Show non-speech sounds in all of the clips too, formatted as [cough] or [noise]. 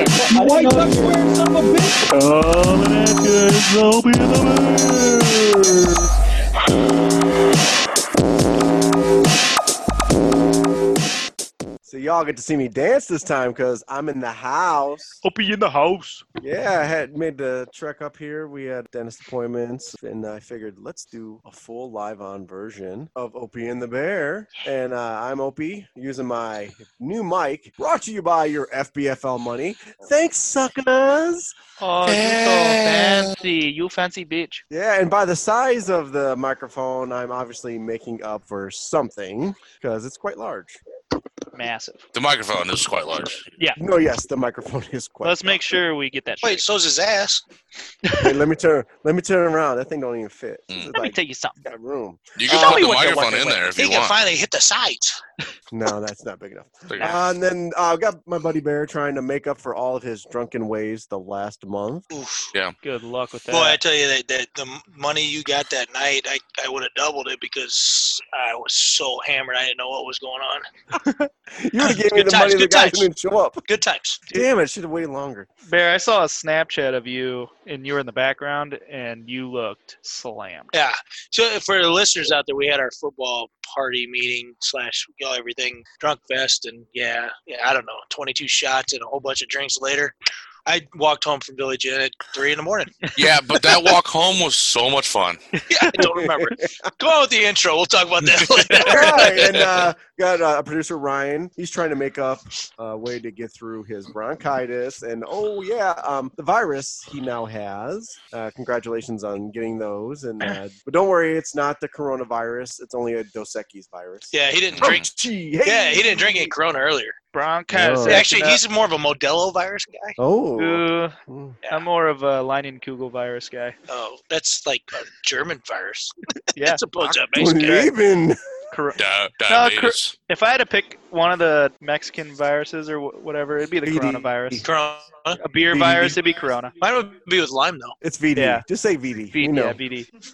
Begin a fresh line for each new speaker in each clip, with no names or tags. Like duck square, son of a bitch.
Coming at you, Zombie and the Bears.
So y'all get to see me dance this time because I'm in the house.
Hoppy in the house.
Yeah, I had made the trek up here. We had dentist appointments, and I figured let's do a full live-on version of Opie and the Bear. And uh, I'm Opie using my new mic, brought to you by your FBFL money. Thanks, suckers.
Oh, you so fancy. You fancy bitch.
Yeah, and by the size of the microphone, I'm obviously making up for something because it's quite large.
Massive.
The microphone is quite large.
No, yes, the microphone [laughs] is quite.
Let's make sure we get that straight.
Wait, so's his ass.
Hey, let me turn. Let me turn around. That thing don't even fit.
Mm.
It's
Let me
like-
tell you something.
got room.
You can
Show
put
me
the
what you're
microphone
working
in
with.
there if
He
you
can
want.
finally hit the sides.
No, that's not big enough.
There you go.
Uh-huh.
Uh, and then uh, I've got my buddy Bear trying to make up for all of his drunken ways the last month.
[laughs] Oof.
Good luck with that.
Boy, I tell you that, that the m- money you got that night, I, I would have doubled it because I was so hammered. I didn't know what was going on.
You would have gave me
Good
the
times,
money the
good
guy
times.
didn't
[laughs]
show up.
Good times.
Damn it, should have waited longer. [laughs]
Bear, I saw a Snapchat of you, and you were in the background, and you looked slammed.
Yeah. So uh, for the listeners out there, we had our football party meeting slash you know, everything drunk fest, and yeah, yeah, I don't know, 22 shots and a whole bunch of drinks later. I walked home from Village Inn at three in the morning.
Yeah, but that walk home was so much fun.
Yeah, I don't [laughs] remember. Go on with the intro. We'll talk about that [laughs] later.
Right, and uh, got uh, producer Ryan. He's trying to make up a way to get through his bronchitis. And oh, yeah, um, the virus he now has. Uh, congratulations on getting those. And uh, But don't worry, it's not the coronavirus. It's only a Dos Equis virus.
Yeah, he didn't drink.
Gee,
Yeah,
hey.
he didn't drink any Corona earlier.
Bronchitis.
Oh.
acting
Actually,
up.
he's more of a Modelo virus guy.
Ooh,
Oh. Mm.
I'm more of a Leinenkugel virus guy.
Oh, that's like a German virus.
Yeah.
It's supposed to be
Don't
Mexican.
even.
Cor-
Di-
cor-
diabetes.
if I had to pick one of the Mexican viruses or wh- whatever, it'd be the
BD.
coronavirus.
Corona.
A beer
BD.
virus, it'd be corona.
Mine would be with lime though.
It's VD.
Yeah.
Just say VD.
B-
you know,
yeah, BD.
because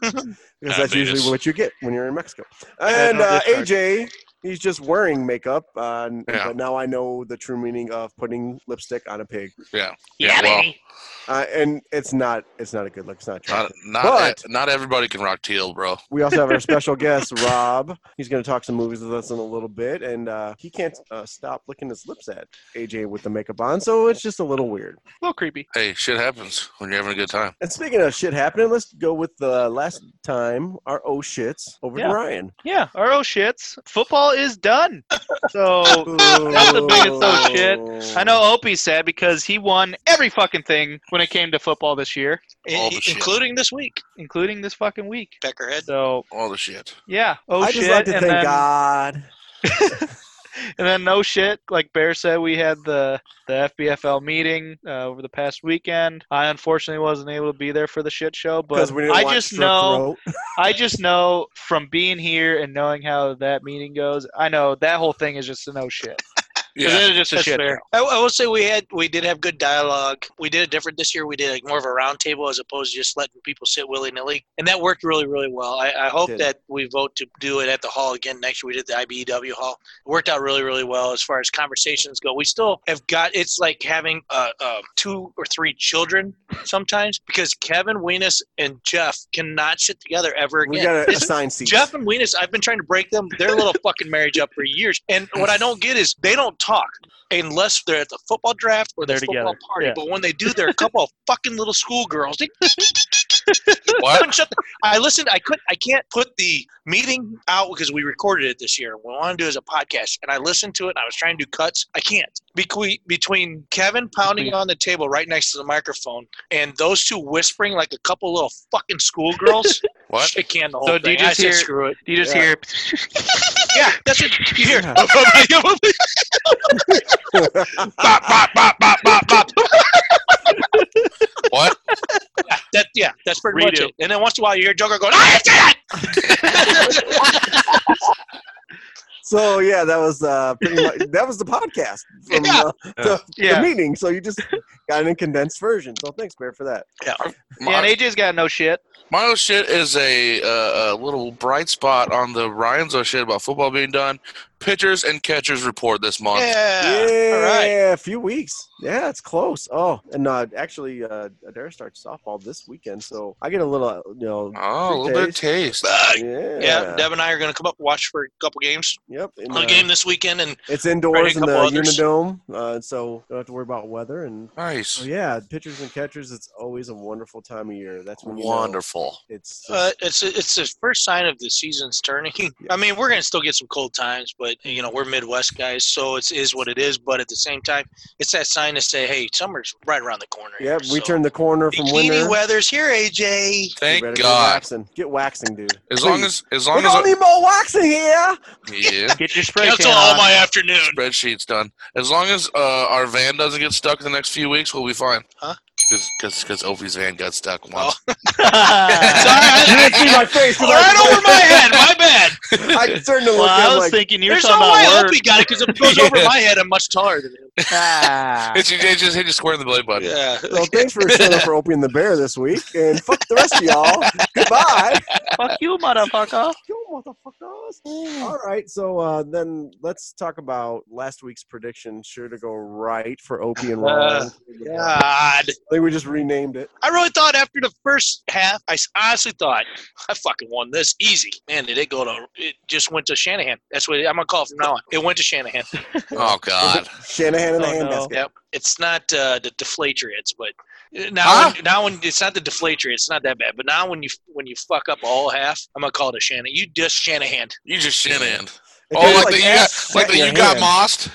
that's
Diabetes.
usually what you get when you're in Mexico.
Head
And
on
uh,
discharge.
AJ, he's just wearing makeup, uh, n-
Yeah.
but now I know the true meaning of putting lipstick on a pig.
Yeah, well,
Uh, and it's not it's not a good look. It's not attractive.
not not, e,
But-
not everybody can rock teal, bro.
We also have our special guest, Rob. He's going to talk some movies with us in a little bit, and uh, he can't uh, stop licking his lips at AJ with the makeup on, so it's just a little weird.
A little creepy.
Hey, shit happens when you're having a good time.
And speaking of shit happening, let's go with the last time, our oh shits, over
Yeah.
to Ryan.
Yeah, RO shits. Football is done. So [laughs] That's the biggest oh shit. I know Opie's sad because he won every fucking thing when it came to football this year,
All
In-
the shit.
including this week.
including this fucking week.
Peckerhead.
So
All the shit.
yeah, oh
I
shit,
just like to
and
thank
then
God.
and then no shit. Like Bear said, we had the the FBFL meeting uh, over the past weekend. I unfortunately wasn't able to be there for the shit show, but
Because we didn't
I
watch
just
Strip
know
Throat.
I just know from being here and knowing how that meeting goes. I know that whole thing is just a no shit. 'Cause
Yeah,
it is just a
That's
shit.
fair. I, I will say we had we did have good dialogue. We did it different this year. We did like more of a roundtable as opposed to just letting people sit willy nilly, and that worked really really well. I, I hope
Did.
that we vote to do it at the hall again next year. We did the IBEW hall. It worked out really really well as far as conversations go. We still have got it's like having uh, uh, two or three children sometimes because Kevin Weenus and Jeff cannot sit together ever
We
again.
got to
It's-
assign seats.
Jeff and Weenus, I've been trying to break them their little fucking marriage up for years. And what I don't get is they don't talk unless they're at the football draft or the
They're
football
together,
party.
yeah.
But when they do, they're a couple of fucking little schoolgirls. They [laughs]
[laughs]
what?
couldn't shut. The, I listened. I couldn't. I can't put the meeting out because we recorded it this year. What I want to do is a podcast, and I listened to it. and I was trying to do cuts. I can't between between Kevin pounding on the table right next to the microphone and those two whispering like a couple little fucking schoolgirls.
What?
I can the whole
So do
thing.
you just
I said,
hear-
screw it.
You just
Yeah.
hear
Yeah, that's what you hear.
Yeah.
bop, bop, bop, bop, bop, bop.
What?
That, yeah, that's pretty much
Redo.
it. And then once in a while you hear Joker going, I said it!
[laughs] So yeah, that was uh, pretty much, that was the podcast from
Yeah.
uh, the,
yeah.
the meeting. So you just got a condensed version. So thanks, Bear, for that.
Yeah, and
My,
AJ's got no shit.
my own shit is a, uh, a little bright spot on the Ryan's own shit about football being done. pitchers and catchers report this month.
Yeah.
Yeah,
All right.
a few weeks. Yeah, it's close. Oh, and uh, actually, uh, Adair starts softball this weekend, so I get a little, uh, you know,
Oh, a little bit of taste.
yeah,
Yeah, Deb and I are going to come up and watch for a couple games.
yep. and,
Another
uh,
game this weekend, and
It's
Friday,
indoors
a
in the
couple others.
Unidome, uh, so don't have to worry about weather. And oh,
Nice.
yeah, pitchers and catchers, it's always a wonderful time of year. That's when you know
Wonderful.
it's
uh, it's it's the first sign of the season's turning. I mean, we're going to still get some cold times, but you know we're Midwest guys, so it is what it is. But at the same time, it's that sign to say, hey, summer's right around the corner.
yeah.
here,
We
so.
turned the corner from
Bikini
winter.
weather's here, AJ.
You
Thank
better get
God.
waxing. Get waxing, dude.
As long
Please.
as as
we
long
don't
as
need more waxing here.
yeah,
Get your spray
Cancel
can
all
on. [laughs]
[laughs]
my afternoon.
spreadsheet's done. As long as uh, our van doesn't get stuck in the next few weeks, we'll be fine.
Huh? Oh.
Because because Opie's van got stuck once.
You didn't see
[laughs]
my face. 'cause
right
I,
over my
[laughs]
head. My bad. [laughs]
I
[laughs]
turned to look
well,
at
I
him
was
like,
thinking you were
There's no
talking
way
about work. [laughs]
Opie got it because it [laughs] goes over
Yeah.
my head. I'm much taller than him. [laughs]
Ah.
[laughs] It's you just hit you square in the belly button.
Yeah.
So thanks for showing
[laughs]
up for Opie and the Bear this week, and fuck the rest of y'all. Goodbye.
Fuck you, motherfucker.
You motherfuckers. All right, so uh, then let's talk about last week's prediction. Sure to go right for Opie and Ron.
Uh, God.
I think we just renamed it.
I really thought after the first half, I s- honestly thought I fucking won this easy. Man, did it go to? It just went to Shanahan. That's what I'm gonna call it from now on. It went to Shanahan.
Oh God.
Shanahan and the
Oh, no.
handbasket.
Yep. It's not uh, the Deflatriots, but uh, now
Huh?
when, now when it's not the Deflatriots, it's not that bad. But now when you when you fuck up all half, I'm gonna call it a Shanahan. [laughs] You just [laughs] Shanahan.
You just shit in.
It
Oh,
tastes
like, the you
ass
got, like
shat in
the
your
you got
hand.
mossed.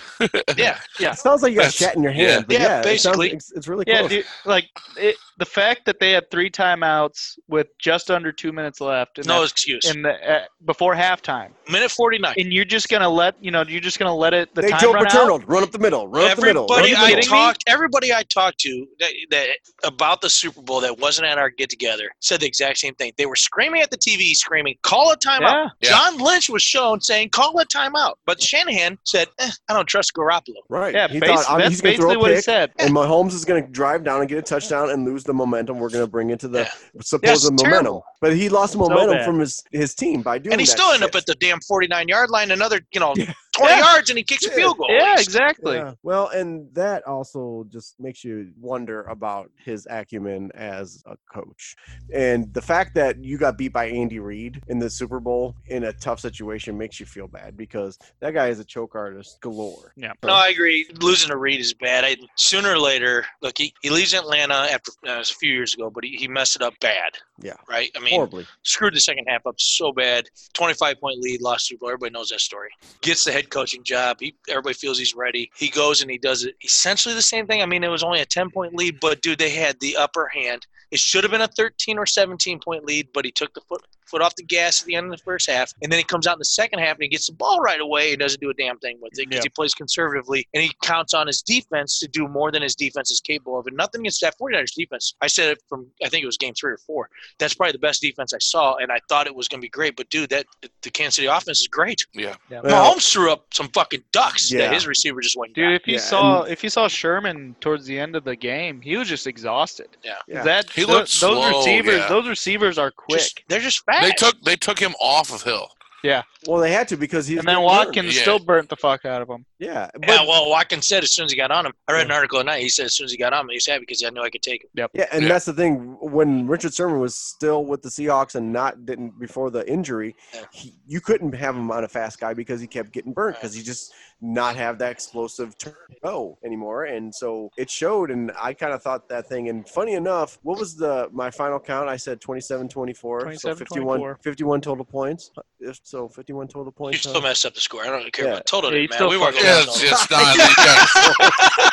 Yeah, yeah.
It sounds like you got
That's-
shat in your hand.
yeah.
but yeah,
Yeah,
it sounds-
basically.
it's, it's really
Yeah,
close.
dude. Like it, the fact that they had three timeouts with just under two minutes left. In
No
that-
excuse.
in the uh, before halftime,
Minute 49.
and you're just gonna let you know you're just gonna let it the
They
time
Joe
run
Paterno, run up the middle, run up the middle. Run up the
Everybody
Are you
I
middle.
kidding me?
talked, everybody I talked to that, that about the Super Bowl that wasn't at our get together said the exact same thing. They were screaming at the TV, screaming, "Call a
out.
timeout."
Yeah.
Yeah.
John Lynch was shown saying, "Call a timeout," but Shanahan said, eh, "I don't trust Garoppolo."
Right.
Yeah,
he
basi-
thought, I'm,
that's
he's going to throw
basically
a
what he
pick,
said.
and Mahomes is going to drive down and get a touchdown and lose the momentum. We're going to bring into the
Yeah.
supposed
That's
momentum.
terrible.
But he lost momentum
bad.
from his, his team by doing
And he
that
still ended
shit.
up at the damn 49 yard line, another, you know, [laughs] 20
Yeah.
yards, and he kicks a
Yeah.
field goal.
Yeah,
He's-
exactly.
Yeah. Well, and that also just makes you wonder about his acumen as a coach. And the fact that you got beat by Andy Reid in the Super Bowl in a tough situation makes you feel bad because that guy is a choke artist galore.
No, I agree. Losing to Reed is bad. I, sooner or later, look, he, he leaves Atlanta after uh, it was a few years ago, but he, he messed it up bad.
Yeah.
Right? I mean,
Horribly.
screwed the second half up so bad. 25 point lead, lost Super Bowl. Everybody knows that story. Gets the head coaching job. He, everybody feels he's ready. He goes and he does it. Essentially the same thing. I mean, it was only a 10 point lead, but dude, they had the upper hand. It should have been a 13 or 17 point lead, but he took the foot foot off the gas at the end of the first half, and then he comes out in the second half and he gets the ball right away and doesn't do a damn thing with it because
Yeah.
he plays conservatively and he counts on his defense to do more than his defense is capable of. And nothing against that 49ers defense. I said it from I think it was game three or four. That's probably the best defense I saw, and I thought it was going to be great. But dude, that the Kansas City offense is great.
Well,
Mahomes threw up some fucking ducks
Uh, Yeah.
that his receiver just went
Dude,
down.
if you
Yeah,
saw if you saw Sherman towards the end of the game, he was just exhausted.
yeah.
That
He
tho-
looked
those
slow,
receivers,
yeah.
those receivers are quick.
Just- they're just fast.
They took they took him off of Hill.
well, they had to because he's
and then
getting
Watkins
burned.
Yeah.
still burnt the fuck out of him.
Yeah. But
yeah, well, Watkins said as soon as he got on him. I read an article at night. He said as soon as he got on him, he was happy because I knew I could take him.
Yeah, and
Yeah.
that's the thing. When Richard Sherman was still with the Seahawks and not didn't before the injury,
Yeah.
he, you couldn't have him on a fast guy because he kept getting burnt because he just not have that explosive turn go anymore. And so it showed, and I kind of thought that thing. And funny enough, what was the my final count? I said 27, 24,
27,
so 51,
24.
51 total points. Uh, If so, fifty-one total
You
points.
still
huh?
messed up the score. I don't care
Yeah.
about total.
Yeah, you
did, man.
still
We weren't
fucked
going
Yeah,
to
it's
[laughs]
just not. you guys-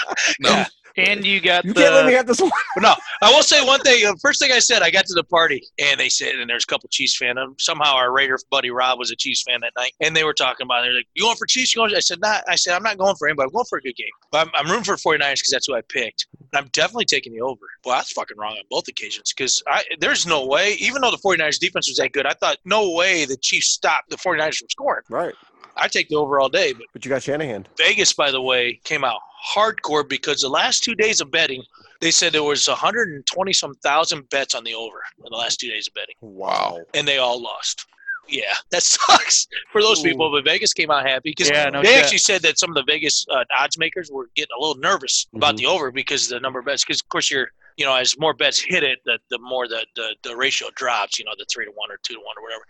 [laughs] no,
Yeah. And you got
You
the
can't let me have this one. [laughs]
But no, I will say one thing. The First thing I said, I got to the party, and they said, and there's a couple Chiefs fan. Um, somehow our Raider buddy Rob was a Chiefs fan that night, and they were talking about. it. They're like, "You going for Chiefs?" You going? I said, "Not." I said, "I'm not going for anybody. I'm going for a good game. But I'm, I'm rooting for 49ers because that's who I picked. And I'm definitely taking the over." Well, that's fucking wrong on both occasions because I there's no way. Even though the 49ers defense was that good, I thought no way the Chiefs stopped the 49ers from scoring.
Right,
I take the over all day, but.
but you got Shanahan.
Vegas, by the way, came out hardcore because the last two days of betting, they said there was 120 some thousand bets on the over in the last two days of betting,
Wow.
and they all lost. yeah, that [laughs] sucks for those
Ooh.
people. But Vegas came out happy because
Yeah, no
they
shit.
actually said that some of the Vegas uh, odds makers were getting a little nervous
Mm-hmm.
about the over because of the number of bets. Because of course you're, you know, as more bets hit it, the, the more the, the the ratio drops. You know, the three to one or two to one or whatever.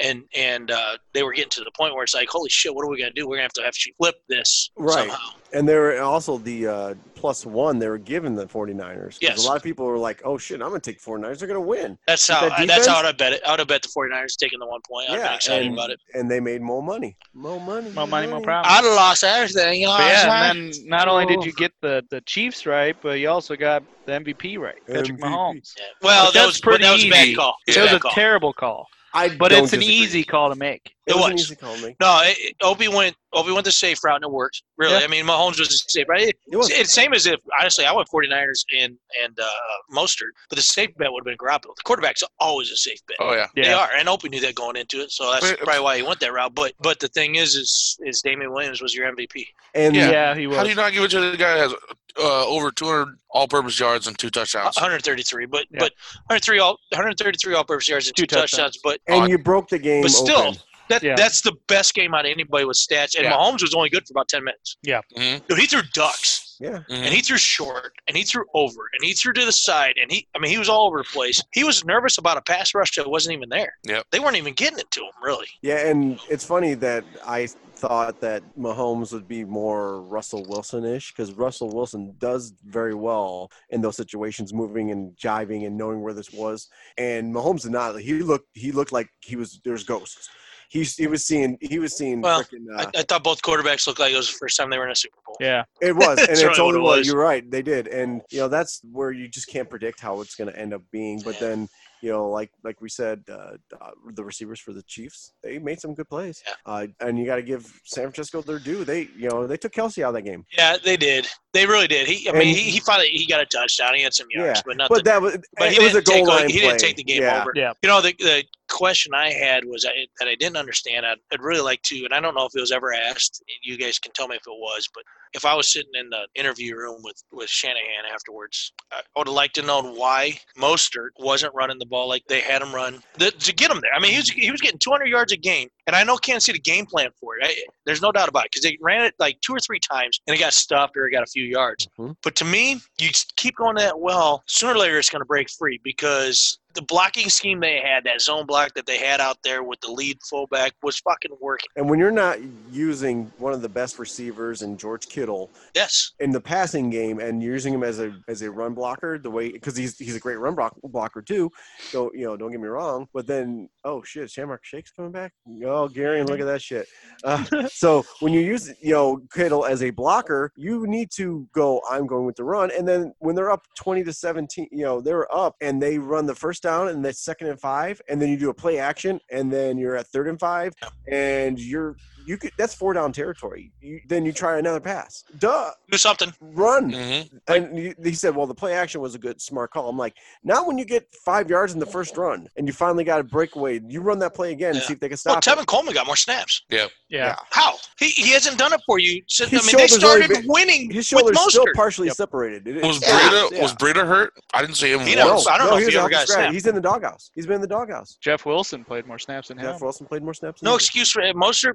And and uh, they were getting to the point where it's like, holy shit, what are we gonna do? We're gonna have to actually flip this
Right.
somehow.
And they were also the uh, plus one they were given the 49ers. 'Cause
Yes.
A lot of people were like, oh shit, I'm going to take 49ers. They're going to win.
That's how
that
I- that's how
defense?
I'd bet it. I'd have bet the 49ers taking the one point. I'd been
Yeah,
excited
and-
about it.
And they made more money. More
[laughs]
money.
More money, more problem.
I'd have lost everything. You know,
But yeah,
yeah,
and then not only
Oh.
did you get the, the Chiefs right, but you also got the MVP right, Patrick
MVP.
Mahomes.
well,
But
that
that's
was but that was a bad
pretty
call. It was
It
a
was a
bad call.
terrible call,
I
but
don't
it's an
disagree.
easy call to make.
It,
It
was. an
was.
easy call to make.
No, it, it- Opie went. Opie went the safe route and it worked. Really,
Yeah.
I mean, Mahomes was the safe. Right? It,
It was.
it's same as if honestly, I went 49ers and and uh, Mostert, but the safe bet would have been Garoppolo. The quarterbacks are always a safe bet.
Oh yeah.
They
Yeah,
are, and Opie knew that going into it, so that's
Wait,
probably why he went that route. But but the thing is, is is Damian Williams was your MVP.
And
Yeah.
yeah. he was.
How do you not give it to the guy that has uh, over 200 all-purpose yards and two touchdowns?
Uh-huh. 133, but
Yeah.
but 103 all 133 all-purpose yards and two,
Two
touchdowns.
touchdowns.
But
and you broke the game.
But still,
open.
that
Yeah.
that's the best game out of anybody with stats. And
Yeah.
Mahomes was only good for about 10 minutes.
hmm
Dude, he threw ducks.
yeah.
and he threw short and he threw over and he threw to the side and he I mean he was all over the place. He was nervous about a pass rush that wasn't even there.
Yep.
They weren't even getting it to him really.
Yeah, and it's funny that I thought that Mahomes would be more Russell Wilson-ish because Russell Wilson does very well in those situations, moving and jiving and knowing where this was. And Mahomes did not. He looked. He looked like he was. There's ghosts. He, he was seeing. He was seeing.
Well,
frickin', uh,
I, I thought both quarterbacks looked like it was the first time they were in a Super Bowl.
Yeah,
It was, and
That's
it's
really what
only
it
what
was. Oh,
you're right. They did, and you know that's where you just can't predict how it's going to end up being. But then, you know, like like we said, uh, uh, the receivers for the Chiefs they made some good plays,
Yeah.
uh, and you got to give San Francisco their due. They you know they took Kelsey out of that game,
Yeah, they did. They really did. He I mean
And-
he, he finally he got a touchdown. He had some yards,
Yeah,
but nothing.
but that was
But he
it was a
didn't
goal
take, like,
line
He didn't
play.
take the game
Yeah.
over.
Yeah.
You know, the, the question I had was I, that I didn't understand. I'd, I'd really like to, and I don't know if it was ever asked. and You guys can tell me if it was, but if I was sitting in the interview room with, with Shanahan afterwards, I would have liked to know why Mostert wasn't running the ball like they had him run the, to get him there. I mean, he was, he was getting 200 yards a game, and I know Kansas City game plan for it. I, there's no doubt about it because they ran it like two or three times, and it got stopped or it got a few yards. But to me, you just keep going to that well, sooner or later it's going to break free because the blocking scheme they had, that zone block that they had out there with the lead fullback was fucking working.
And when you're not using one of the best receivers in George Kittle
Yes.
in the passing game and using him as a as a run blocker the way because he's he's a great run block, blocker too. Don't you know? Don't get me wrong. But then oh shit, Shamrock Shake's coming back. Oh Gary, and look at that shit. Uh, so when you use you know Kittle as a blocker, you need to go. I'm going with the run, and then when they're up twenty to seventeen, you know they're up and they run the first down and the second and five, and then you do a play action, and then you're at third and five, and you're you could that's four down territory. You, then you try another pass. Duh
Do something.
run.
hmm
And he- he said, well, the play action was a good, smart call. I'm like, not when you get five yards in the first run and you finally got a breakaway. You run that play again and
Yeah.
see if they can
Well,
stop.
Oh, Tevin Coleman got more snaps.
yeah,
How? He, he hasn't done it for you. Since,
His
I mean, they
shoulder's already
started
been-
winning
it. His
with
shoulder's still
Mostert.
partially
Yep.
separated. It,
Was
it-
Yeah.
Breida
Yeah.
was Breida hurt? I didn't see him
He
No,
once.
I don't
no,
know if
he was
he ever
off the
got a
scratch.
snap.
He's in the doghouse. He's been in the doghouse.
Jeff Wilson played more snaps than him.
Jeff Wilson played more snaps. than
No
he did.
excuse for it. Mostert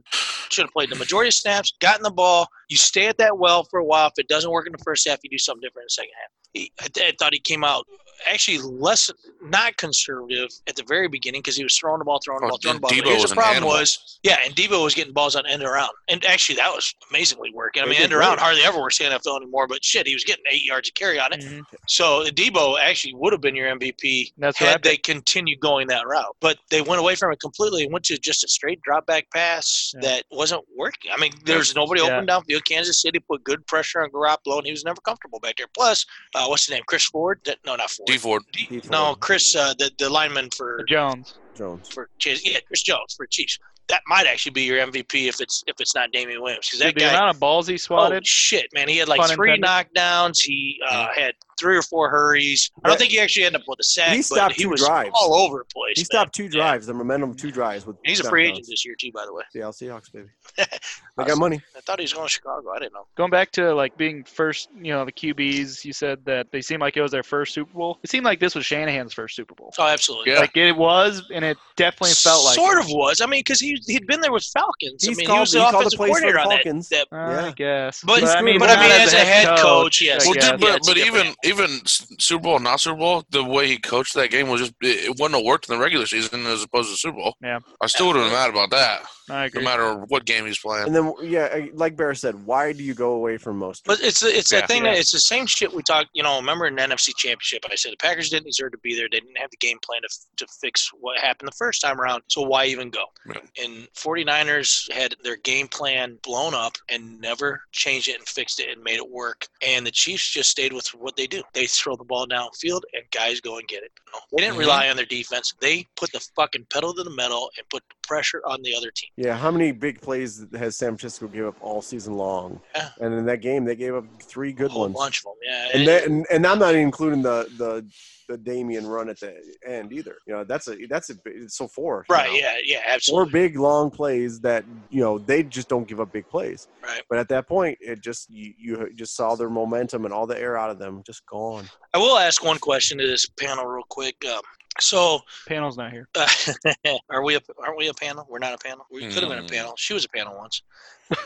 should have played the majority of snaps, gotten the ball. You stay at that well for a while. If it doesn't work in the first half, you do something different in the second half. He, I, th- I thought he came out actually less not conservative at the very beginning because he was throwing the ball, throwing the
Oh,
ball, throwing the ball.
Debo
Here's
was
the
an
problem
animal.
was, yeah, and Debo was getting balls on end around, and actually that was amazingly working. I
They
mean,
did
end around
great.
hardly ever works in the NFL anymore, but shit, he was getting eight yards of carry on it.
Mhm.
So Debo actually would have been your MVP
That's what I
had they continued going that route. But they went away from it completely and went to just a straight drop back pass
Yeah.
that wasn't working. I mean, there was nobody
Yeah.
open downfield. Kansas City put good pressure on Garoppolo, and he was never comfortable back there. Plus, uh, what's his name? Chris Ford? That- No, not Ford.
D Ford.
D-
D-
no,
Ford.
Chris, uh, the, the lineman for
Jones.
Jones.
for Chiefs. Yeah, Chris Jones for Chiefs. That might actually be your MVP if it's if it's not Damian Williams because
Dude,
that
the
guy
amount of balls he
Oh
swatted.
shit, man! He had like
Pun
three
intended.
knockdowns. He uh, had three or four hurries. I don't
That-
think he actually ended up with a sack.
He stopped
but he
two
was
drives.
all over the place.
He
man.
stopped two
Yeah.
drives, the momentum of two drives with.
He's a free agent
touchdowns.
this year too, by the way.
Seattle Seahawks,
[laughs]
baby. They got money.
I thought he was going to Chicago. I didn't know.
Going back to like being first, you know, the QBs. You said that they seemed like it was their first Super Bowl. It seemed like this was Shanahan's first Super Bowl.
Oh, absolutely.
Yeah.
Like it was, and it definitely felt like.
sort of was. I mean, because he he'd been there with Falcons. I
He's
mean,
called-
he was
he
the
called the
offensive
plays for the
coordinator on that,
Falcons.
that
Uh, I
Yeah.
guess.
But-
I mean,
but I mean,
not
as a head coach, yes.
I
Well,
guess.
dude,
Yeah,
but,
it's
but even
different.
even S- Super Bowl, not Super Bowl, the way he coached that game was just it, it wouldn't have worked in the regular season as opposed to the Super Bowl.
Yeah.
I still would have been mad about that,
I
no
agree.
matter what game he's playing.
And then, yeah, like Bear said, why do you go away from most?
But it's it's
Yeah.
that thing.
Yeah.
It's the same shit we talked. You know, remember in the NFC Championship, I said the Packers didn't deserve to be there. They didn't have the game plan to, to fix what happened the first time around. So why even go?
Yeah.
And 49ers had their game plan blown up and never changed it and fixed it and made it work. And the Chiefs just stayed with what they do. They throw the ball downfield and guys go and get it. You know, They didn't
Mhm.
rely on their defense. They put the fucking pedal to the metal and put pressure on the other team.
Yeah, how many big plays has San Francisco gave up all season long?
Yeah. Oh,
And in that game, they gave up three good
a whole
ones.
bunch of them. Yeah.
And, that, and and I'm not including the the the Damien run at the end either. You know, that's a that's a big- so four. you
right.
know.
Yeah. Yeah.
Four
Absolutely.
big long plays that you know they just don't give up big plays.
Right.
But at that point, it just you, you just saw their momentum and all the air out of them just gone.
I will ask one question to this panel real quick. Um, so,
Panel's not here.
uh, [laughs] are we? A, aren't we a panel? We're not a panel. We could have been a
Mm.
panel. She was a panel once.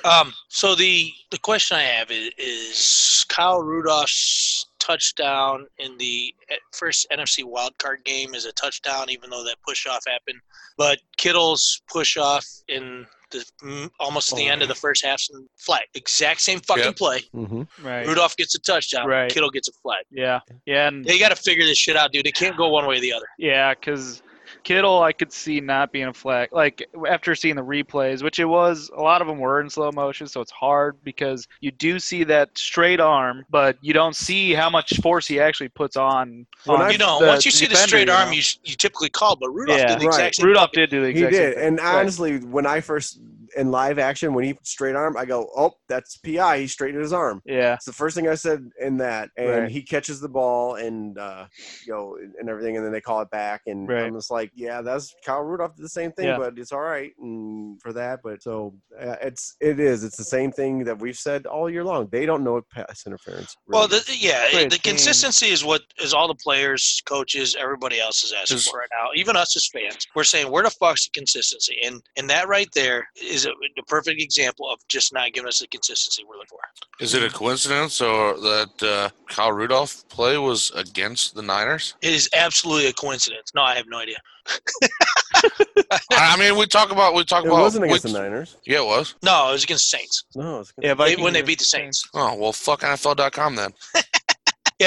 Um, so the the question I have is, is Kyle Rudolph's touchdown in the eh, first NFC wildcard game is a touchdown, even though that push off happened. But Kittle's push off in the mm, almost the
Oh.
end of the first half's flag, exact same fucking
Yep.
play.
Mm-hmm.
Right.
Rudolph gets a touchdown.
Right.
Kittle gets a flag.
Yeah. Yeah. And
They got to figure this shit out, dude. It can't go one way or the other.
Yeah, because Kittle, I could see not being a flag. Like after seeing the replays, which it was, a lot of them were in slow motion, so it's hard because you do see that straight arm, but you don't see how much force he actually puts on.
When
on
I-
You know,
the
once you see the
defender,
straight arm,
know.
you you typically call, but Rudolph
Yeah.
did the
Right.
exact same.
Rudolph did do the
He
exact same
did,
thing.
and
Right.
honestly, when I first in live action, when he straight arm, I go, "Oh, that's PI." He straightened his arm.
yeah,
It's the first thing I said in that, and
Right.
he catches the ball and uh, you know and everything, and then they call it back, and
Right.
I'm just like, yeah, that's Kyle Rudolph did the same thing,
Yeah.
but it's all right and for that. But so uh, it's it is it's the same thing that we've said all year long. They don't know what pass interference. Really
Well, the,
is.
yeah,
Great
the
team.
consistency is what is all the players, coaches, everybody else is asking
Is-
for right now. Even us as fans, we're saying, where the fuck's the consistency? And and that right there is a, the perfect example of just not giving us the consistency we're looking for.
Is it a coincidence or that uh, Kyle Rudolph play was against the Niners?
It is absolutely a coincidence. No, I have no idea.
I I mean, we talk about we talk
it
about
wasn't against
we-
the Niners.
Yeah, it was.
No, it was against the Saints.
No, it was against
yeah.
They,
Vikings
when they
are-
beat the Saints.
Oh well, fuck NFL.com then.
Yeah,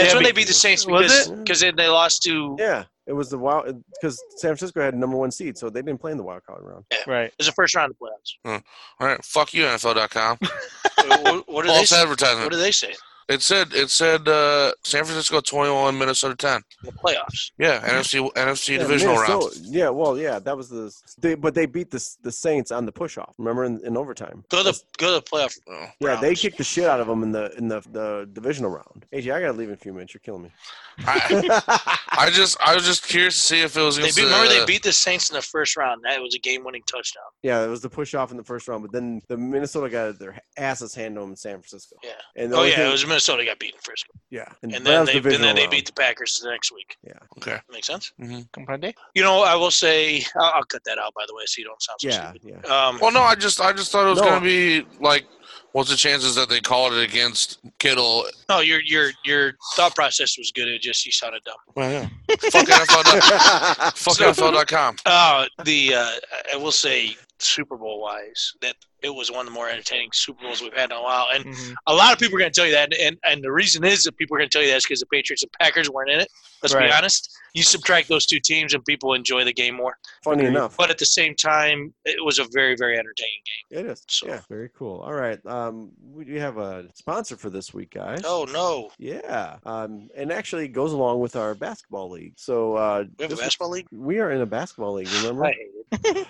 it's
Yeah,
when they
because-
beat the Saints
Was
because
it?
because then they lost to.
yeah. It was the wild because San Francisco had number one seed, so they didn't play in the wild card round.
Right.
It was the first round of playoffs.
All right, fuck you, NFL.com.
what, what, do they
False
say?
advertisement.
what do they say?
It said it said uh, San Francisco 21, Minnesota 10.
in the playoffs.
Yeah, NFC NFC
Yeah,
divisional round.
Minnesota- Yeah, well, yeah, that was the they, but they beat the S- the Saints on the push off. Remember in, in overtime.
Go to the go to the playoff.
Oh.
Yeah, they
rounds.
kicked the shit out of them in the in the, the divisional round. AJ, I gotta leave in a few minutes. You're killing
[laughs]
me. [laughs]
Oh, I, I just I was just curious to see if it was
They
against
beat, remember
the,
they beat the Saints in the first round. That was a game-winning touchdown.
yeah, it was the push off in the first round, but then the Minnesota got their asses handed to them in San Francisco.
Yeah.
And the
Oh
only
yeah,
thing-
it was Minnesota got beaten first,
yeah,
and
but that
then
was
they and then
divisional
they
round.
beat the Packers the next week.
Okay. Mm-hmm.
Make sense?
Comprende?
You know, I will say I'll, I'll cut that out by the way, so you don't sound so
Yeah,
stupid.
yeah.
Um,
Well, no, I just I just thought it was
No.
going to be like, what's the chances that they called it against Kittle?
no, your your your thought process was good. It just you sounded dumb.
Well, yeah. Fuck
[laughs]
NFL. Fuck
So-
NFL.com.
Uh, the uh, I will say Super Bowl wise that it was one of the more entertaining Super Bowls we've had in a while, and
Mhm.
a lot of people are going to tell you that, and, and the reason is that people are going to tell you that is because the Patriots and Packers weren't in it. Let's
Right.
be honest. You subtract those two teams, and people enjoy the game more.
Funny enough,
But at the same time, it was a very, very entertaining game.
it is.
So-
Yeah, very cool. All right, um, we do have a sponsor for this week, guys.
Oh no,
Yeah, um, and actually goes along with our basketball league. So uh,
we have a
this-
basketball [laughs] league.
we are in a basketball league. Remember?
I hate it.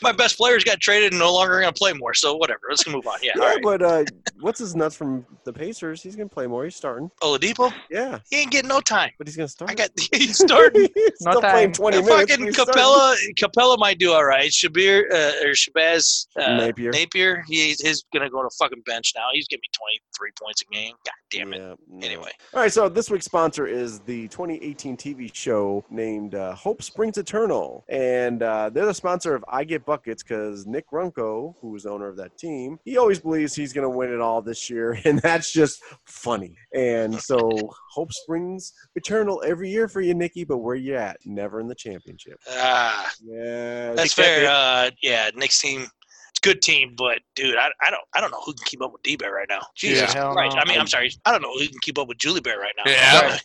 My best players got traded and no longer going to play more. So whatever. Let's move on. Yeah.
Yeah,
all right.
but uh, what's his nuts from the Pacers? He's gonna play more. He's starting.
Oladipo,
Yeah,
he ain't getting no time.
but he's gonna start.
I got [laughs] he's starting.
[laughs] He's still
time.
playing twenty minutes.
fucking
He's
Capella,
[laughs]
Capella might do all right. Shabir uh, or Shabazz uh,
Napier.
Napier, he, he's gonna go on a fucking bench now. He's giving me twenty three points a game. God damn
starting.
it.
Yeah, no.
Anyway,
All right, so this week's sponsor is the 2018 TV show named uh, Hope Springs Eternal. And uh, they're the sponsor of I Get Buckets because Nick Runko, who is the owner of that team, he always believes he's going to win it all this year. [laughs] And that's just funny. And so Hope Springs Eternal every year for you, Nikki, but where you at? Never in the championship.
ah,
Yeah.
that's fair. Uh, yeah, Nick's team. It's a good team, but dude, I, I don't I don't know who can keep up with D Bear right now. Jesus
hell
Christ!
no.
I mean, I'm sorry, I don't know who can keep up with Julie Bear right now.
Yeah.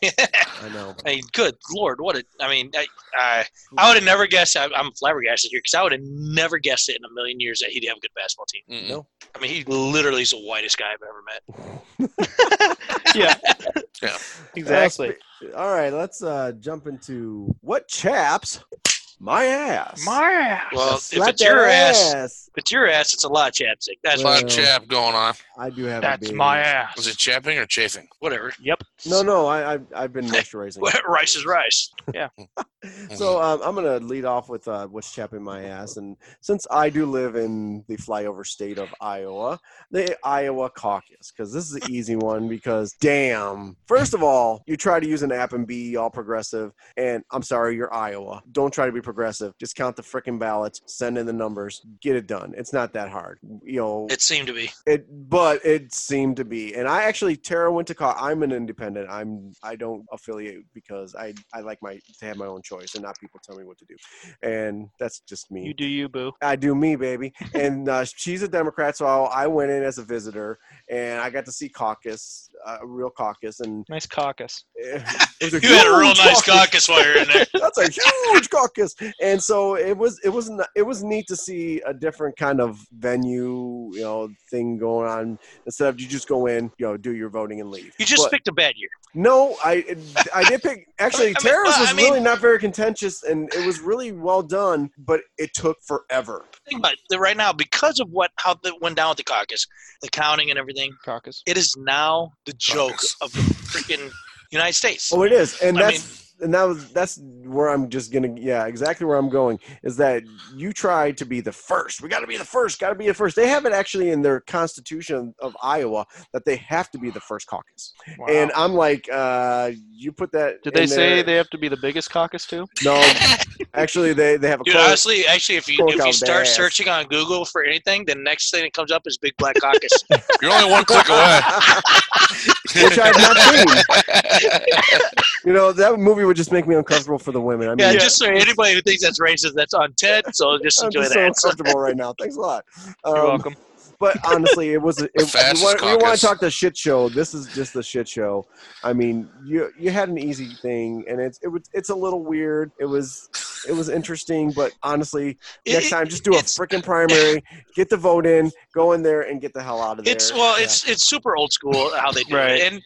I know.
I mean, good lord, what a! I mean, I I, I would have never guessed. I, I'm flabbergasted here because I would have never guessed it in a million years that he'd have a good basketball team.
Mm-mm.
No.
I mean, he literally is the whitest guy I've ever met.
[laughs] yeah.
Yeah.
Exactly.
All right, let's uh, jump into what chaps my ass.
My
Well, if
Slap
it's your
that
ass, if it's your ass, it's a lot, Chapstick.
There's
That's
a lot
Well-
of chap going on.
I do have. a
That's
baby.
my
Is it
ass.
chapping or chafing?
whatever.
Yep.
No, no, I, I I've been moisturizing.
[laughs] rice is rice.
so um, I'm gonna lead off with uh, what's chapping my ass, and since I do live in the flyover state of Iowa, the Iowa caucus, because this is the easy one. Because damn, first of all, you try to use an app and be all progressive, and I'm sorry, you're Iowa. Don't try to be progressive. Just count the frickin' ballots, send in the numbers, get it done. It's not that hard. You know,
It seemed to be.
It, but it seemed to be, and I actually Tara went to call. I'm an independent. I'm I don't affiliate because I I like my to have my own choice and not people tell me what to do, and that's just me.
You do you, boo.
I do me, baby. And uh, she's a Democrat, so I went in as a visitor, and I got to see caucus, uh, a real caucus,
[laughs]
and
Nice caucus.
it was
You had a
[laughs]
real
huge
nice caucus while you're in there.
that's a huge caucus and so it was it was n- it was neat to see a different kind of venue you know thing going on instead of you just go in you know do your voting and leave
You just
But-
picked a bad year.
no i i did pick actually
[laughs] I mean,
terrace
well,
was
I mean-
really not very contentious and it was really well done but it took forever
Think about it. Right now, because of what how that went down with the caucus, the counting and everything,
Caucus.
it is now the joke
Caucus.
of the freaking United States.
oh it is and
I
that's and that was that's where I'm just gonna yeah exactly where I'm going is that you try to be the first. We got to be the first. Got to be the first. They have it actually in their constitution of Iowa that they have to be the first caucus.
Wow.
And I'm like, uh, you put that.
Did
in
they say
there-
they have to be the biggest caucus too?
No, actually, they they have a
Dude,
quote.
honestly, actually, if you
Coke
if
out
you
the
start
ass.
searching on Google for anything, the next thing that comes up is Big Black
[laughs]
Caucus.
You're only one click
[laughs]
away.
which I've not seen.
[laughs]
you know, that movie would just make me uncomfortable for the women. I mean,
yeah, just so anybody who thinks that's racist, that's on TED. So
[laughs]
just
I'm
enjoy
just so
that.
uncomfortable right now. Thanks a lot.
You're
Um,
welcome.
but honestly, it was. It, you
fastest
want, you want
caucus.
to talk the shit show? This is just the shit show. I mean, you you had an easy thing, and it's it was it's a little weird. It was it was interesting, but honestly,
It-
next
it-
time just do a
it's-
freaking primary, get the vote in, go in there, and get the hell out of there.
It's well,
Yeah.
it's it's super old school how they do
Right.
it, and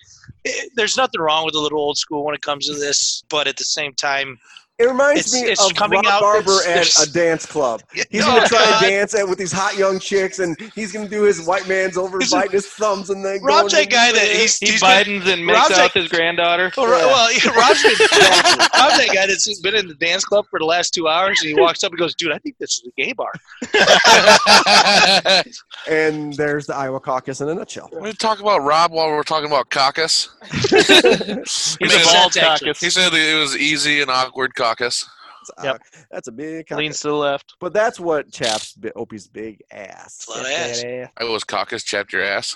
it, there's nothing wrong with a little old school when it comes to this. But at the same time,
it reminds
it's-
me
it's
of
coming
Rob
out-
Barber
it's-
at a dance club. He's
Oh,
gonna try
God.
to
[laughs]
dance at, with these hot young chicks, and he's gonna do his white man's over
He's a-
biting his thumbs and then
Rob's
going
that guy that he's,
He
he's been,
Bidens and makes
Rob's
out
like-
with his granddaughter.
well, Ro- well, yeah, Rob's, been, Rob's that guy that's been in the dance club for the last two hours, and he walks up and goes, "Dude, I think this is a gay bar."
and there's the Iowa caucus in a nutshell.
we talk about Rob while we're talking about caucus.
[laughs]
He's
makes
a bald
sense, actually.
caucus.
He said it was easy and awkward caucus.
That's,
Yep.
uh, that's a big caucus.
Leans to the left.
But that's what chaps bi- Opie's big ass.
Slut ass.
I was caucus chapped your ass.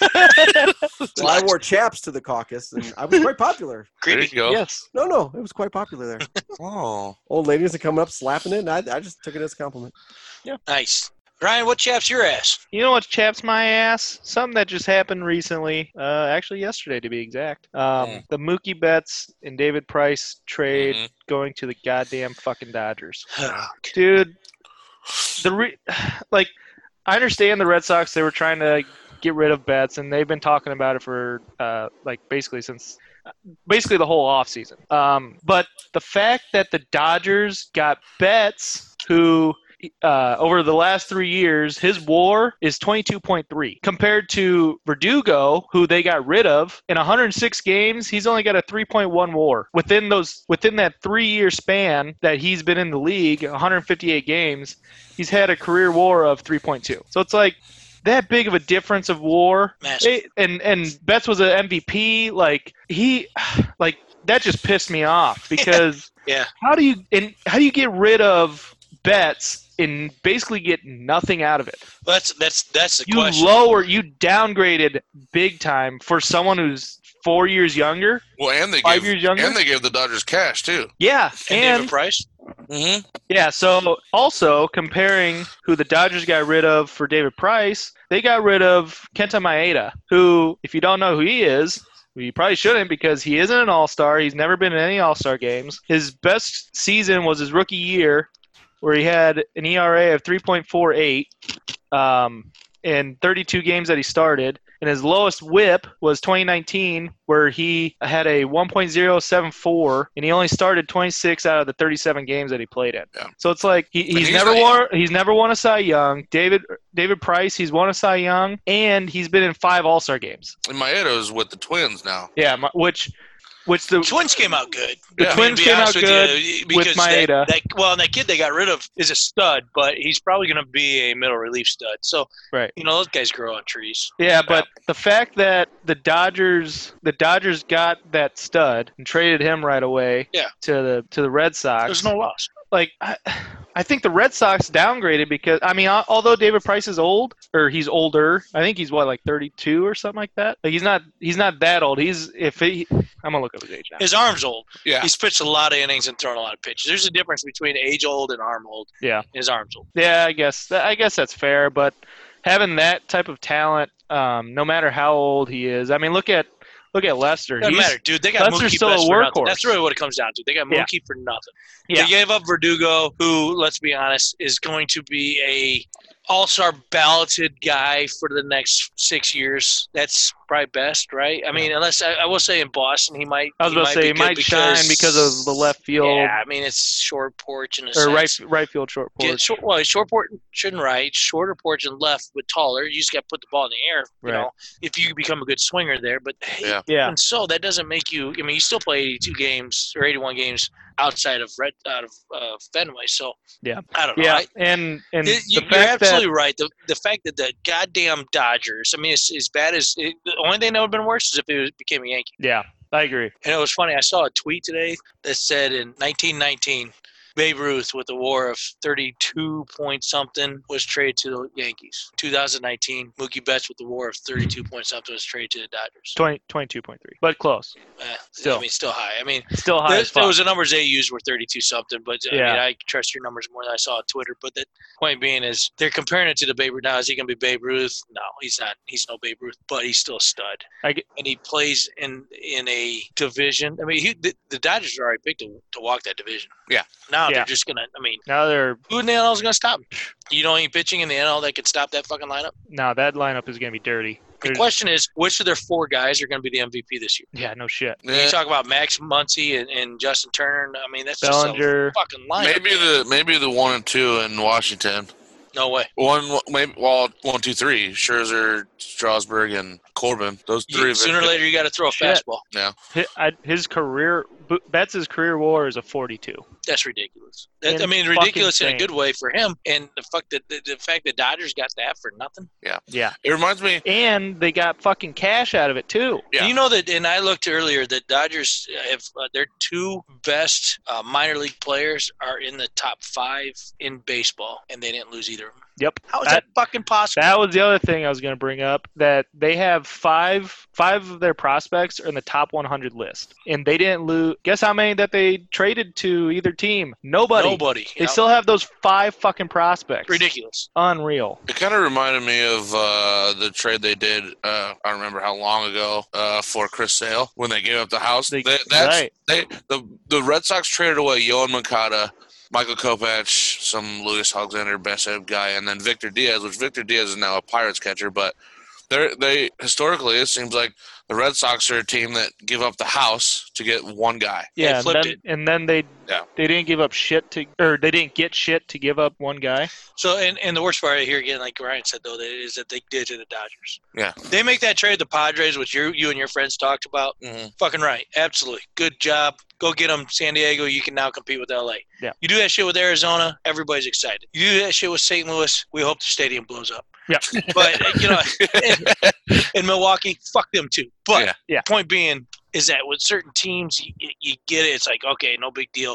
Well, I wore chaps to the caucus, and I was quite popular.
There
Creepy.
you go.
Yes.
No, no, it was quite popular there.
Oh,
Old ladies are coming up slapping it, and I, I just took it as a compliment.
[laughs] Nice. Ryan, what chaps your ass? [sighs]
You know what chaps my ass? Something that just happened recently, uh, actually yesterday to be exact. Um,
Mm.
The Mookie Betts and David Price trade
Mhm.
going to the goddamn fucking Dodgers, dude. The re- [sighs] like, I understand the Red Sox. They were trying to get rid of Betts, and they've been talking about it for uh, like basically since uh, basically the whole offseason. Um, but the fact that the Dodgers got Betts, who uh, over the last three years, his WAR is 22.3 compared to Verdugo, who they got rid of in 106 games. He's only got a 3.1 WAR within those within that three-year span that he's been in the league, 158 games. He's had a career WAR of 3.2. So it's like that big of a difference of WAR.
Massive.
They- and and Betts was an MVP. Like he, [sighs] like that just pissed me off because
[laughs] Yeah.
how do you and how do you get rid of Betts and basically get nothing out of it?
That's that's that's the
You
question.
lower, you downgraded big time for someone who's four years younger,
Well, and they
five
gave
years younger.
and they gave the Dodgers cash too.
yeah,
and,
and
David Price.
Mm-hmm.
Yeah, so also comparing who the Dodgers got rid of for David Price, they got rid of Kenta Maeda, who, if you don't know who he is, well, you probably shouldn't because he isn't an all star. He's never been in any all star games. His best season was his rookie year, where he had an ERA of 3.48 um, in 32 games that he started. And his lowest whip was 2019, where he had a 1.074, and he only started 26 out of the 37 games that he played in.
Yeah.
So it's like he, he's,
he's
never
not-
won. He's never won a Cy Young. David David Price, he's won a Cy Young, and he's been in five All Star games.
And Maeda's with the Twins now.
Yeah, my, which which the
Twins came out good.
The
I mean,
Twins
to be
came
honest
out
with you,
with
because that-
Maeda.
that- well, and that kid they got rid of is a stud, but he's probably going to be a middle relief stud. So,
Right.
you know, those guys grow on trees.
Yeah, but the fact that the Dodgers the Dodgers got that stud and traded him right away
Yeah.
to the to the Red Sox.
There's no loss.
like I, I think the Red Sox downgraded because I mean al- although David Price is old or he's older, I think he's what like 32 or something like that. Like he's not he's not that old. He's if he I'm going to look up his age now.
His arm's old.
Yeah.
He's pitched a lot of innings and thrown a lot of pitches. There's a difference between age old and arm old.
Yeah.
His arm's old.
Yeah, I guess tha- I guess that's fair. But having that type of talent, um, no matter how old he is, I mean, look at look at Lester.
Doesn't
He's-
matter, dude. They got
Buster's
Mookie
still a
Betts for nothing.
workhorse.
That's really what it comes down to. They got
Yeah.
Mookie for nothing.
Yeah.
They gave up Verdugo, who, let's be honest, is going to be a all-star balloted guy for the next six years. That's probably best, right? I mean, unless I, I will say in Boston he might.
I was about to say he
be
might
good
shine because of the left field
Yeah, I mean it's short porch and a
or
sense.
right right field short
Yeah,
porch.
short, well, short porch and right, shorter porch and left, but taller. You just got to put the ball in the air. You
Right.
know, if you become a good swinger there, but
Yeah.
Yeah,
and so that doesn't make you. I mean, you still play 82 games or 81 games outside of red out of uh, Fenway. So
Yeah.
I don't know.
yeah,
I,
and and
it- you,
the
you're
fact that
absolutely right. The, the fact that the goddamn Dodgers. I mean, it's as bad as it, the only thing that would have been worse is if it was, became a Yankee.
yeah, I agree.
And it was funny. I saw a tweet today that said in 1919. Babe Ruth with a WAR of 32 point something was traded to the Yankees. 2019, Mookie Betts with a WAR of 32 point something was traded to the Dodgers.
20, 22.3, but close.
Eh,
Still.
I mean, still high. I mean,
Still high
there,
as fuck.
there was the numbers they used were 32 something, but I
Yeah.
mean, I trust your numbers more than I saw on Twitter. But the point being is they're comparing it to the Babe Ruth. Now, is he going to be Babe Ruth? No, he's not. He's no Babe Ruth, but he's still a stud.
I get-
and he plays in in a division. I mean, he, the, the Dodgers are already picked to, to walk that division.
Yeah.
Now
Yeah.
they're just going to, I mean,
now they're
who in the NL is going to stop him? You know, any pitching in the NL that could stop that fucking lineup?
now that lineup is going to be dirty.
The
There's-
question is, which of their four guys are going to be the MVP this year?
yeah, no shit.
You
Yeah.
talk about Max Muncy and, and Justin Turner. and, I mean, that's just a
Bellinger,
fucking lineup.
Maybe the maybe the one and two in Washington.
No way.
One maybe well one two three Scherzer, Strasburg, and Corbin. Those
You-
three. have been-
sooner or later, you got to throw a
Shit.
fastball.
hi- I- his career, B- Betts' career WAR is a 42.
That's ridiculous. That, I
And
mean,
fucking
ridiculous in a
insane.
good way for him. And the fuck that the, the fact that Dodgers got that for nothing.
Yeah,
It reminds me.
and they got fucking cash out of it too.
Yeah.
You know that, and I looked earlier that Dodgers have uh, their two best uh, minor league players are in the top five in baseball, and they didn't lose either of them.
Yep.
How is that, fucking possible?
That was the other thing I was going to bring up that they have five five of their prospects are in the top 100 list, and they didn't lose. Guess how many that they traded to either team? Nobody.
Nobody.
They
Yeah.
still have those five fucking prospects.
ridiculous.
Unreal.
It kind of reminded me of uh, the trade they did. Uh, I don't remember how long ago uh, for Chris Sale when they gave up the house.
They-
They- that's,
right.
they, the the Red Sox traded away Yohan Moncada, Michael Kopech, some Lucas Alexander Besseb guy, and then Victor Diaz, which Victor Diaz is now a Pirates catcher. But they they historically it seems like The Red Sox are a team that give up the house to get one guy.
They
Yeah, and
flipped
then,
it.
and then they
Yeah.
they didn't give up shit to, or they didn't get shit to give up one guy.
So, and, and the worst part here again, like Ryan said though, that is that they did to the Dodgers.
Yeah.
they make that trade to the Padres, which you you and your friends talked about.
Mm-hmm.
Fucking right, absolutely, good job. Go get them, San Diego. You can now compete with LA.
Yeah.
you do that shit with Arizona, everybody's excited. You do that shit with St. Louis, we hope the stadium blows up.
Yeah.
[laughs] but you know, [laughs] in, Milwaukee, fuck them too. But
Yeah.
Yeah.
point being is that with certain teams, you, you- you get it. It's like okay, no big deal.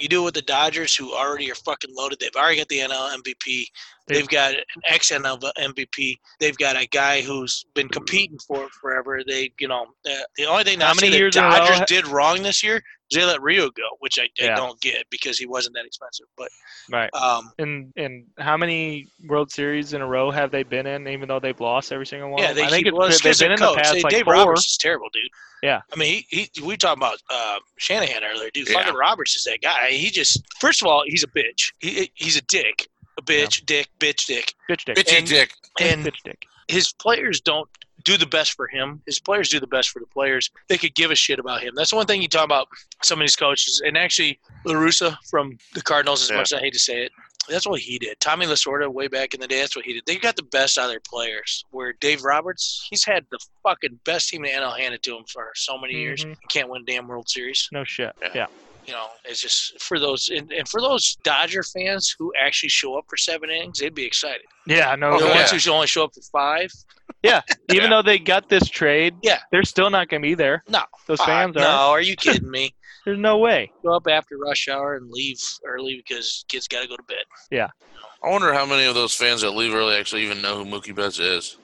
You do it with the Dodgers, who already are fucking loaded. They've already got the NL MVP. They've got an ex NL MVP. They've got a guy who's been competing for it forever. They, you know, uh, the only thing
How
that
many
the
years in a row
Dodgers
ha-
did wrong this year is they let Rio go, which I, I
Yeah.
don't get because he wasn't that expensive. But
Right.
um,
And and how many World Series in a row have they been in? Even though they've lost every single one.
yeah, they
I think
keep,
it's
well,
been-
it's 'cause
they've been
their
in the
coach.
past
They-
like
Dave
four.
Roberts is terrible, dude.
Yeah.
I mean, he, he we talking about uh, Shanahan earlier, dude.
Yeah.
Fucking Roberts is that guy. He just first of all, he's a bitch. He he's a dick, a bitch, dick, bitch, dick,
Bitch dick.
Bitchy
And-
dick.
and
bitch dick.
his players don't do the best for him. His players do the best for the players. They could give a shit about him. That's one thing you talk about some of these coaches. And actually, LaRussa from the Cardinals, as
Yeah.
much as I hate to say it, that's what he did. Tommy Lasorda, way back in the day, that's what he did. They got the best out of their players. Where Dave Roberts, he's had the fucking best team in the NL handed to him for so many years.
Mhm.
Can't win a damn World Series
No shit.
Yeah.
Yeah.
you know, it's just for those and, and for those Dodger fans who actually show up for seven innings, they'd be excited.
Yeah. No.
Oh,
the
no.
yeah.
ones who should only show up for five,
Even
Yeah.
though they got this trade,
Yeah.
they're still not going to be there.
No.
Those
Fuck,
fans are.
No, are you kidding me?
There's no way.
[laughs] Go up after rush hour and leave early because kids got to go to bed.
I wonder how many of those fans that leave early actually even know who Mookie Betts is.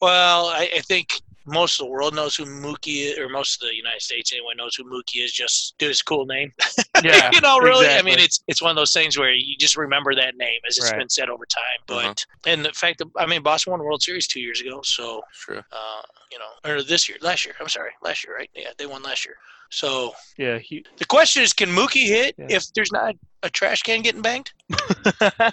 Well, I, I think most of the world knows who Mookie is, or most of the United States anyway knows who Mookie is. Just dude, it's a cool name. [laughs]
Yeah.
you know, really. I mean,
exactly.
it's it's one of those things where you just remember that name as it's
Right.
been said over time. But and the fact, that, I mean, Boston won World Series two years ago, so
True.
uh, you know, or this year, last year. I'm sorry, last year, right? Yeah, they won last year. So
yeah. He,
the question is, can Mookie hit
Yeah.
if there's not a trash can getting banged? I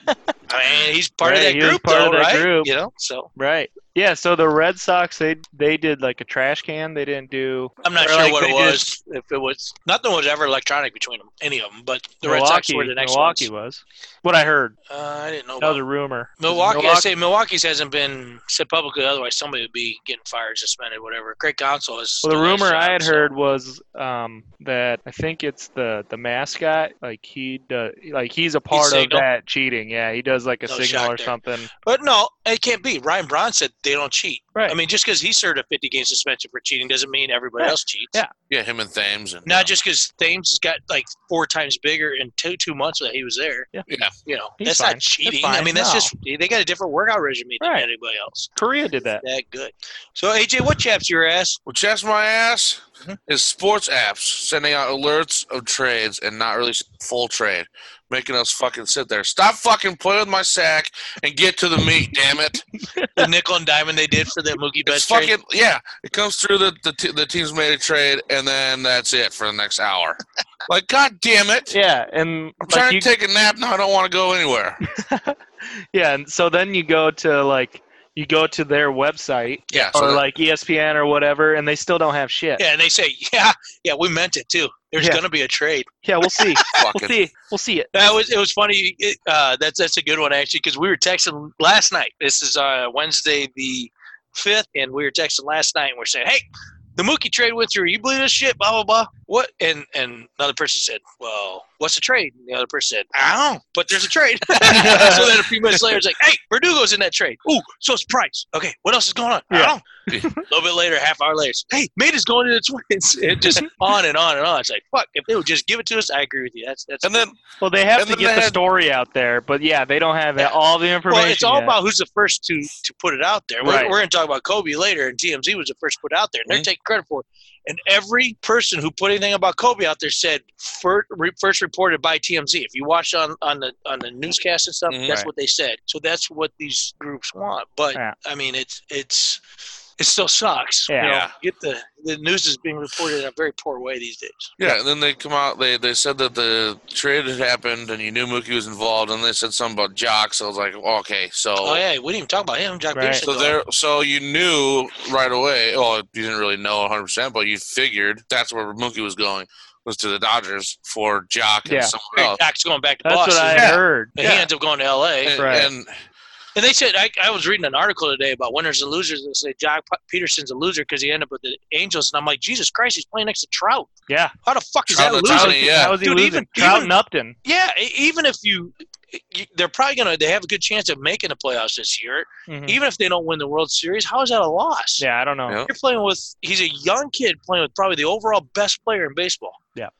mean, he's part
Right,
of that
he was
group,
part of
though,
that
right?
group.
You know, so
right. Yeah. So the Red Sox, they they did like a trash can. They didn't do.
I'm not
or,
sure
like,
what it
they
was.
just-
if it was nothing was ever electronic between them, any of them, but the
Milwaukee,
Red Sox were the next
Milwaukee
ones.
was. What I heard.
Uh, I didn't know.
That
About
was a rumor.
Milwaukee, I say Milwaukee's hasn't been said publicly. Otherwise, somebody would be getting fired, suspended, whatever. Craig Counsell is.
Well, the
still at his
rumor I
job,
had
so-
heard was um, that I think it's the the mascot. Like he do, like he's a part of
signal?
that cheating. Yeah, he does like a
No
signal
shock
or
there.
something.
But no, it can't be. Ryan Braun said they don't cheat.
Right.
I mean, just because he served a 50 game suspension for cheating doesn't mean everybody
Right.
else cheats.
Yeah.
Yeah, him and Thames and
Not just because Thames has got like four times bigger in two two months that he was there.
Yeah.
Yeah.
You know,
He's
that's
fine.
not
That's
cheating. I
fine.
mean, that's
No.
just, they got a different workout regimen than
Right.
anybody else.
Korea did that.
That good. So, AJ, what chaps
[laughs]
your ass?
What chaps my ass
Mm-hmm.
is sports apps sending out alerts of trades and not releasing full trade, making us fucking sit there. Stop fucking playing with my sack and get to the meat, damn it.
The nickel and diamond they did for the Mookie
It's
Betts trade?
fucking yeah. It comes through the the, t- the team's made a trade and then that's it for the next
[laughs]
hour. like god damn it!
Yeah, and
I'm
like
trying
you,
to take a nap now. I don't want to go anywhere.
yeah, and so then you go to like you go to their website
Yeah.
[laughs]
So
or
that-
like E ESPN or whatever, and they still don't have shit.
Yeah, and they say, yeah, yeah, we meant it too. There's
Yeah.
gonna be a trade.
Yeah, we'll
[laughs]
see. we'll
fucking
see. We'll see it.
That was it was funny. It, uh, that's that's a good one actually because we were texting last night. This is uh, Wednesday the fifth, and we were texting last night and we're saying, hey, the Mookie trade went through. You believe this shit? Blah blah blah. What? And and another person said, well, what's the trade? And the other person said, I don't. know, But there's a trade. [laughs] so then a few minutes later, it's like, hey, Verdugo's in that trade. Ooh, so it's Price. Okay, what else is going on? I
Yeah.
don't. know. a little bit later, half hour later, it's, hey, Maida's going to the Twins. [laughs]
[laughs]
It just on and on and on. It's like, fuck, if they would just give it to us, I agree with you. That's that's.
and then
Well, they have
And
to
then
get
they
the
had-
story out there, but yeah, they don't have
Yeah.
all the information.
Well, it's all
yet.
about who's the first to to put it out there. We're,
Right. Mm-hmm.
we're going to talk about Kobe later, and TMZ was the first to put it out there, and they're taking credit for it. And every person who put anything about Kobe out there said first, re, first reported by TMZ. If you watch on, on the on the newscast and stuff,
Mhm.
Mm-hmm.
that's
Right.
what they said. So that's what these groups want. But
Yeah.
I mean, it's it's it still sucks.
Yeah.
You know,
Yeah.
get the the news is being reported in a very poor way these days.
Yeah, and then they come out. They they said that the trade had happened, and you knew Mookie was involved. And they said something about Jocks. I was like, okay, so
Oh, yeah, we didn't even talk about him. Jack
Right.
Peterson.
so there, so you knew right away. Well, you didn't really know 100, percent but you figured that's where Mookie was going was to the Dodgers for Jock and
Yeah.
someone else.
Jack's going back to
Oh. That's
Boston.
what I
Yeah.
heard.
and
yeah.
He ends up going to L.A.
And,
Right.
and
And they said I, I was reading an article today about winners and losers, and they said Jack P- Peterson's a loser because he ended up with the Angels, and I'm like, Jesus Christ, he's playing next to Trout.
Yeah.
How the fuck is
Trout
that a
and
loser?
Tony, yeah.
How was he
Dude,
losing?
even-
Trout
even-
and Upton.
Yeah, e- even if you, you they're probably gonna they have a good chance of making the playoffs this year,
Mhm.
even if they don't win the World Series. How is that a loss?
Yeah, I don't know.
Yeah.
You're playing with he's a young kid playing with probably the overall best player in baseball.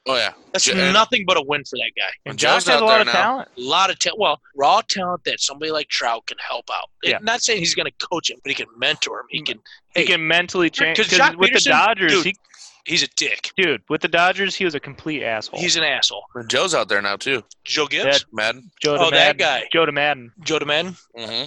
oh yeah,
That's
Yeah, and-
nothing but a win for that guy.
Well,
And Josh
Joe's
has
not
a lot
there
of
now.
talent.
A lot of ta- well, raw talent that somebody like Trout can help out.
Yeah.
Not saying he's going to coach him, but he can mentor him. He can.
He
Hey,
can mentally change.
'cause
Because
Jock
with
Peterson-
the Dodgers,
dude.
he
He's a dick.
dude, with the Dodgers, he was a complete asshole.
He's an asshole.
Joe's out there now too.
Joe Gibbs,
That-
Madden.
Joe
oh,
DeMadden.
that guy.
Joe DeMadden.
Joe DeMen.
Mm-hmm.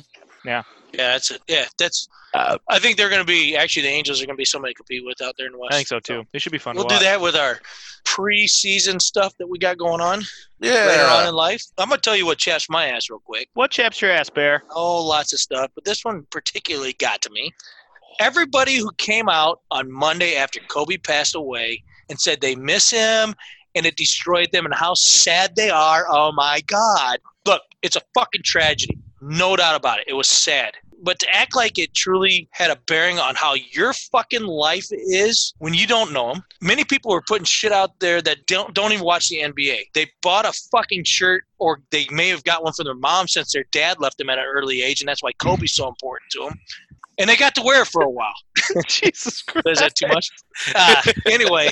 Yeah, that's it. Yeah, that's.
Uh,
I think they're going to be actually the Angels are going to be somebody to compete with out there in the West.
I think so too. It should be fun.
We'll
to
do
watch.
that with our preseason stuff that we got going on later on
Yeah.
in life. I'm going to tell you what chaps my ass real quick.
What chaps your ass,
[laughs]
Bear?
Oh, lots of stuff, but this one particularly got to me. Everybody who came out on Monday after Kobe passed away and said they miss him and it destroyed them and how sad they are. Oh my God. Look, it's a fucking tragedy. No doubt about it. It was sad. But to act like it truly had a bearing on how your fucking life is when you don't know him. Many people were putting shit out there that don't don't even watch the NBA. They bought a fucking shirt, or they may have got one from their mom since their dad left them at an early age, and that's why Kobe's so important to them. And they got to wear it for a while.
Jesus Christ.
Is that too much? [laughs] Uh, anyway,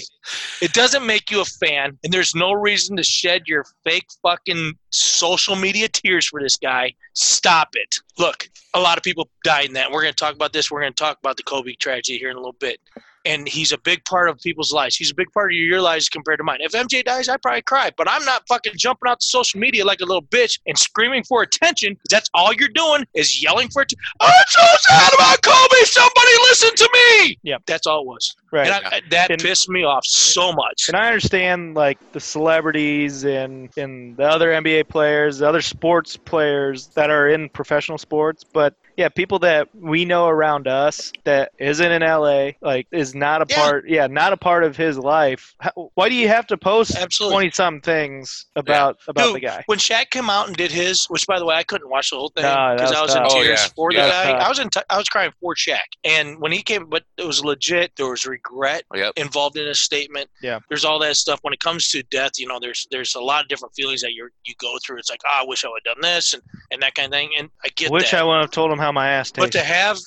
it doesn't make you a fan, and there's no reason to shed your fake fucking social media tears for this guy. Stop it. Look, a lot of people died in that. We're going to talk about this. We're going to talk about the Kobe tragedy here in a little bit. And he's a big part of people's lives. He's a big part of your lives compared to mine. If MJ dies, I probably cry, but I'm not fucking jumping out to social media like a little bitch and screaming for attention 'cause that's all you're doing is yelling for it. I'm so sad about Kobe. Somebody listen to me.
Yep.
That's all it was.
Right.
And
And I,
I, that
And-
pissed me off so much.
understand like the celebrities and and the other NBA players, the other sports players that are in professional sports, but yeah, people that we know around us that isn't in LA, like is not a
Yeah.
part, yeah, not a part of his life. How, why do you have to post
Absolutely.
twenty some things about about
Dude,
the guy?
When Shaq came out and did his, which by the way I couldn't watch the whole thing
No, that
because
was
I was in
tough.
Oh,
tears
yeah.
for the
Yeah.
guy.
Tough.
I was in t- I was crying for Shaq, and when he came, but it was legit. There was regret
Yep.
involved in his statement.
Yeah.
there's all that stuff. When it comes to death, you know, there's there's a lot of different feelings that you you go through. It's like, oh, I wish I would have done this and, and that kind of thing. And I get
Wish
that.
I would have told him how my ass
But
tastes.
to have,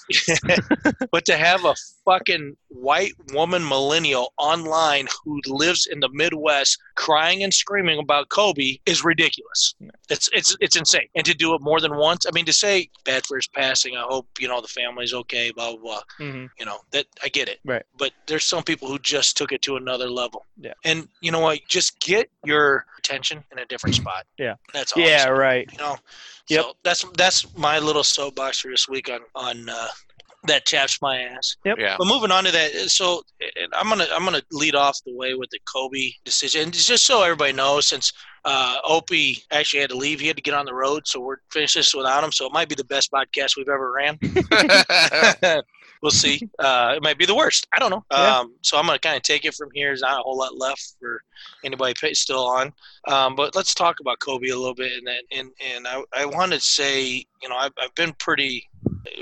[laughs]
but to have a fucking white woman millennial online who lives in the Midwest crying and screaming about Kobe is ridiculous. It's it's it's insane. And to do it more than once, I mean, to say bad for his passing. I hope you know the family's okay. Blah blah blah.
hmm
You know that I get it.
Right.
But there's some people who just took it to another level.
Yeah.
And you know what? Just get your attention in a different spot.
Yeah.
That's all. I'm
Yeah, right.
you know.
Yep.
So that's that's my little soapbox for this week on on uh, that chaps my ass.
Yeah.
But moving on to that, so and I'm gonna I'm gonna lead off the way with the Kobe decision. And just so everybody knows, since uh, Opie actually had to leave, he had to get on the road, so we're finished this without him. So it might be the best podcast we've ever ran.
[laughs]
we'll see. Uh, it might be the worst. I don't know.
Yeah.
Um, so I'm going to kind of take it from here. There's not a whole lot left for anybody pa- still on. Um, but let's talk about Kobe a little bit. And that, and, and I, I want to say, you know, I've, I've been pretty,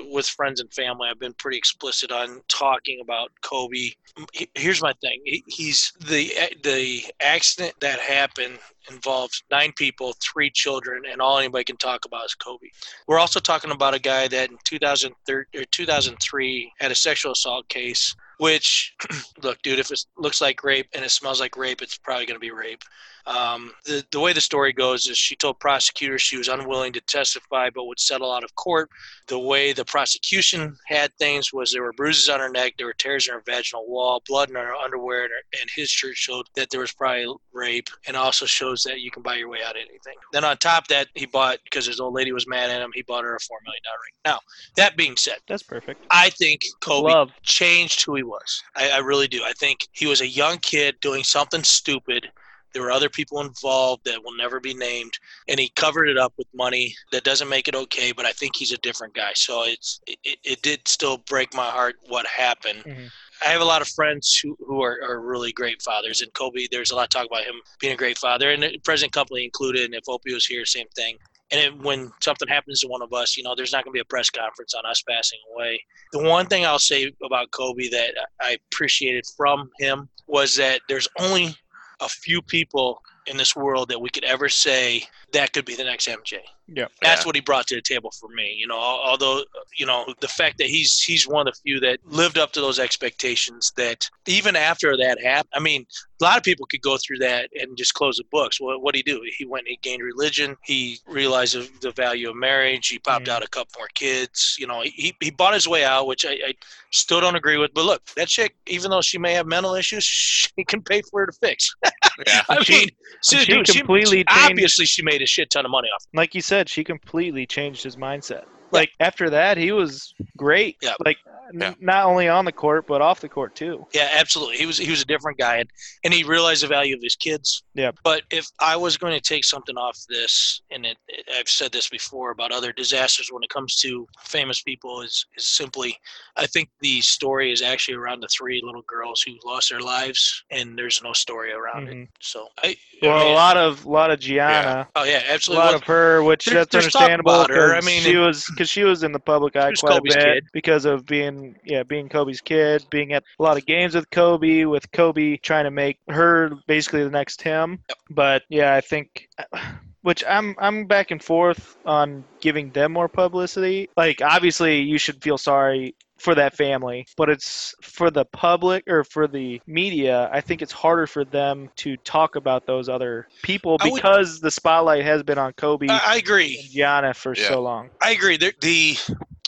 with friends and family, I've been pretty explicit on talking about Kobe. He- Here's my thing. He- He's the, the accident that happened involved nine people, three children, and all anybody can talk about is Kobe. We're also talking about a guy that in 2003, or 2003 had a sexual assault case, [clears throat] which, look, dude, if it looks like rape and it smells like rape, it's probably going to be rape. Um, the, the way the story goes is she told prosecutors she was unwilling to testify but would settle out of court. The way the prosecution had things was there were bruises on her neck, there were tears in her vaginal wall, blood in her underwear, and, her, and his shirt showed that there was probably rape and also shows that you can buy your way out of anything. Then on top of that, he bought, because his old lady was mad at him, he bought her a $4 million ring. Now, that being said,
That's perfect.
I think Kobe
Love.
changed who he was. I, I really do. I think he was a young kid doing something stupid. There were other people involved that will never be named, and he covered it up with money. That doesn't make it okay, but I think he's a different guy. So it's it, it- it did still break my heart what happened.
Mhm.
I have a lot of friends who, who are, are really great fathers, and Kobe. There's a lot of talk about him being a great father, and the present company included. And if Opie was here, same thing. And it, when something happens to one of us, you know, there's not going to be a press conference on us passing away the one thing I'll say about Kobe that I appreciated from him was that there's only a few people in this world that we could ever say that could be the next MJ.
Yeah.
That's
Yeah.
what he brought to the table for me. You know, al- although you know the fact that he's he's one of the few that lived up to those expectations. That even after that happened, I mean, a lot of people could go through that and just close the books. What what he do? He went. He gained religion. He realized the, the value of marriage. He popped
Mhm.
out a couple more kids. You know, he he bought his way out, which I, I still don't agree with. But look, that chick, even though she may have mental issues, [laughs] she can pay for her to fix. [laughs]
Yeah.
I mean, she,
she
dude, she-
completely changed-
obviously she made a shit ton of money off.
like you said, she completely changed his mindset. Like after that, he was great.
Yeah.
Like n-
Yeah.
not only on the court but off the court too.
Yeah, absolutely. He was he was a different guy, and, and he realized the value of his kids.
Yeah.
But if I was going to take something off this, and it, it- I've said this before about other disasters when it comes to famous people, is is simply, I think the story is actually around the three little girls who lost their lives, and there's no story around
Mhm.
it. So I, I
Well,
mean,
a lot of lot of Gianna,
oh yeah,
a
absolutely.
lot of her, which
There's-
that's
there's talk
understandable.
about her. I
'cause
mean,
she was because she was in the public eye
was
quite
Kobe's
a bit
kid.
because of being yeah being Kobe's kid, being at a lot of games with Kobe, with Kobe trying to make her basically the next him. But yeah, I think [sighs] which I'm I'm back and forth on giving them more publicity. Like obviously you should feel sorry for that family, but it's for the public or for the media, I think it's harder for them to talk about those other people
I would-
because the spotlight has been on Kobe
I, I agree.
and Gianna for
Yeah.
so long.
I agree. The, the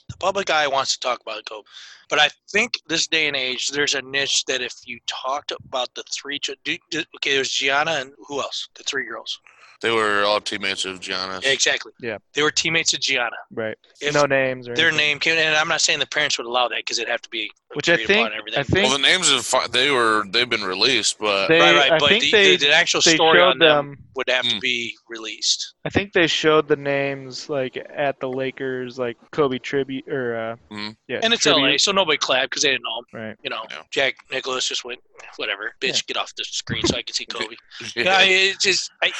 the public eye wants to talk about Kobe, but I think this day and age, there's a niche that if you talked about the three, ch- do, do, okay, there's Gianna and who else? The three girls.
They were all teammates of Giannis.
Yeah, exactly.
Yeah.
They were teammates of Gianna.
Right.
If
no names or
their
anything.
name came, and I'm not saying the parents would allow that because it'd have to be
Which I
agreed upon
think
and everything.
I
Well, the
think
names of fi- they were they've been released, but [laughs]
they
right, right.
I
but
think
the,
they
the, the actual
they
story
showed
on them,
them Hmm.
would have to
Mm.
be released.
I think they showed the names like at the Lakers, like Kobe tribute or uh,
Mm-hmm.
Mhm.
yeah,
And it's
tribute.
LA, so nobody clapped because they didn't know him.
Right.
You know,
Yeah.
Jack Nicholas just went, whatever, bitch, get off the screen so I
[laughs]
can see Kobe. [laughs] yeah, I-
yeah,
it's just I,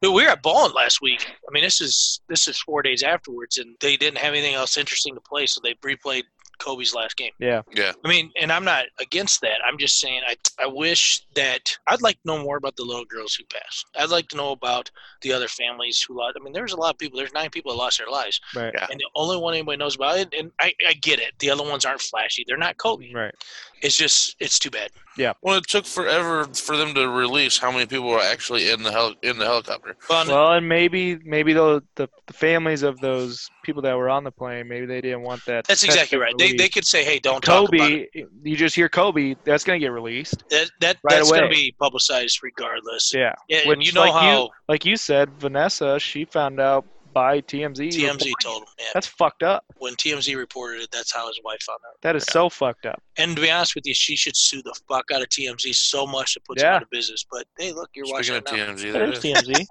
dude, we were at Ballin last week. I mean, this is this is four days afterwards, and they didn't have anything else interesting to play, so they replayed Kobe's last game.
Yeah.
Yeah.
I mean, and I'm not against that. I'm just saying I I wish that I'd like to know more about the little girls who passed. I'd like to know about the other families who lost. I mean, there's a lot of people. There's nine people that lost their lives,
Right.
Yeah.
and the only one anybody knows about it. And I, I get it. The other ones aren't flashy. They're not Kobe.
Right.
It's just it's too bad.
well, it took forever for them to release how many people were actually in the hel- in the helicopter.
Well,
Well, and maybe maybe the, the the families of those people that were on the plane, maybe they didn't want that.
that's exactly
testing
right. They,
released.
they could say, hey, don't talk about it.
Kobe, you just hear Kobe, that's gonna get released.
that, that
Right
that's going
away.
to be publicized regardless.
Yeah.
Yeah, and
Which,
you know
like you-
how
Like you said, Vanessa, she found out by TMZ.
TMZ
reporting.
told him. Yeah,
That's fucked up.
when TMZ reported it, that's how his wife found out.
That is so fucked up.
And to be honest with you, she should sue the fuck out of TMZ so much it puts
Yeah.
her out of business. But hey, look, you're watching
Speaking
it
of
now.
TMZ, there
There's
is.
TMZ.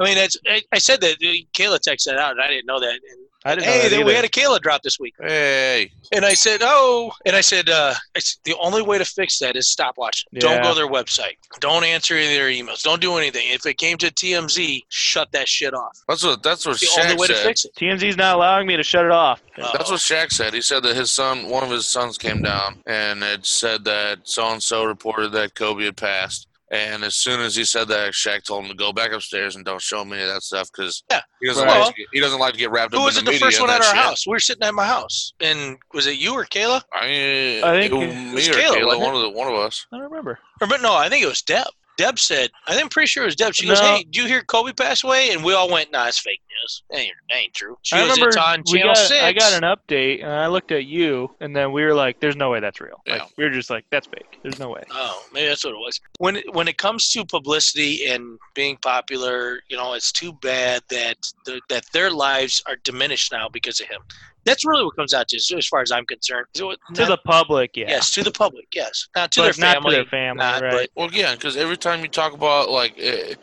I mean, that's I, I said that uh, Kayla texted that out, and I didn't know that. And,
I didn't know
hey,
that
then we
either.
had a Kayla drop this week,
hey,
and I said, oh, and I said, uh, I s- the only way to fix that is stop watching. Don't
Yeah.
go to their website. Don't answer any of their emails. Don't do anything. If it came to TMZ, shut that shit off.
that's what that's what
The only
Shaq
way to
said.
fix it.
TMZ's not allowing me to shut it off.
That's what Shaq said. He said that his son, one of his sons, came down, and it said that so and so reported that Kobe had passed. And as soon as he said that, Shaq told him to go back upstairs and don't show me that stuff because
Yeah.
he doesn't
Well,
like to get, he doesn't like to get wrapped
Who
up
was
in
it
the,
the
media
first one
and
at our
that shit.
house? We were sitting at my house, and was it you or Kayla?
I,
I think it
it was me
was
or
Kayla,
Kayla,
wasn't
one of the one of us.
I don't remember.
Or but no, I think it was Deb. Deb said, I think I'm pretty sure it was Deb. She goes,
No.
"Hey, do you hear Kobe pass away?" And we all went, "Nah, it's fake news. That ain't, that ain't true." She
I
goes,
remember
"It's on
we
Channel
got,
Six.
I got an update, and I looked at you, and then we were like, "There's no way that's real."
Yeah.
Like, we were just like, "That's fake. There's no way."
Oh, maybe that's what it was. When it, when it comes to publicity and being popular, you know, it's too bad that the, that their lives are diminished now because of him. That's really what comes out to, as- as far as I'm concerned. So it-
To the public, yeah.
yes, to the public, yes, not to
But
their
not to
family,
their family,
not-
right?
but
Well, yeah, because every time you talk about like eh,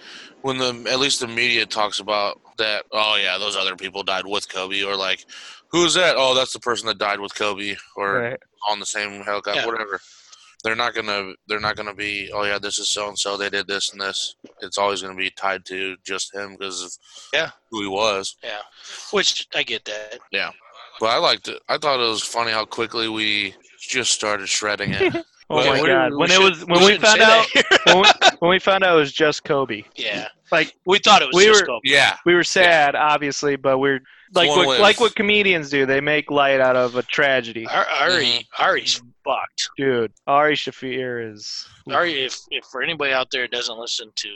when the at least the media talks about that, oh yeah, those other people died with Kobe, or like who's that? Oh, that's the person that died with Kobe, or
Right.
on the same helicopter,
Yeah.
whatever. They're not gonna. They're not gonna be. Oh yeah, this is so and so. They did this and this. It's always gonna be tied to just him because of
Yeah.
who he was.
which I get that.
But I liked it. I thought it was funny how quickly we just started shredding it.
[laughs] Oh
Well,
my
we-
god!
we
When it
should-
was when we,
shouldn't
found
say
out
that.
when we,
[laughs]
when we found out it was just Kobe,
yeah,
like
we thought it was
We
just
were-
Kobe.
yeah,
we were sad, obviously, but we're like
one
what,
way of-
like what comedians do. They make light out of a tragedy,
Ar- Ari,
Mm-hmm.
Ari's fucked.
dude. Ari Shafir is
Ari, if, if for anybody out there that doesn't listen to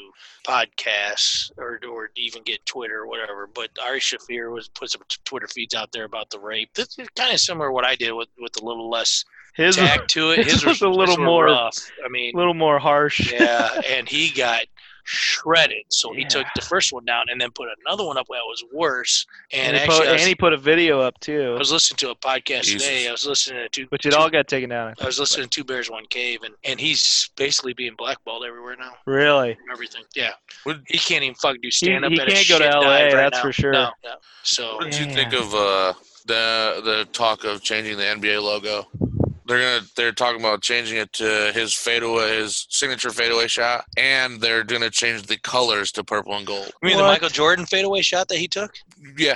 podcasts or or even get Twitter or whatever, but Ari Shafir was put some t- Twitter feeds out there about the rape. This is kind of similar to what I did with with a little less
his was
tack
[laughs]
to it.
his was a little
were
more-
rough.
[laughs]
I mean,
a little more harsh.
yeah, and he got shredded. So he
Yeah.
took the first one down and then put another one up that was worse.
and,
And,
he po-
actually, I, was,
and he put a video up
I
too,
was listening to a podcast
Jesus.
today. I was listening to two,
which it
two-
all got taken down.
I was listening to Two Bears One Cave, and and he's basically being blackballed everywhere now.
Really?
from everything. Yeah,
Would-
he can't even fucking do stand up.
he
at
can't
a
go to
shit dive
LA,
right
that's
now.
for sure.
No, no. So
What did you
Yeah.
think of uh, the the talk of changing the NBA logo? They're gonna they're talking about changing it to his fadeaway, his signature fadeaway shot, and they're gonna change the colors to purple and gold.
you mean the
What?
Michael Jordan fadeaway shot that he took?
Yeah,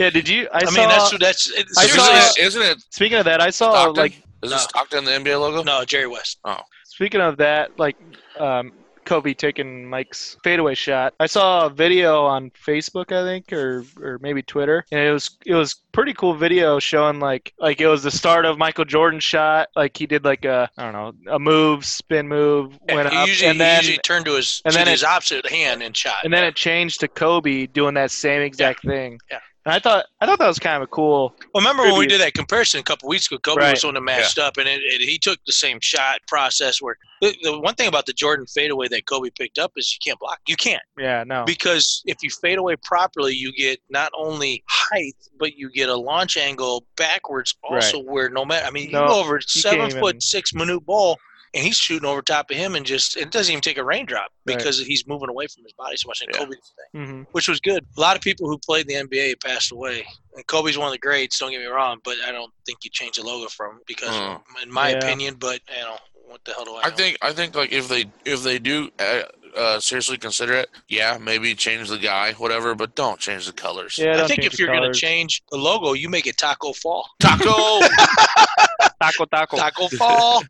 Yeah. Did you? I,
I,
saw.
mean, that's that's it,
I
isn't,
seriously.
saw-
it, isn't it
speaking of that, I saw
Stockton?
Oh, like
Is
No.
it Stockton the NBA logo?
no, Jerry West.
Speaking of that, like um, Kobe taking Mike's fadeaway shot, I saw a video on Facebook, I think, or or maybe Twitter, and it was it was pretty cool video showing like like it was the start of Michael Jordan's shot, like he did like a I don't know a move, spin move, went
he
up,
usually,
and then
he usually turned to his
and
to
then
his opposite hand and shot.
and then it changed to Kobe doing that same exact thing.
Yeah.
And I thought I thought that was kind of a cool.
well, remember when we
tribute.
did that comparison a couple weeks ago? Kobe
Right.
was the one that matched up, and it, it, he took the same shot process. Where the, the one thing about the Jordan fadeaway that Kobe picked up is you can't block. You can't.
Yeah, no.
because if you fade away properly, you get not only height, but you get a launch angle backwards also where no matter I mean you
No,
go over seven
can't even-
foot six minute ball and he's shooting over top of him and just it doesn't even take a raindrop
Right.
because he's moving away from his body so much and
Yeah.
Kobe did that,
hmm
which was good. A lot of people who played in the NBA passed away. And Kobe's one of the greats, don't get me wrong, but I don't think you change the logo from because
Mm.
in my
Yeah.
opinion, but you know, what the hell do I,
I
know?
think I think like if they if they do uh, uh, seriously consider it, yeah, maybe change the guy, whatever, but don't change the colors.
Yeah,
I
don't
think
change the
if you're going to
colors.
change the logo, you make it Taco Fall. [laughs]
Taco.
taco taco.
Taco
[laughs]
Fall.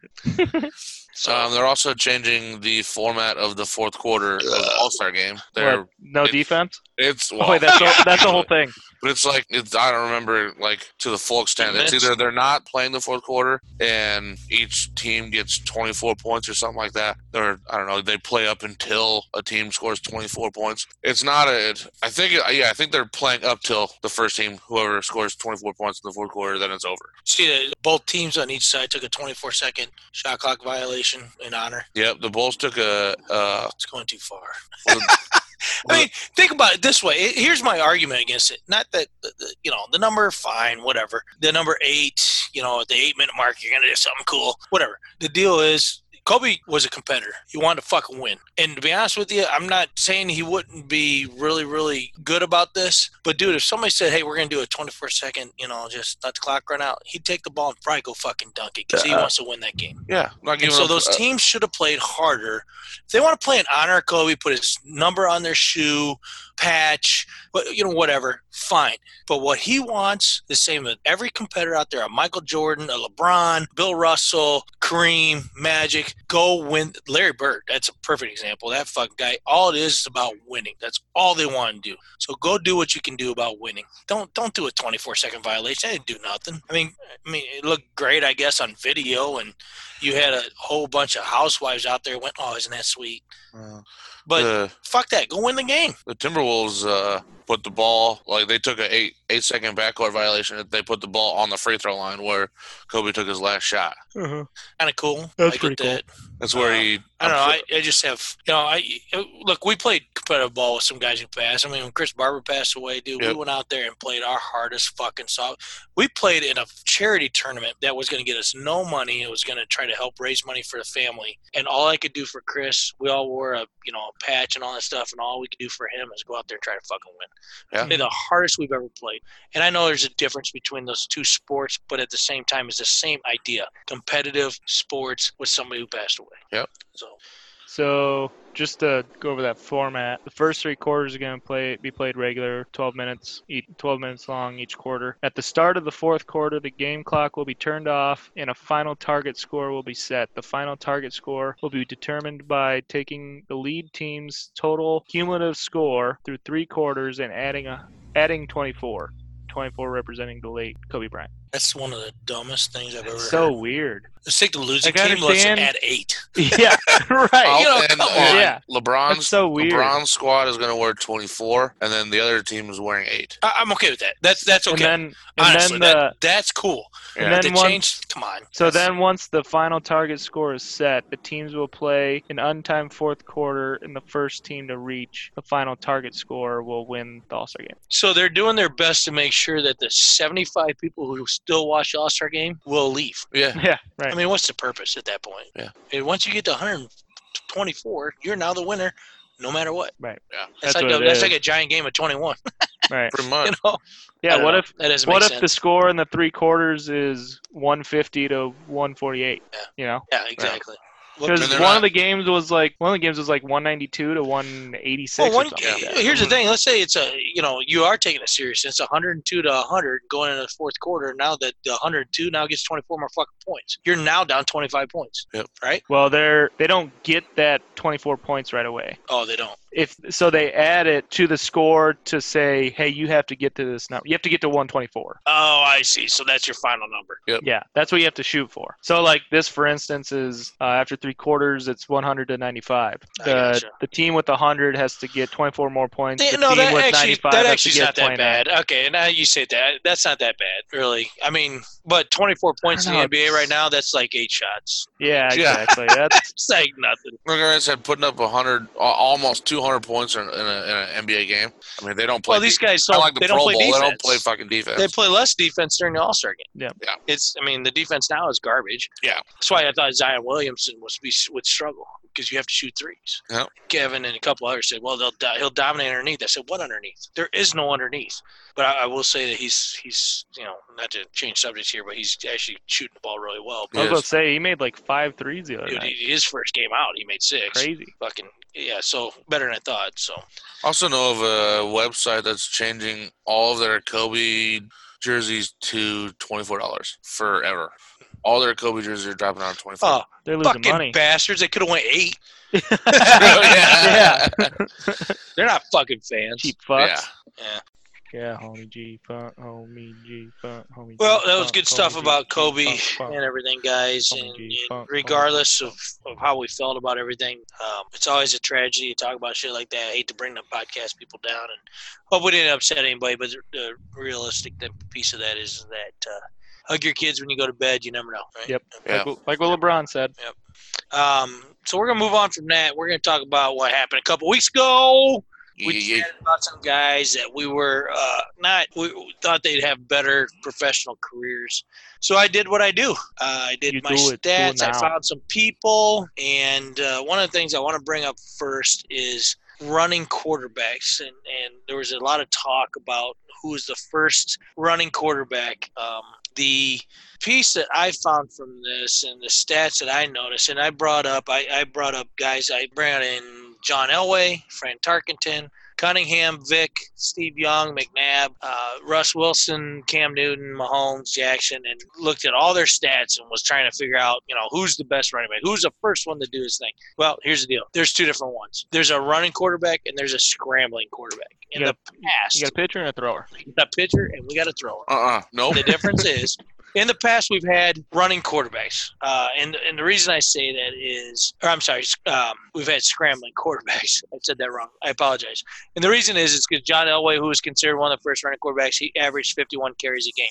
so,
um, they're also changing the format of the fourth quarter of the All Star game. They're
What, no
it-
defense.
It's
Oh,
well,
wait, that's the, that's the
[laughs]
whole thing.
but it's like it's I don't remember like to the full extent. It's
Minutes.
either they're not playing the fourth quarter and each team gets 24 points or something like that, or I don't know. They play up until a team scores 24 points. It's not a. It, I think it- yeah, I think they're playing up till the first team whoever scores 24 points in the fourth quarter, then it's over.
See, that both teams on each side took a 24 second shot clock violation in honor.
Yep, the Bulls took a. Uh,
It's going too far. [laughs]
was it-
I mean, think about it this way. It- Here's my argument against it. Not that, the- the- you know, the number, fine, whatever. The number eight, you know, at the eight minute mark, you're going to do something cool, whatever. The deal is, Kobe was a competitor. He wanted to fucking win. And to be honest with you, I'm not saying he wouldn't be really, really good about this. But dude, if somebody said, "Hey, we're gonna do a 24 second, you know, just let the clock run out," he'd take the ball and probably go fucking dunk it because he
Uh,
wants to win that game.
yeah, I'm not
And
giving
so
up-
those
uh,
teams should have played harder. If they want to play in honor of Kobe, put his number on their shoe, patch, but you know, whatever, fine. But what he wants, the same with every competitor out there, a Michael Jordan, a LeBron, Bill Russell, Kareem, Magic, go win. Larry Bird, that's a perfect example. That fucking guy, all it is is about winning. That's all they want to do. So go do what you can do about winning. Don't don't do a 24 second violation. That didn't do nothing. I mean, I mean, it looked great, I guess, on video, and you had a whole bunch of housewives out there went, oh, isn't that sweet? But
the,
fuck that, go win the game.
the Timberwolves uh, put the ball like they took a eight eight second backcourt violation. They put the ball on the free throw line where Kobe took his last shot.
Kind of cool.
That's
I get
pretty cool.
that.
That's where
Uh,
he.
I don't know. I, I just have you know. I uh, look. We played competitive ball with some guys who passed. I mean, when Chris Barber passed away, dude, we
Yep.
went out there and played our hardest fucking soft. We played in a charity tournament that was going to get us no money. It was going to try to help raise money for the family. And all I could do for Chris, we all wore a you know a patch and all that stuff. And all we could do for him is go out there and try to fucking win.
Yeah.
They're the hardest we've ever played. And I know there's a difference between those two sports, but at the same time, it's the same idea: competitive sports with somebody who passed away.
Yep.
So.
So just to go over that format, the first three quarters are going to play be played regular, 12 minutes, each, 12 minutes long each quarter. At the start of the fourth quarter, the game clock will be turned off, and a final target score will be set. The final target score will be determined by taking the lead team's total cumulative score through three quarters and adding a adding 24. 24 representing the late Kobe Bryant.
That's one of the dumbest things I've ever
It's
heard.
so
[laughs]
weird.
Let's take the losing
Like, I
team. Let's
understand-
add eight.
Yeah, [laughs] right.
I'll-
you know,
and,
come
uh,
on.
Yeah. That's
LeBron's
so weird.
LeBron's squad is going to wear 24, and then the other team is wearing eight.
I, I'm okay with that. That's that's
And
okay.
then, and
Honestly,
then the
that, that's cool.
Yeah.
and then
they
once
changed. Come on.
So then, once the final target score is set, the teams will play an untimed fourth quarter, and the first team to reach the final target score will win the All Star game.
[laughs] So they're doing their best to make sure that the 75 people who still watch the All Star game will leave.
Yeah,
Yeah, right.
I mean, what's the purpose at that point?
Yeah.
And once you get to 124, you're now the winner, no matter what.
Right.
Yeah.
That's,
That's
like
what
a,
it
that's
is.
like a giant game of 21.
right.
pretty
[laughs] You [laughs]
much.
know? I
Yeah.
don't
What
know.
if
that doesn't make
what if
sense?
the score in the three quarters is 150 to 148?
Yeah.
You know,
yeah, exactly. Look,
because
And
one
they're not-
of the games was like one of the games was like 192 to 186
Well,
or
one,
something. like that. Mm-hmm.
here's the thing. Let's say it's a you know you are taking it serious. It's 102 to 100 going into the fourth quarter. Now that the 102 now gets 24 more fucking points. You're now down 25 points.
Yep.
Right?
Well, they're they don't get that 24 points right away.
Oh, they don't.
if so they add it to the score to say hey you have to get to this number you have to get to 124
Oh, I see. So that's your final number.
yeah that's what you have to shoot for so like this for instance is uh, after three quarters it's 100 to 95
I
the,
gotcha.
the team with 100 has to get 24 more points
They-
the
no,
team
that
with
actually
95
that
has to
actually's
get
not that
29.
bad. Okay, now you say that that's not that bad, really. I mean, but 24 points in the
know,
NBA right
it's-
now that's like eight shots.
yeah
Yeah.
[laughs]
exactly that's
It's like nothing.
Like I said, putting up 100, a- almost 200 points in, in, a, in an NBA game. I mean, they don't play.
Well, these guys
I
don't.
like the
they
Pro
don't play
Bowl.
defense.
They don't play fucking defense.
They play less defense during the All Star game.
Yeah.
Yeah.
It's. I mean, the defense now is garbage.
Yeah.
That's why I thought Zion Williamson was be would struggle because you have to shoot threes.
Yeah.
Kevin and a couple others said, "Well, they'll do- he'll dominate underneath." I said, "What underneath? There is no underneath." But I, I will say that he's he's you know not to change subjects here, but he's actually shooting the ball really well.
i was
Yes.
gonna say he made like five threes the other
Dude,
night
he- his first game out, he made six.
crazy
Fucking yeah, so better than I thought. So
also know of a website that's changing all of their Kobe jerseys to $24 forever. All their Kobe jerseys are dropping down to 24 [laughs]
oh,
they're losing
fucking
money
bastards! They could have went
[laughs]
eight. [laughs]
yeah.
They're not fucking fans.
cheap fucks
yeah.
Yeah, homie G, fuck, homie G, fuck, homie. G,
Well, that was
fuck,
good stuff
homie G,
about
fuck,
Kobe
fuck,
and everything, guys.
Fuck,
And,
G,
and
fuck,
regardless of, of how we felt about everything, um, it's always a tragedy to talk about shit like that. I hate to bring the podcast people down, and hope we didn't upset anybody. But the, the realistic piece of that is that uh, hug your kids when you go to bed. You never know, right?
Yep.
Yeah.
Like, like what LeBron said.
Um, so we're gonna move on from that. We're gonna talk about what happened a couple weeks ago.
Yeah,
We
yeah.
chatted about some guys that we were uh, not. We we thought they'd have better professional careers. So I did what I do. Uh, I did
You
my
do it. Do it
stats. I
now.
found some people, and uh, one of the things I want to bring up first is running quarterbacks. And and there was a lot of talk about who is the first running quarterback. Um, the piece that I found from this and the stats that I noticed, and I brought up, I, I brought up guys, I brought in John Elway, Fran Tarkenton, Cunningham, Vic, Steve Young, McNabb, uh, Russ Wilson, Cam Newton, Mahomes, Jackson, and looked at all their stats and was trying to figure out, you know, who's the best running back, who's the first one to do his thing. Well, here's the deal: there's two different ones. There's a running quarterback and there's a scrambling quarterback. In
Yeah.
the past,
You got a pitcher and a thrower.
we got a pitcher and we got a thrower.
Uh uh Nope.
The difference is, in the past, we've had running quarterbacks, uh, and and the reason I say that is, or I'm sorry, um, we've had scrambling quarterbacks. [laughs] I said that wrong. I apologize. And the reason is, is because John Elway, who was considered one of the first running quarterbacks, he averaged 51 carries a game.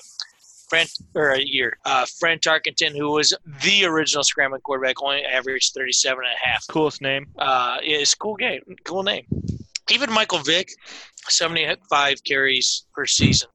Fran or a year. Uh, Fran Tarkenton, who was the original scrambling quarterback, only averaged 37 and a half
Coolest name.
uh, yeah, it's a cool game, cool name. Even Michael Vick, 75 carries per season.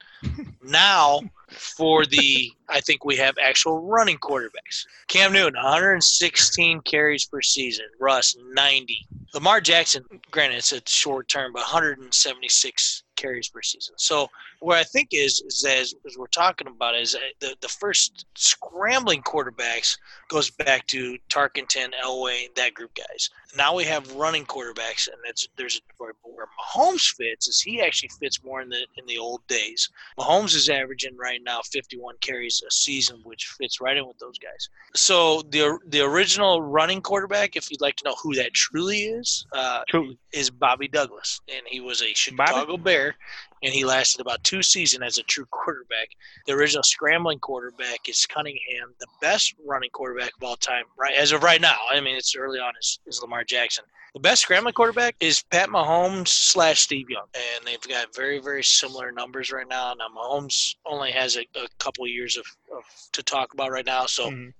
Now, for the, I think we have actual running quarterbacks. Cam Newton, 116 carries per season. Russ, 90. Lamar Jackson, granted, it's a short term, but 176 carries per season. So, what I think is, is that as, as we're talking about, is that the, the first scrambling quarterbacks goes back to Tarkenton, Elway, that group guys. Now we have running quarterbacks, and that's there's where, where Mahomes fits is he actually fits more in the in the old days. Mahomes is averaging right now 51 carries a season, which fits right in with those guys. So the the original running quarterback, if you'd like to know who that truly is, uh,
Cool.
is Bobby Douglas, and he was a Chicago Bear, and he lasted about two seasons as a true quarterback. The original scrambling quarterback is Cunningham, the best running quarterback of all time, right as of right now. I mean, it's early on is, is Lamar Jackson. The best scrambling quarterback is Pat Mahomes slash Steve Young, and they've got very very similar numbers right now. Now Mahomes only has a, a couple years of, of to talk about right now, so
Mhm.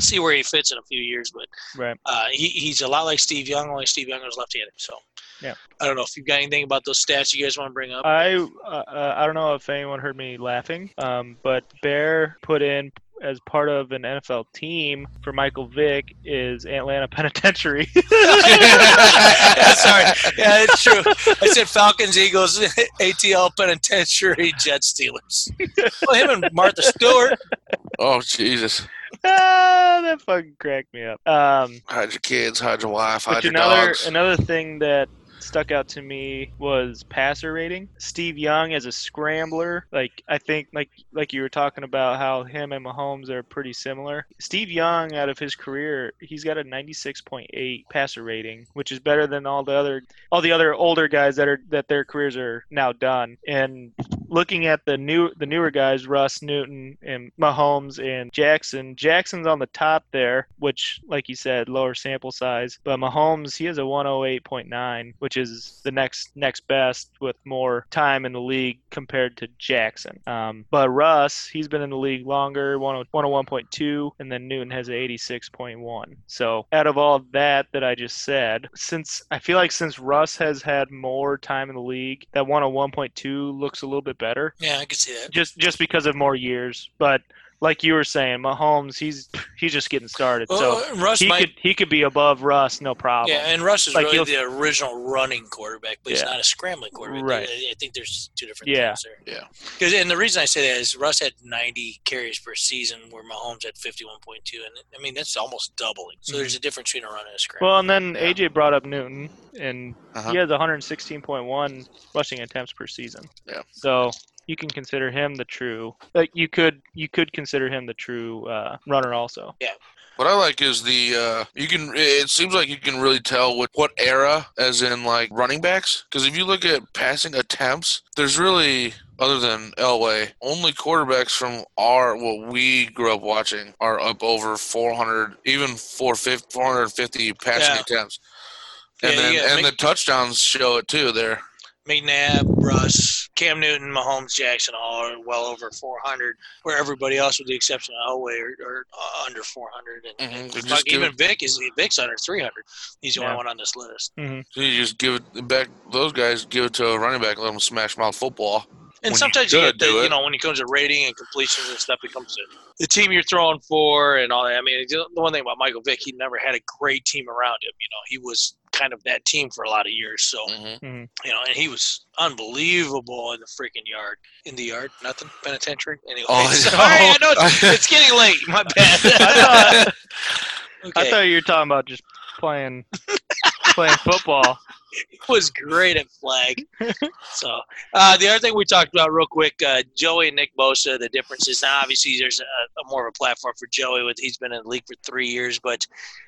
see where he fits in a few years, but.
Right.
Uh, he, he's a lot like Steve Young, only Steve Young was left-handed. So,
Yeah.
I don't know if you've got anything about those stats you guys want to bring [laughs] up.
I uh, uh, I don't know if anyone heard me laughing, um, but Bear put in as part of an NFL team for Michael Vick is Atlanta [laughs] Penitentiary.
Sorry, yeah, it's true. I said Falcons, Eagles, [laughs] ATL, Penitentiary,
[laughs]
Jet Steelers. Well, him and Martha Stewart.
Oh, Jesus.
ah, that fucking cracked me up. Um,
Hide your kids, hide your wife, hide
but
your
another
dogs.
another thing that stuck out to me was passer rating. Steve Young as a scrambler, like I think like like you were talking about how him and Mahomes are pretty similar. Steve Young out of his career, he's got a 96.8 passer rating, which is better than all the other all the other older guys that are that their careers are now done. And looking at the new the newer guys, Russ Newton and Mahomes and Jackson. Jackson's on the top there, which, like you said, lower sample size. But Mahomes, he has a 108.9, which is the next next best with more time in the league compared to Jackson. Um, but Russ, he's been in the league longer, oh, 10- 101.2, and then Newton has an 86.1. So out of all that that I just said, since I feel like since Russ has had more time in the league, that 101.2 looks a little bit better
Yeah, I can see that.
just just because of more years. But like you were saying, Mahomes, he's he's just getting started, so
Well, Russ
he
might.
could he could be above Russ, no problem.
yeah, and Russ is
Like,
really
he'll-
the original running quarterback, but he's
Yeah.
not a scrambling quarterback.
Right.
I, I think there's two different
Yeah.
things there.
Yeah.
'Cause- and the reason I say that is Russ had 90 carries per season, where Mahomes had 51.2, and I mean that's almost doubling. So there's a difference between a run and a scramble.
Mm-hmm. Well, and then AJ brought up Newton, and
Uh-huh.
he has 116.1 rushing attempts per season.
Yeah.
So you can consider him the true. Like you could you could consider him the true uh, runner
[laughs]
also.
What I like is the uh, you can. It seems like you can really tell what what era, as in like running backs, because if you look at passing attempts, there's really other than Elway, only quarterbacks from our what we grew up watching are up over 400, even 450, 450 passing
Yeah.
attempts. And
Yeah,
then
you got
and
Mc-
the touchdowns show it too. There,
McNabb, Russ, Cam Newton, Mahomes, Jackson, all are well over 400, where everybody else, with the exception of Elway, are, are uh, under 400. And,
Mhm,
and
they just
fuck,
give
Mm-hmm. even Vic is Vic's under 300. He's the
Yeah.
only one on this list.
so you just give it back. Those guys give it to a running back, let them smash mouth football. When
And
you
sometimes you,
should
get the,
do it.
you know, when it comes to rating and completions and stuff, it comes to the team you're throwing for and all that. I mean, the one thing about Michael Vick, he never had a great team around him. You know, he was kind of that team for a lot of years. So,
hmm
you know, and he was unbelievable in the freaking yard. In the yard, nothing penitentiary. Anyway,
Oh,
[laughs] sorry, I know it's, it's getting late. My
[laughs]
bad. [laughs]
I thought,
okay.
I thought you were talking about just playing playing football.
He [laughs] was great at flag. So uh, the other thing we talked about real quick, uh, Joey and Nick Bosa, the differences. Now, obviously, there's a, a more of a platform for Joey. With he's been in the league for three years, but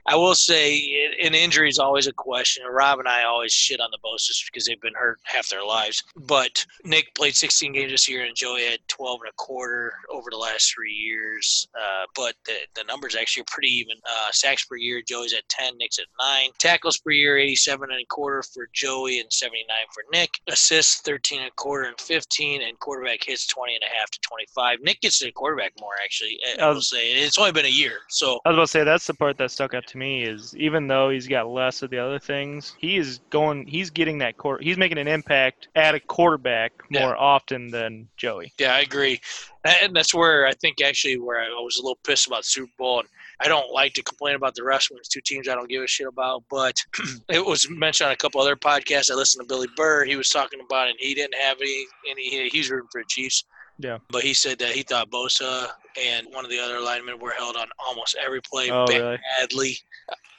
I will say i- an injury is always a question. Rob and I always shit on the Bosa's because they've been hurt half their lives. But Nick played 16 games this year, and Joey had 12 and a quarter over the last three years. Uh, but the, the numbers actually are pretty even. Uh, sacks per year, Joey's at 10, Nick's at 9. Tackles per year, 87 and a quarter for Joey and 79 for Nick. Assists, 13 and a quarter and 15. And quarterback hits, 20 and a half to 25. Nick gets to the quarterback more, actually. I- I will say and it's only been a year. So
I was about to say that's the part that stuck out to me is even though he's got less of the other things, he is going, he's getting that quarter, he's making an impact at a quarterback
Yeah.
more often than Joey.
Yeah, I agree, and that's where I think actually where I was a little pissed about the Super Bowl, and I don't like to complain about the rest when it's two teams I don't give a shit about. But [clears throat] it was mentioned on a couple other podcasts. I listened to Billy Burr; he was talking about, it, and he didn't have any. Any he, he's rooting for the Chiefs.
Yeah.
but he said that he thought Bosa and one of the other linemen were held on almost every play
Oh,
ba-
really?
badly.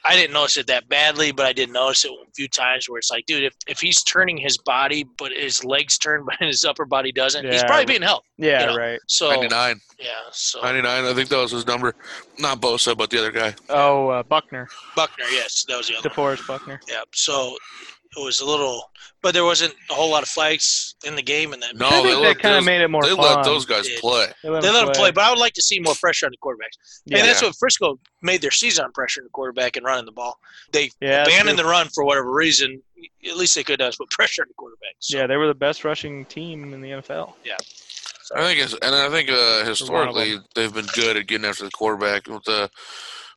I didn't notice it that badly, but I did notice it a few times where it's like, dude, if, if he's turning his body, but his legs turn, [laughs] but his upper body doesn't, he's
Yeah.
probably being held.
Yeah,
Yeah.
right.
So
99.
yeah, so
99. I think that was his number. Not Bosa, but the other guy.
Oh, uh, Buckner,
Buckner, yes, that was the other. One.
DeForest Buckner.
Yeah, so it was a little, but there wasn't a whole lot of flags in the game, and then
No,
I
Oh, they
think
let
that kind
those,
of made it more
they
fun.
let those guys
Yeah.
play.
they let him play. But I would like to see more pressure on the quarterbacks,
yeah,
and that's what Frisco made their season on pressure on the quarterback and running the ball. They
yeah, that's
abandoned
true.
the run for whatever reason. At least they could have put [laughs] pressure on the quarterback. So,
yeah, they were the best rushing team in the NFL.
I think, it's, and I think uh, historically they've been good at getting after the quarterback. With the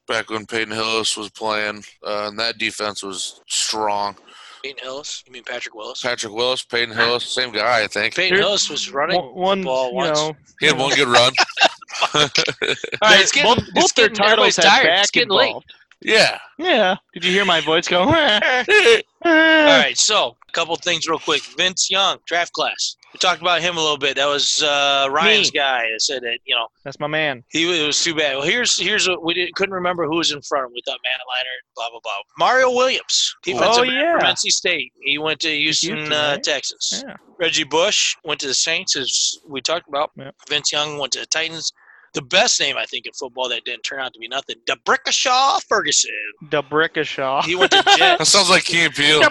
back when Peyton Hillis was playing, uh, and that defense was strong.
Peyton Hillis, you mean Patrick Willis?
Patrick Willis, Peyton Hillis, same guy, I think.
Peyton
There-
Hillis was running. All
One, one you
ball once.
know,
He had one good run. [laughs]
right, it's getting,
both, both
it's
their
getting,
titles
everybody's
had
tired.
back
it's getting late.
involved.
yeah,
Yeah. Did you hear my voice go? [laughs] All
All
right.
right, so a couple things real quick. Vince Young, draft class. We talked about him a little bit. That was uh, Ryan's
Me.
guy that said that you know
That's my man.
he it was too bad. Well, here's here's what we didn't, couldn't remember who was in front. of him. We thought Matt Leinart, blah blah blah. Mario Williams, defensive
Oh,
back
yeah.
from NC State. He went to Houston,
Houston,
uh,
right?
Texas.
Yeah.
Reggie Bush went to the Saints, as we talked about.
Yeah.
Vince Young went to the Titans. The best name I think in football that didn't turn out to be nothing. Debrickashaw Ferguson.
Dabrikashaw.
He went to Jets.
that sounds like Key and Peele.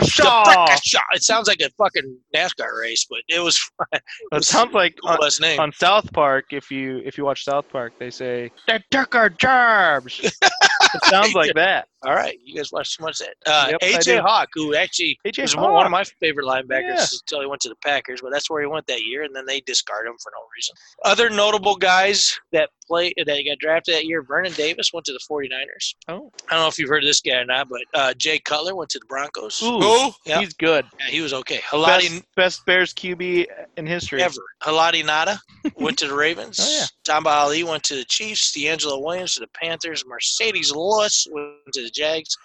Dabrikashaw.
Shot. It sounds like a fucking NASCAR race, but it was [laughs]
It sounds like
cool
on,
last name.
on South Park. If you if you watch South Park, they say they took our jobs. [laughs] it sounds
[laughs]
like that.
All right, you guys watch too much of that. Uh,
Yep, I
AJ
do.
Hawk, who actually
AJ
was one one
Hawk.
of my favorite linebackers
Yeah.
until he went to the Packers, but that's where he went that year, and then they discard him for no reason. Other notable guys that play that got drafted that year: Vernon Davis went to the 49ers.
Oh.
I don't know if you've heard of this guy or not, but uh, Jay Cutler went to the Broncos.
Ooh,
Who?
Yep.
he's good.
Yeah, he was okay.
Best,
Halati
best Bears QB in history.
ever. Halati
[laughs]
Nada went to the Ravens.
Oh, yeah.
Tom Ali went to the Chiefs. D'Angelo Williams to the Panthers. Mercedes Lewis went to the Jags.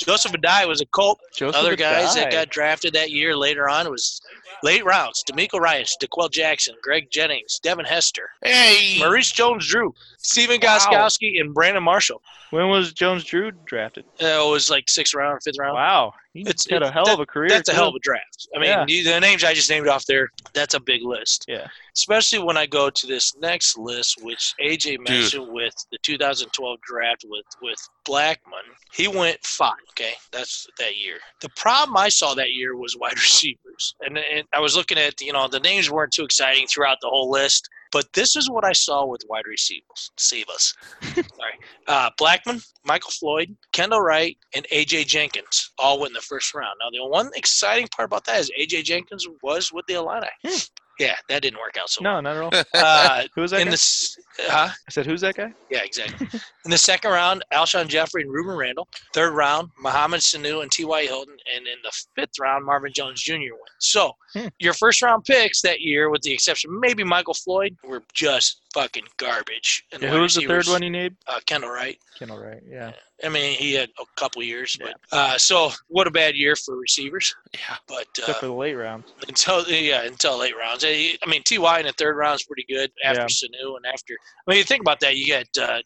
Joseph Adai was a Colt.
Joseph
Other guys that
Adai.
got drafted that year later on was late rounds. D'Amico Ryan, DeQuell Jackson, Greg Jennings, Devin Hester,
Hey,
Maurice Jones-Drew, Stephen Goskowski, and Brandon Marshall.
When was Jones Drew drafted?
Uh, it was like sixth round, fifth round.
Wow, he
It's-
had a
it's-
hell of a career.
That's a
too.
hell of a draft. I mean,
Yeah.
you, the names I just named off there, that's a big list.
Yeah.
Especially when I go to this next list, which AJ mentioned with the 2012 draft with, with Blackman. He went five, okay? That's that year. The problem I saw that year was wide [laughs] receivers. And, and I was looking at, you know, the names weren't too exciting throughout the whole list. But this is what I saw with wide receivers. Save us. Sorry. Uh, Blackman, Michael Floyd, Kendall Wright, and A.J. Jenkins all went in the first round. Now, the one exciting part about that is A.J. Jenkins was with the Illini. yeah, that didn't work out so well.
Hmm. No, not at
[laughs]
all. [laughs]
Uh,
Who was that?
in
guy?
the, s- huh?
I said, who's that guy?
Yeah, exactly. In the second round, Alshon Jeffrey and Ruben Randall. Third round, Muhammad Sanu and T.Y. Hilton. And in the fifth round, Marvin Jones Jr. went. So
Hmm.
your first round picks that year, with the exception of maybe Michael Floyd, were just fucking garbage. And
Yeah,
wide
who was the third
receivers,
one you named?
Uh, Kendall Wright.
Kendall Wright. Yeah.
I mean, he had a couple years, but uh, so what a bad year for receivers.
Yeah.
But uh,
Except for the late rounds.
until yeah, until late rounds. Eh, I mean, Ty in the third round is pretty good after
Yeah.
Sanu and after. I mean, you think about that. You got uh,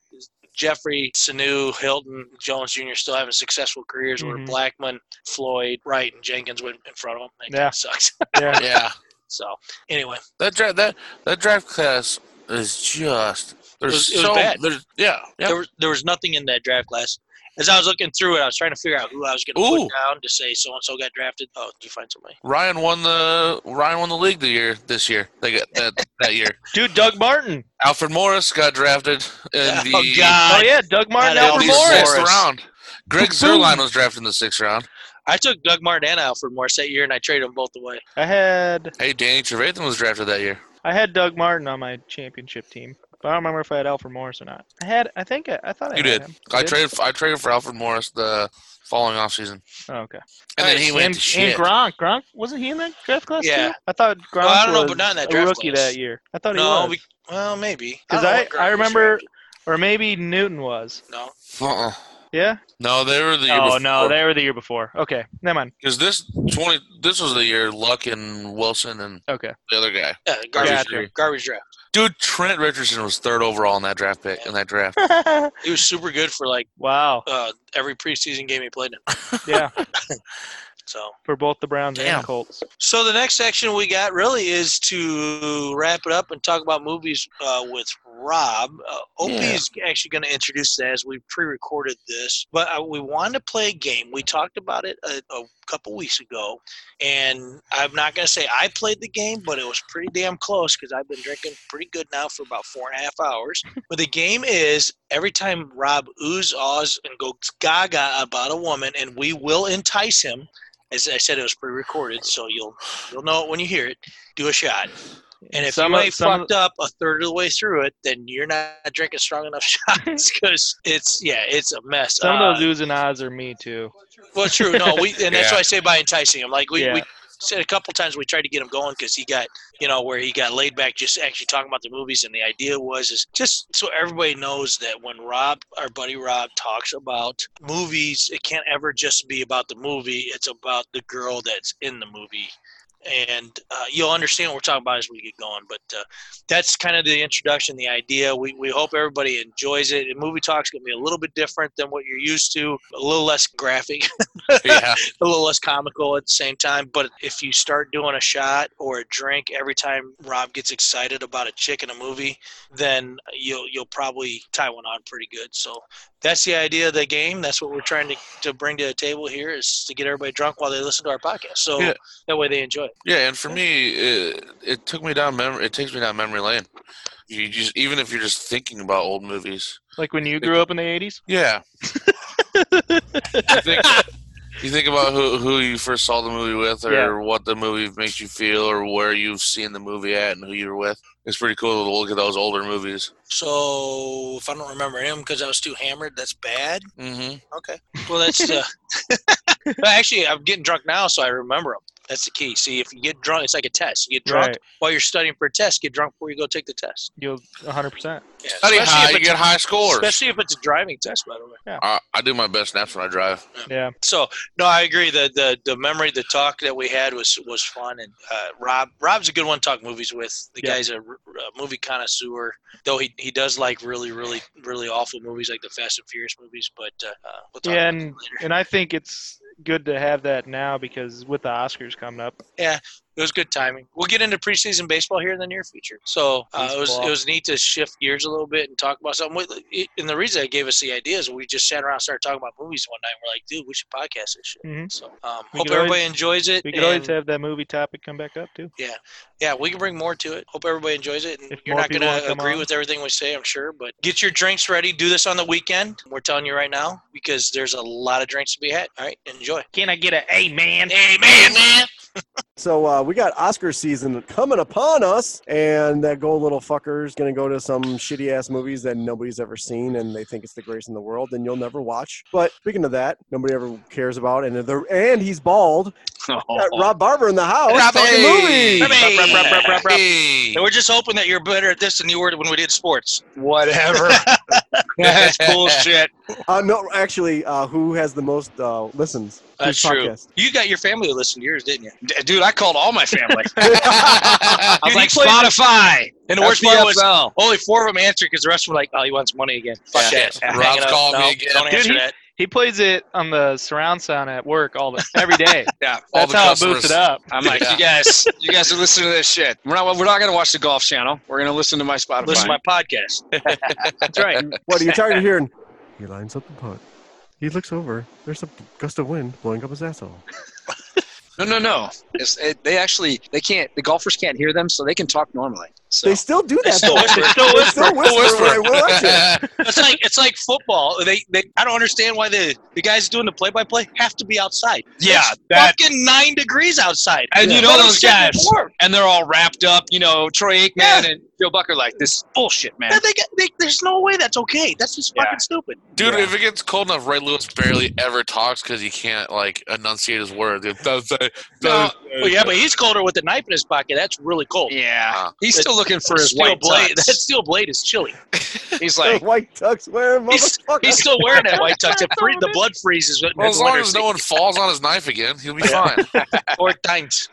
Jeffrey, Sanu, Hilton, Jones Jr. still having successful careers where
Mhm.
Mm-hmm.
Blackman, Floyd, Wright, and Jenkins went in front of them. That
Yeah.
[laughs] yeah. sucks. [laughs]
Yeah,
so, anyway,
that draft that that draft class is just there's
It was- it was
so
bad.
there's yeah yeah
there, was, there was nothing in that draft class. As I was looking through it, I was trying to figure out who I was going to
Ooh.
put down to say so and so got drafted. Oh, did you find somebody?
Ryan won the Ryan won the league the year this year they got that that year [laughs]
Dude, Doug Martin.
Alfred Morris got drafted in the
[laughs] oh, God.
Oh yeah, Doug Martin.
Not
Albert
the
Alfred
Morris.
sixth
Morris.
round Greg Zerline was drafted in the sixth round
I took Doug Martin and Alfred Morris that year, and I traded them both away.
I had
hey Danny Trevathan was drafted that year
I had Doug Martin on my championship team, but I don't remember if I had Alfred Morris or not. I had. I think I, I thought I
You
had
did.
him.
I
did?
traded I traded for Alfred Morris the following offseason. And
Oh, okay.
then he went
and,
to shit.
and Gronk. Gronk wasn't he in that draft class?
Yeah.
too? I thought Gronk
I don't know,
was
but not in that
a
draft
rookie
class.
that year. I thought
no,
Oh, he was,
we, well, maybe.
because
don't know
I,
what Gronk
I,
was
remember,
drafted.
or maybe Newton was.
No.
Uh-uh.
Yeah.
No, they were the year
Oh
before.
no, they were the year before. Okay, never mind.
because this twenty this was the year Luck and Wilson and
[laughs]
Okay.
the other guy.
Yeah, garbage,
Gotcha.
draft. garbage draft.
Dude, Trent Richardson was third overall in that draft pick in that draft.
He was super good for like
wow.
uh, every preseason game he played in.
Yeah,
So,
for both the Browns
Damn.
and Colts.
so the next section we got really is to wrap it up and talk about movies uh, with Rob. Uh, OP
Yeah.
is actually going to introduce that as we pre-recorded this, but uh, we wanted to play a game. We talked about it a, a couple weeks ago, and I'm not going to say I played the game, but it was pretty damn close because I've been drinking pretty good now for about four and a half hours. But the game is every time Rob oohs, ahs, and goes gaga about a woman, and we will entice him. As I said, it was pre-recorded, so you'll you'll know it when you hear it. Do a shot, and if
Some
you
of-
ain't
some of-
fucked up a third of the way through it, then you're not drinking strong enough [laughs] shots because it's yeah, it's a mess.
Some
Uh,
of those oohs and ahs are me too.
[laughs] well, true. No, we, and
Yeah.
that's why I say by enticing him. Like we, we
Yeah.
said a couple times, we tried to get him going because he got, you know, where he got laid back, just actually talking about the movies. And the idea was is just so everybody knows that when Rob, our buddy Rob, talks about movies, it can't ever just be about the movie. It's about the girl that's in the movie. And uh, you'll understand what we're talking about as we get going. But uh, that's kind of the introduction, the idea. We, we hope everybody enjoys it. And movie talk's going to be a little bit different than what you're used to, a little less graphic [laughs]
yeah.
a little less comical at the same time. But if you start doing a shot or a drink every time Rob gets excited about a chick in a movie, then you'll you'll probably tie one on pretty good. So that's the idea of the game. That's what we're trying to, to bring to the table here is to get everybody drunk while they listen to our podcast. So
Yeah.
that way they enjoy it.
Yeah, and for me it, it took me down memory it takes me down memory lane. You just even if you're just thinking about old movies.
Like when you grew up in the '80s.
Yeah. you, think, you think about who, who you first saw the movie with, or
Yeah.
what the movie makes you feel, or where you've seen the movie at, and who you were with. It's pretty cool to look at those older movies.
So if I don't remember him because I was too hammered, that's bad.
Mm-hmm.
Okay. Well, that's [laughs] the. actually, I'm getting drunk now, so I remember them. That's the key. See, if you get drunk, it's like a test. You get drunk
Right.
while you're studying for a test. Get drunk before you go take the test.
You'll 100. percent
Yeah,
Study high,
if
you
it's,
get high scores.
especially if it's a driving test, by the way.
I, I do my best naps when I drive.
Yeah.
So no, I agree. The the the memory, the talk that we had was was fun, and uh, Rob Rob's a good one to talk movies with. The
Yeah.
guy's a, r- a movie connoisseur, though he he does like really really really awful movies like the Fast and Furious movies. But uh, uh, we'll talk
Yeah,
about that
and
later.
and I think it's good to have that now because with the Oscars coming up,
It was good timing. We'll get into preseason baseball here in the near future. So uh, it was
Baseball.
it was neat to shift gears a little bit and talk about something. With- it- And the reason that gave us the idea is we just sat around and started talking about movies one night. We're like, dude, we should podcast this shit.
Mhm.
So um,
We
hope
could always-
everybody enjoys it.
we could always
and-
have that movie topic come back up too.
yeah, we can bring more to it. Hope everybody enjoys it. And
If
you're
more
not going
people wanna
to
come
agree
on.
with everything we say, I'm sure, but get your drinks ready. Do this on the weekend. We're telling you right now because there's a lot of drinks to be had. All right, enjoy.
Can I get a amen?
Amen, man.
So uh, we got Oscar season coming upon us, and that go little fucker's gonna go to some shitty ass movies that nobody's ever seen, and they think it's the greatest in the world, and you'll never watch. But speaking of that, nobody ever cares about, and they're- and he's bald.
Oh.
Got Rob Barber in the house. talking movies.
Robbie!
Robbie!
And we're just hoping that you're better at this than you were when we did sports.
[laughs]
Whatever.
That's bullshit.
Uh, no, actually, uh, who has the most uh, listens? to
That's
his
true.
podcast?
You got your family
[laughs]
to listen to yours, didn't you? Dude, I called all my family.
Robbie!
I
Dude,
was
he
like,
plays-
Spotify. And the worst part was only four of them answered because the rest were like, "Oh, he wants money again." Fuck
Yeah.
that. I'm
Rob's
hanging up.
calling me
No,
again.
Don't
Dude,
answer
he-
that.
He plays it on the surround sound at work all the every day.
Yeah.
All
That's
the
how it
customers.
boots
[laughs]
it up.
I'm like,
Yeah.
you guys, you guys are listening to this shit. We're not, we're not going to watch the golf channel. We're going to listen to my Spotify.
Listen to my podcast.
That's right.
What are you
[laughs]
tired of hearing? He lines up the putt. He looks over. There's a gust of wind blowing up his asshole.
no, no, no. It's, it, they actually, they can't. The golfers can't hear them, so they can talk normally. So
They still do that.
still
though.
whisper.
They still
The
whisper when I watch
[laughs]
it.
It's
[laughs]
like it's like football. They, they I don't understand why the the guys doing the play by play have to be outside.
yeah,
It's
that,
fucking nine degrees outside.
and you
Yeah.
know
Let 'em
those
sit in
guys,
the warm.
and they're all wrapped up. You know, Troy Aikman
Yeah.
and Joe Buck are like, this is bullshit, man.
Yeah, they got, they, there's no way that's okay. That's just
Yeah.
fucking stupid.
[laughs] Dude, if it gets cold enough, Ray Lewis barely ever talks because he can't like enunciate his words. It does say- does say-
Well, yeah, but he's colder with a knife in his pocket. That's really cold.
Yeah,
Wow.
he's still looking for his
steel
white
blade. [laughs]
tux.
That steel blade is chilly.
[laughs] He's like,
White tux wearing
He's-
motherfucker.
He's still wearing that white tux. It free, the blood freezes. in
Well, as
the
long
winter
as no one falls on his knife again, he'll be fine.
season. Four
[laughs]
times.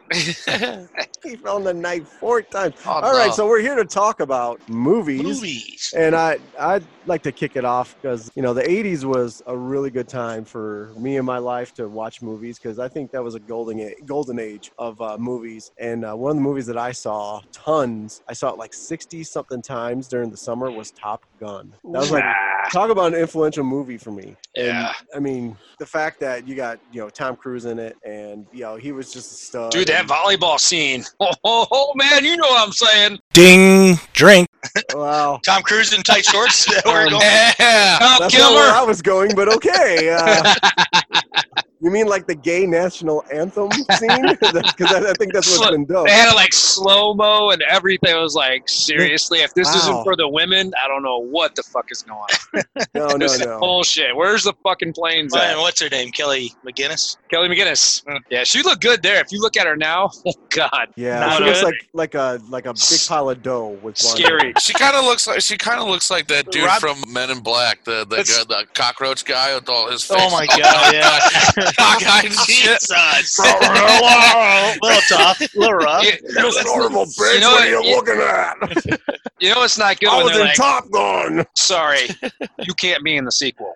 he fell on the knife four times.
Oh,
All right,
no.
so we're here to talk about movies.
Movies.
And I, I'd like to kick it off because, you know, the 80s was a really good time for me in my life to watch movies because I think that was a golden, a- golden age of uh, movies. And uh, one of the movies that I saw tons, I saw it like 60 something times during the summer was Top Gun. That was like, talk about an influential movie for me. And,
Yeah.
I mean, the fact that you got, you know, Tom Cruise in it and, you know, he was just a stud.
dude, that
And-
volleyball scene. [laughs] Oh, oh, oh, man, you know what I'm saying?
Ding, drink.
Wow.
Tom Cruise in tight shorts. [laughs] That we're
Um,
going-
yeah.
Tom
That's not where
Kilmer.
I was going, but okay.
[laughs]
Uh, you mean like the gay national anthem scene? [laughs] Because I, I think that's what's
Sli-
been dope.
They had it like slow mo and everything. I was like, seriously, if this
Wow.
isn't for the women, I don't know what the fuck is going on.
No, Oh, no,
this is
no.
bullshit. Where's the fucking planes
Mine,
at?
what's her name? Kelly McGinnis.
Kelly McGinnis. Yeah, she looked good there. If you look at her now, [laughs] oh
[laughs]
god,
Yeah,
Not
she looks
good.
like like a like a big pile of dough with blonde
scary.
She kind of looks like she kind of looks like that dude
Rob-
from Men in Black, the the,
That's-
guy- the cockroach guy with all his face.
Oh
[laughs]
my god! Yeah.
cockeyed and shit.
[laughs] Jesus.
[laughs]
little tough. little rough.
Yeah,
horrible
bitch, You know what are you what?
looking
[laughs]
at?
you know it's not good when they're like,
Top Gun. [laughs]
sorry, you can't be in the sequel.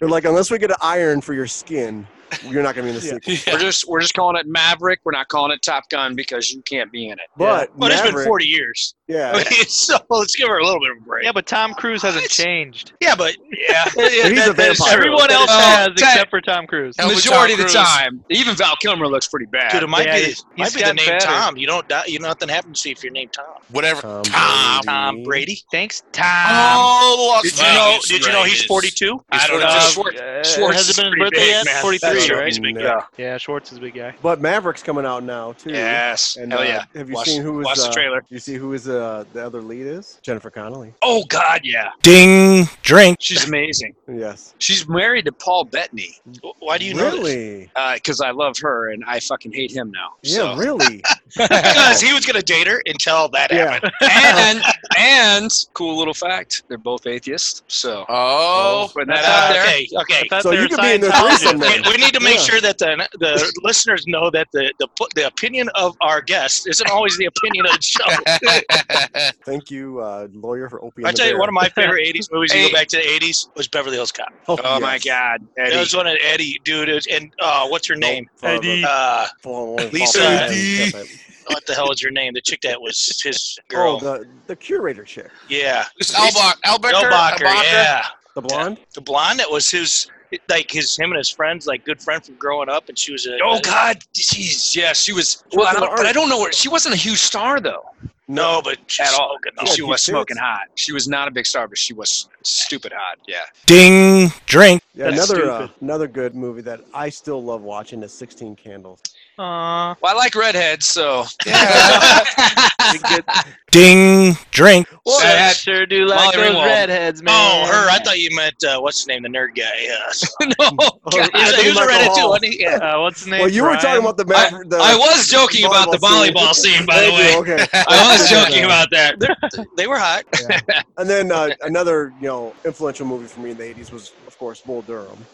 They're like, unless we get an iron for your skin, you're not gonna be in the sequel.
We're just we're just calling it Maverick. We're not calling it Top Gun because you can't be in it.
But
But it's been
Maverick-
40 years.
Yeah,
[laughs]
so let's give her a little bit of a break.
Yeah, but Tom Cruise hasn't changed.
Yeah, but
[laughs]
yeah.
he's a vampire.
Everyone else
Oh,
has
Ted.
except for Tom Cruise.
Hell, we
Majority of
Tom
the
Cruise.
time, even Val Kilmer looks pretty bad.
Dude, it might
Yeah,
be,
he's-
might
he's
be the
gotten
name
better.
Tom. You don't die, you nothing happens to you if you're named Tom.
Whatever.
Tom
Tom.
Tom Brady.
Thanks, Tom.
Oh, Las
Did you
Vegas
know? Did you know he's
Raiders.
42?
He's
I don't know.
forty-
Just Schwartz-
Uh,
Schwartz
has
is
it been his
pretty
birthday
big,
yet?
man.
That's
43,
right.
right?
He's big.
No.
Yeah.
Yeah, Schwartz is a big guy.
But Maverick's coming out now too.
Yes.
And,
Hell
uh,
yeah.
have you
Watch-
seen who is
watch the
uh,
trailer.
You see who is uh, the other lead is Jennifer Connelly.
Oh God, yeah.
Ding, drink.
She's amazing.
Yes.
She's married to Paul Bettany
Why do you know this?
really?
because I love her and I fucking hate him now.
Yeah, really.
[laughs] Because he was going to date her until that
yeah.
happened.
and and cool little fact, they're both atheists. So
Oh,
putting
Uh,
that out there.
okay, okay.
I thought
So
they
you
were
could be in the
Scientologists.
threesome then.
We, we need to make
Yeah.
sure that the, the listeners know that the, the the opinion of our guest isn't always the opinion of the
[laughs]
show.
Thank you, uh, lawyer for Opie. and
I
the
tell you,
Bear.
one of my favorite '80s movies. You
Hey.
go back to the '80s was Beverly Hills Cop.
Oh my
yes.
God,
That
Eddie.
was one of Eddie, dude. It was, and uh, what's her name?
Don't follow
Eddie.
the-
Uh,
follow- follow-
Lisa.
follow-
Eddie.
follow-
what the hell is her name? The chick that was
[laughs]
his
Oh,
girl.
the the curator chick,
yeah,
[laughs] it's Albach,
Joe
Albecker,
Bacher.
Albacher?
Yeah,
the blonde.
the blonde that was his, like his him and his friends, like good friend from growing up, and she was a.
Oh God, jeez, yeah, she was.
She
Well, I
was an
don't, but I
artist.
don't know where she wasn't a huge star though
No, but she's
at all.
smoking,
No,
though.
she
Yeah,
was
she
smoking
fits.
hot. She was not a big star, but she was stupid hot. Yeah,
Ding, drink.
Yeah,
that's
another uh, another good movie that I still love watching is Sixteen Candles.
Aw.
well, I like redheads, so
Ding, drink.
Well,
So
I
that-
sure do like
Molly
those
Ringwald.
redheads, man.
Oh, her! I thought you meant uh, what's his name, the nerd guy. Uh,
[laughs] no.
Oh,
he was,
Anthony
he was a
Michael
Reddit too,
Hall.
wasn't he? Yeah.
Uh, what's the name?
Well, you were talking
Brian?
about the, Maver- the
[laughs] I was joking about the
Volleyball
volleyball scene, by the
Thank
way.
you, Okay.
[laughs]
I was joking about that.
They were hot.
And then uh, another you know influential movie for me in the '80s was of course Bull Durham.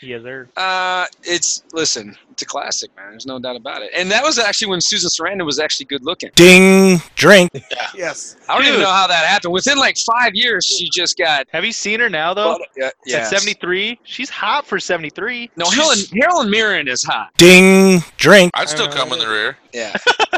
Yeah, they're
Uh, it's listen, it's a classic, man. There's no doubt about it. And that was actually when Susan Sarandon was actually good looking.
Ding drink.
Yes.
I don't even
Dude.
know how that happened. Within like five years, she just got. uh,
Have you seen her now though?
yeah,
At 73, she's hot for 73.
No, Helen Helen Mirren is [laughs] hot.
Ding drink.
I'd still come in the rear.
Yeah,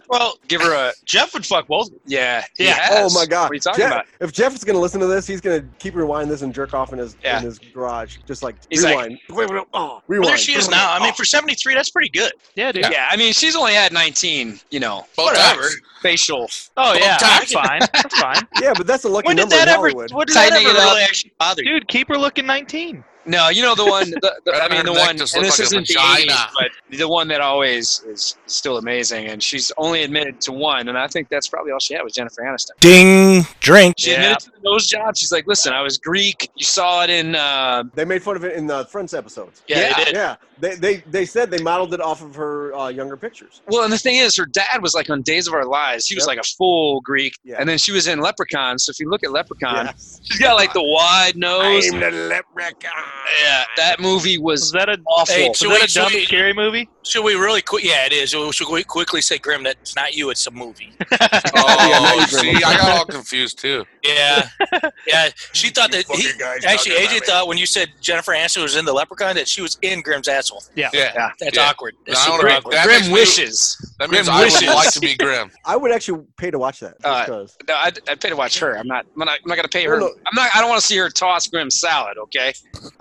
Well,
give her a
Jeff would fuck both.
yeah. he
Yeah.
has.
Oh my God!
What are you talking
Jeff-
about?
If Jeff is gonna listen to this, he's gonna keep rewinding this and jerk off in his
Yeah.
in his garage, just like
He's like-
rewind. Wait, wait, wait, oh,
Well,
rewind.
there she is now. I mean, for 73, that's pretty good.
Yeah, dude.
Yeah. I mean, she's only had 19. You know,
Both
Whatever.
times.
facial.
Oh
Both
yeah,
times.
that's fine. That's
[laughs]
fine.
[laughs] yeah, but that's a lucky
When did
number
that
in
ever?
Hollywood.
What did
Tightening
that ever
it up.
really actually bother you?
Dude, keep her looking 19.
No, you know the one. The, the, I
Right on
mean,
her
the
neck
one.
just
And
looked
this
like a
isn't the
vagina.
80s, but the one that always is still amazing. And she's only admitted to one, and I think that's probably all she had was Jennifer Aniston.
Ding drink.
She
Yeah.
admitted to the nose job. She's like, "Listen, I was Greek. You saw it in." Uh,
They made fun of it in the Friends episodes.
yeah.
they did.
Yeah, they they, they said they modeled it off of her uh, younger pictures.
Well, and the thing is, her dad was like on Days of Our Lives. He was
Yep.
like a full Greek,
Yeah.
and then she was in Leprechaun. So if you look at
Uh,
Leprechaun,
Yes.
she's got like the wide nose.
the leprechaun.
yeah, that movie
was
was
that a
awful.
Hey,
Hey,
was
so
that
wait,
a
so
dumb
wait.
scary movie?
Should we really quick? Yeah, it is. Should we quickly say, Grim, that it's not you, it's a [laughs] movie.
Oh,
Yeah,
see, I got all confused too.
Yeah, yeah. She thought that he,
fucking guys
actually
talking about
AJ
me.
thought when you said Jennifer Aniston was in the Leprechaun that she was in Grim's asshole.
Yeah.
That's
Yeah.
awkward.
No,
That's
I don't
super
know.
awkward.
That makes
Grim
me-
wishes.
That means
Grim
I would
wishes.
like [laughs] to be Grim.
I would actually pay to watch that.
Uh,
Just 'cause.
No, I'd, I'd pay to watch her. I'm not. I'm not, I'm not gonna pay her.
No, no.
I'm not. I don't want to see her toss Grim salad. Okay.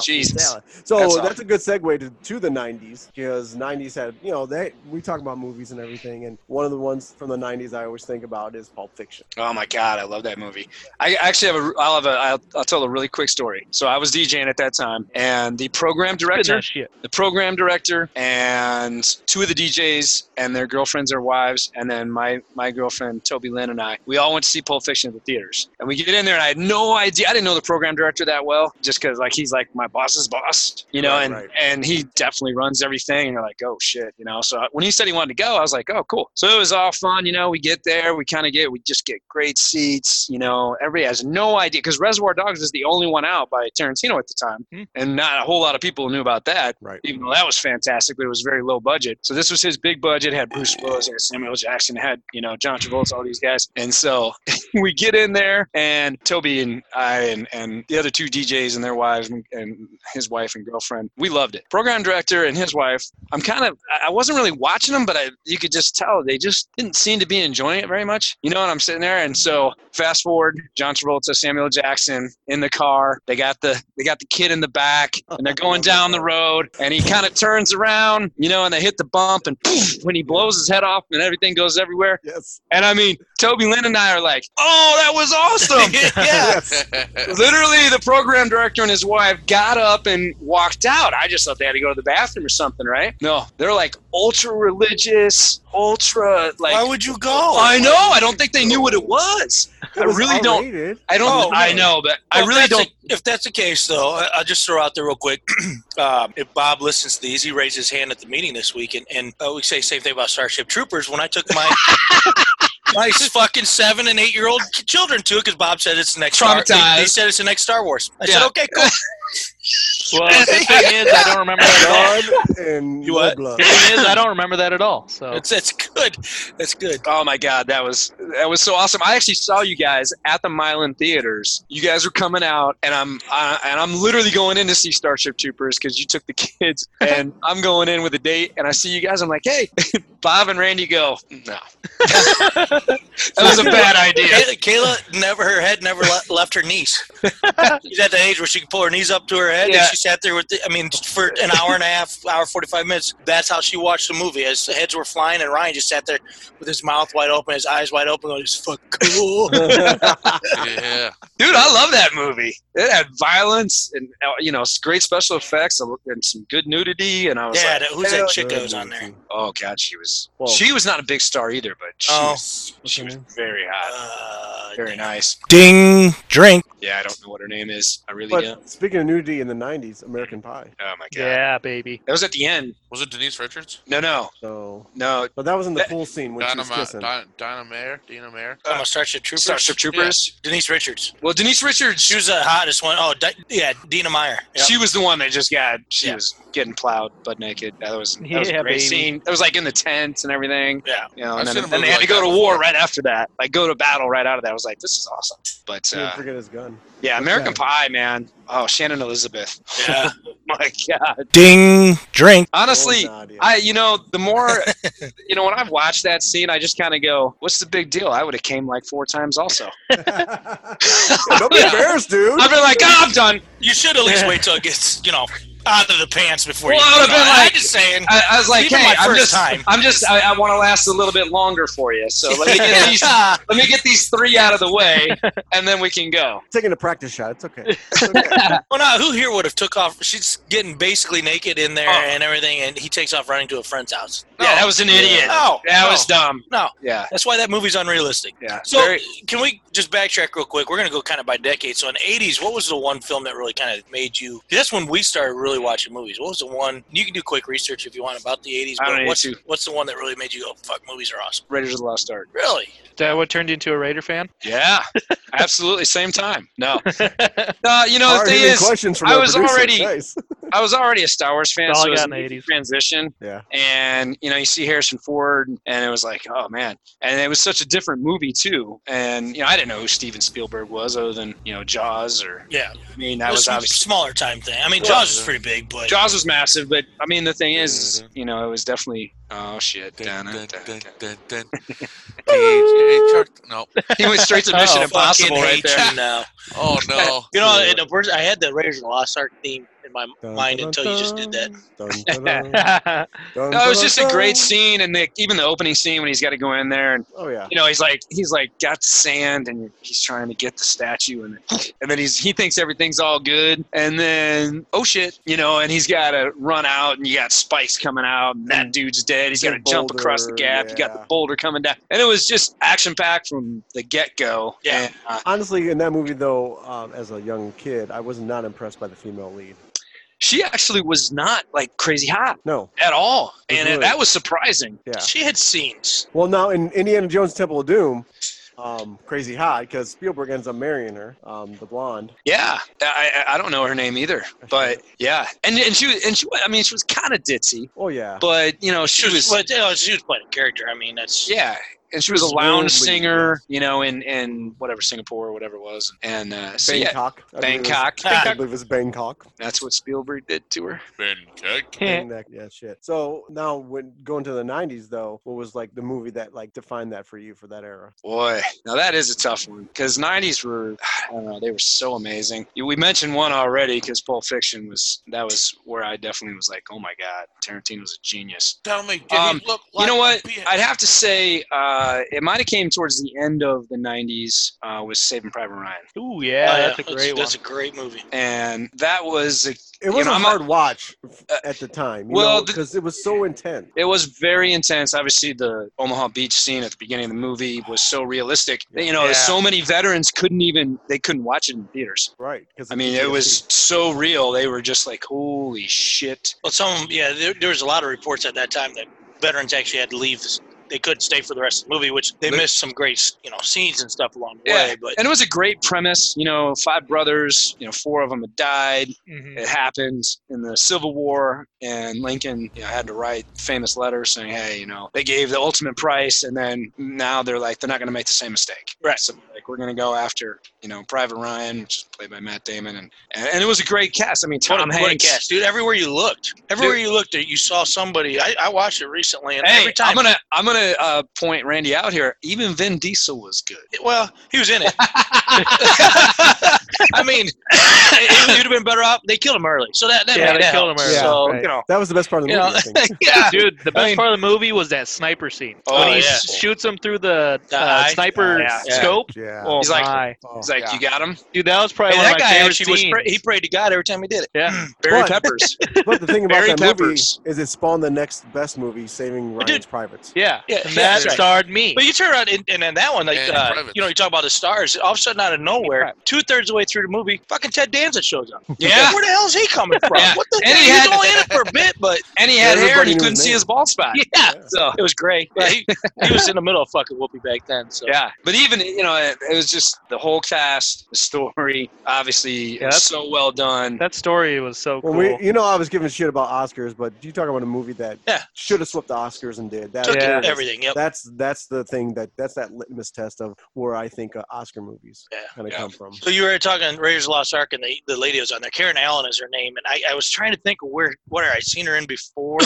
Jesus.
Yeah. So
That's
that's,
all.
a good segue to, to the 90s because 90s had, you know, they we talk about movies and everything. And one of the ones from the 90s I always think about is Pulp Fiction.
Oh my God, I love that movie. I actually have a. I'll have a. I'll, I'll tell a really quick story. So I was DJing at that time, and the program
Been
director,
that shit.
the program director, and two of the DJs and their girlfriends or wives, and then my my girlfriend Toby Lynn and I, we all went to see Pulp Fiction at the theaters. And we get in there, and I had no idea. I didn't know the program director that well, just because like he's like my boss's boss, you know,
Right,
and
right.
and he definitely runs everything. And you're like, oh shit, you know. So I- when he said he wanted to go, I was like, oh cool. So it was all fun, you know. We get there, we kind of get, we just get great seats, you know. Everybody has no idea because Reservoir Dogs was the only one out by Tarantino at the time,
Hmm.
and not a whole lot of people knew about that
Right.
even though that was fantastic, but it was very low budget. So this was his big budget. Had Bruce Willis, had Samuel Jackson, had you know John Travolta, all these guys. And so [laughs] we get in there, and Toby and I and, and the other two DJs and their wives and, and his wife and girlfriend, we loved it. Program director and his wife. I'm kind of I- I wasn't really watching them, but I, you could just tell they just didn't seem to be enjoying it very much. You know, and I'm sitting there, and so fast forward, John Travolta, Samuel Jackson in the car. They got the they got the kid in the back, and they're going down the road, and he kind of turns around, you know, and they hit the bump, and poof, when he blows his head off, and everything goes everywhere.
Yes.
And I mean, Toby Lynn and I are like, "Oh, that was awesome!" [laughs] yeah.
Yes.
Literally, the program director and his wife got up and walked out. I just thought they had to go to the bathroom or something, right? No, they're like ultra religious, ultra like.
Why would you go?
I know. I don't think they knew what it was.
It
I
was
really don't.
R-rated.
I don't.
Oh,
I know, but I
Well, if
really
that's
don't.
the- if that's the case, though, I, I'll just throw out there real quick. [clears throat] um, if Bob listens to these, he raised his hand at the meeting this week, and, and uh, we say the same thing about Starship Troopers. When I took
[laughs]
my my fucking seven and eight year old children to it, because Bob said it's the next Star, he,
Traumatized.
said it's the next Star Wars. I
Yeah.
said, okay, cool.
Well, the thing is, I don't remember that at [laughs] all.
Blood
[laughs]
and
You
no
what?
blood.
The thing is, I don't remember that at all. So
That's that's good. That's good.
Oh my god, that was that was so awesome! I actually saw you guys at the Milan theaters. You guys were coming out, and I'm I, and I'm literally going in to see Starship Troopers because you took the kids,
[laughs]
and I'm going in with a date, and I see you guys. I'm like, hey, [laughs] Bob and Randy go. No, [laughs] that was a bad idea.
Kayla, Kayla never her head never le- left her [laughs] knees. She's at the age where she can pull her knees up to her head,
Yeah.
and she sat there with. The, I mean, for an hour and a half, hour forty five minutes. That's how she watched the movie. As the heads were flying, and Ryan just sat there with his mouth wide open, his eyes wide open, going, "It's fuck [laughs] cool."
yeah.
Dude, I love that movie. It had violence and uh, you know great special effects and some good nudity, and I was
yeah,
like,
that, who's that chick that was on [laughs] there?
oh god, she was
Well-
she was not a big star either, but she
Oh.
was, she was very hot.
Uh,
very nice.
ding, drink,
Yeah, I don't know what her name is. I really
But
don't.
speaking of nudity in the '90s, American Pie.
Oh my god.
Yeah, baby.
That was at the end.
Was it Denise Richards?
No, no,
So,
no.
but that was in the
That-
pool scene when she
Donna,
was
Ma-
kissing.
Donna, Donna Mayer? Dina Mayer?
Um, Starship Troopers.
Starship Troopers.
Denise Richards.
Well, Denise Richards,
She was the hottest one. Oh, Di- yeah, Dina Meyer. Yep.
she was the one that just got. She
Yeah.
was getting plowed butt naked. That was, that was
Yeah,
a great
baby.
scene. It was like in the tent and everything.
Yeah.
You know,
I've
and
seen a
then, then
movie
they had
like
to
that
go to war
before.
right after that. Like go to battle right out of that. I was like, this is awesome. But
Can't
uh,
forget his gun.
yeah, American
that?
Pie, man. Oh, Shannon Elizabeth. [laughs] Oh
yeah.
My God.
ding, drink,
Honestly,
Oh, Nadia.
I you know the
[laughs]
more you know when I've watched that scene, I just kind of go, "What's the big deal?" I would have came like four times also.
[laughs] Don't
[laughs]
be embarrassed, dude.
I've been like, "Ah, "I'm done."
You should at [laughs] least wait till it gets, you know, out of the pants before
Well,
you.
I would've
you know,
been
I'm
like-
just saying.
I, I was like,
Even
"Hey,
my
I'm
first
just,
time.
I'm just, I, I want to last a little bit longer for you. So let me
[laughs]
get these, let me get these three out of the way, and then we can go."
Taking a practice shot. It's
[laughs]
okay. It's okay.
Well, no, who here would have took off? She's getting basically naked in there
Oh.
and everything, and he takes off running to a friend's house.
yeah, that was an idiot.
No,
that
no.
was dumb.
No,
Yeah,
that's why that movie's unrealistic.
yeah.
So,
Very-
can we just backtrack real quick? We're going to go kind of by decade. So, in '80s, what was the one film that really kind of made you? That's when we started really watching movies. What was the one? You can do quick research if you want about the '80s.
I don't
But
need
what's
to.
what's the one that really made you go, "Fuck, movies are awesome"?
Raiders of the Lost Ark.
Really?
Is that what turned you into a Raider fan? [laughs]
[laughs]
Yeah, absolutely. Same time. No, uh, you know the
Hard
thing
hitting
is,
questions from
I
our
was
producer.
already-
Nice.
I was already a Star Wars fan,
That's all
so
I
it was
got
an
in the
easy transition.
Yeah.
And you know, you see Harrison Ford, and it was like, oh man. And it was such a different movie too. And you know, I didn't know who Steven Spielberg was, other than you know Jaws, or
Yeah.
I mean, that
It
was
a
obviously
smaller time thing. I mean,
Well,
Jaws is pretty big, but
Jaws was massive. But I mean, the thing is, is, you know, it was definitely oh shit.
Mm-hmm. Dun, dun, dun,
He
dun, dun. [laughs] DJ Chuck. No.
went straight
[laughs]
to Mission
Oh,
I fucking
Impossible right
hate
there.
you now.
[laughs] Oh, no.
You know, in the first, I had the Raiders of the Lost Ark theme in my
Dun,
mind
dun,
until you just did that.
[laughs]
Dun, dun, dun, dun, dun,
No, Oh, it was just a
dun.
great scene, and the, even the opening scene when he's got to go in there and
Oh yeah.
you know, he's like, he's like got sand and he's trying to get the statue and, and then he's, he thinks everything's all good. And then, oh shit, you know, and he's got to run out and you got spikes coming out and that dude's dead. He's got to
Big
jump across the
Mm. boulder,
gap. You got
yeah.
the boulder coming down. And it was just action packed from the get go.
Yeah.
And, uh,
Honestly, in that movie though, um, as a young kid, I was not impressed by the female lead.
she actually was not like crazy hot
No.
at all. And uh,
Mhm.
that was surprising.
Yeah.
She had scenes.
Well, now in Indiana Jones Temple of Doom, um, crazy hot because Spielberg ends up marrying her, um, the blonde.
Yeah, I, I I don't know her name either, but yeah, and and she was- and she I mean she was kind of ditzy,
Oh yeah.
but you know she,
She was,
was
but, you know, she was oh, playing a character. I mean, that's
Yeah, and she was a
Just
lounge
worldly,
singer, you know, in in whatever Singapore or whatever it was, and uh, so yeah,
Bangkok. I believe it was-
Bangkok.
I
Bangkok.
believe it was
[laughs]
Bangkok.
That's what Spielberg did to her.
Ben Keck.
Yeah.
And that, yeah, shit. So now, when going to the '90s, though, what was like the movie that like defined that for you for that era?
Boy, now that is a tough one because '90s were, [sighs] I don't know, they were so amazing. We mentioned one already because Pulp Fiction was that was where I definitely was like, oh my god, Tarantino was a genius.
Tell me, did
Um,
he look like
you know what?
a bitch?
I'd have to say uh, it might have came towards the end of the '90s uh, was Saving Private Ryan,
Ooh,
Oh,
yeah, that's a great
That's a
one.
great movie.
and that was a
It
You
was
know,
a
I'm a-
hard watch f-
uh,
at the time, you
well,
well,
the-
because it was so intense.
It was very intense. Obviously, the Omaha Beach scene at the beginning of the movie was so realistic. that, You know,
Yeah.
so many veterans couldn't even they couldn't watch it in theaters.
Right. Because
I mean, it was so real. They were just like, "Holy shit!"
Well, some of 'em- yeah, there, there was a lot of reports at that time that veterans actually had to leave. This, they couldn't stay for the rest of the movie, which they
They-
missed some great, you know, scenes and stuff along the
Yeah.
way. But
And it was a great premise. You know, five brothers. You know, four of them had died.
Mhm.
It happened in the Civil War, and Lincoln you know, had to write famous letters saying, "Hey, you know, they gave the ultimate price, and then now they're like, they're not going to make the same mistake."
Right.
So like, we're going to go after you know Private Ryan, which is played by Matt Damon, and and, and it was a great cast. I mean,
what a,
Tom
what a
Hanks.
cast, dude! Everywhere you looked, everywhere you looked, you saw somebody. I, I watched it recently, and
Hey,
every time,
I'm gonna I'm gonna uh, point Randy out here. Even Vin Diesel was good.
well, he was
[laughs]
in it. [laughs]
I mean,
it would have been better off. They killed him early, so that, that
Yeah,
made
they
that
killed him
helps.
early,
So
right.
you know,
That was the best part of the
You
movie.
know,
I think.
[laughs]
yeah,
Dude, the best
mean-
part of the movie was that sniper scene.
Oh,
when he
yeah.
shoots him through the
The
uh,
eye.
sniper
Yeah.
scope,
Yeah. Yeah.
Oh
He's like-
my,
Oh,
He's like,
yeah.
you got him?
dude, that was probably
And
one of
that
my
guy
favorite
actually was
scenes.
pra- he prayed to God every time he did it.
[laughs]
yeah,
Barry
But-
[laughs]
Peppers.
but the thing about
Barry
that
Peppers.
movie is it spawned the next best movie, Saving Ryan's Privates.
yeah,
Yeah,
and
yeah,
that
that's right.
starred me.
But you turn around and, and in that one, like
And
uh,
Privates.
you know, you talk about the stars. All of a sudden, out of nowhere, two thirds of the way through the movie, fucking Ted Danza shows up.
Yeah.
where the hell is he coming from?
Yeah.
What the?
And he
he was
had-
only in it for a bit, but
And he had hair and
Everybody
he
knew
couldn't
his
see
name.
his bald spot. [laughs]
yeah,
So
it was great. But he, he was in the middle of fucking Whoopi back then. So
Yeah, but even you know, it, it was just the whole cast, the story. Obviously, it was
that's-
so well done.
that story was so cool.
When we, you know, I was giving shit about Oscars, but you talk about a movie that
Yeah.
should have slipped the Oscars and did. That,
took
Yeah.
care of everything. Yep.
That's that's the thing that that's that litmus test of where I think uh, Oscar movies
Yeah.
kind of
Yeah.
come from.
So you were talking Raiders of the Lost Ark, and the, the lady was on there. Karen Allen is her name, and I, I was trying to think of where what I seen her in before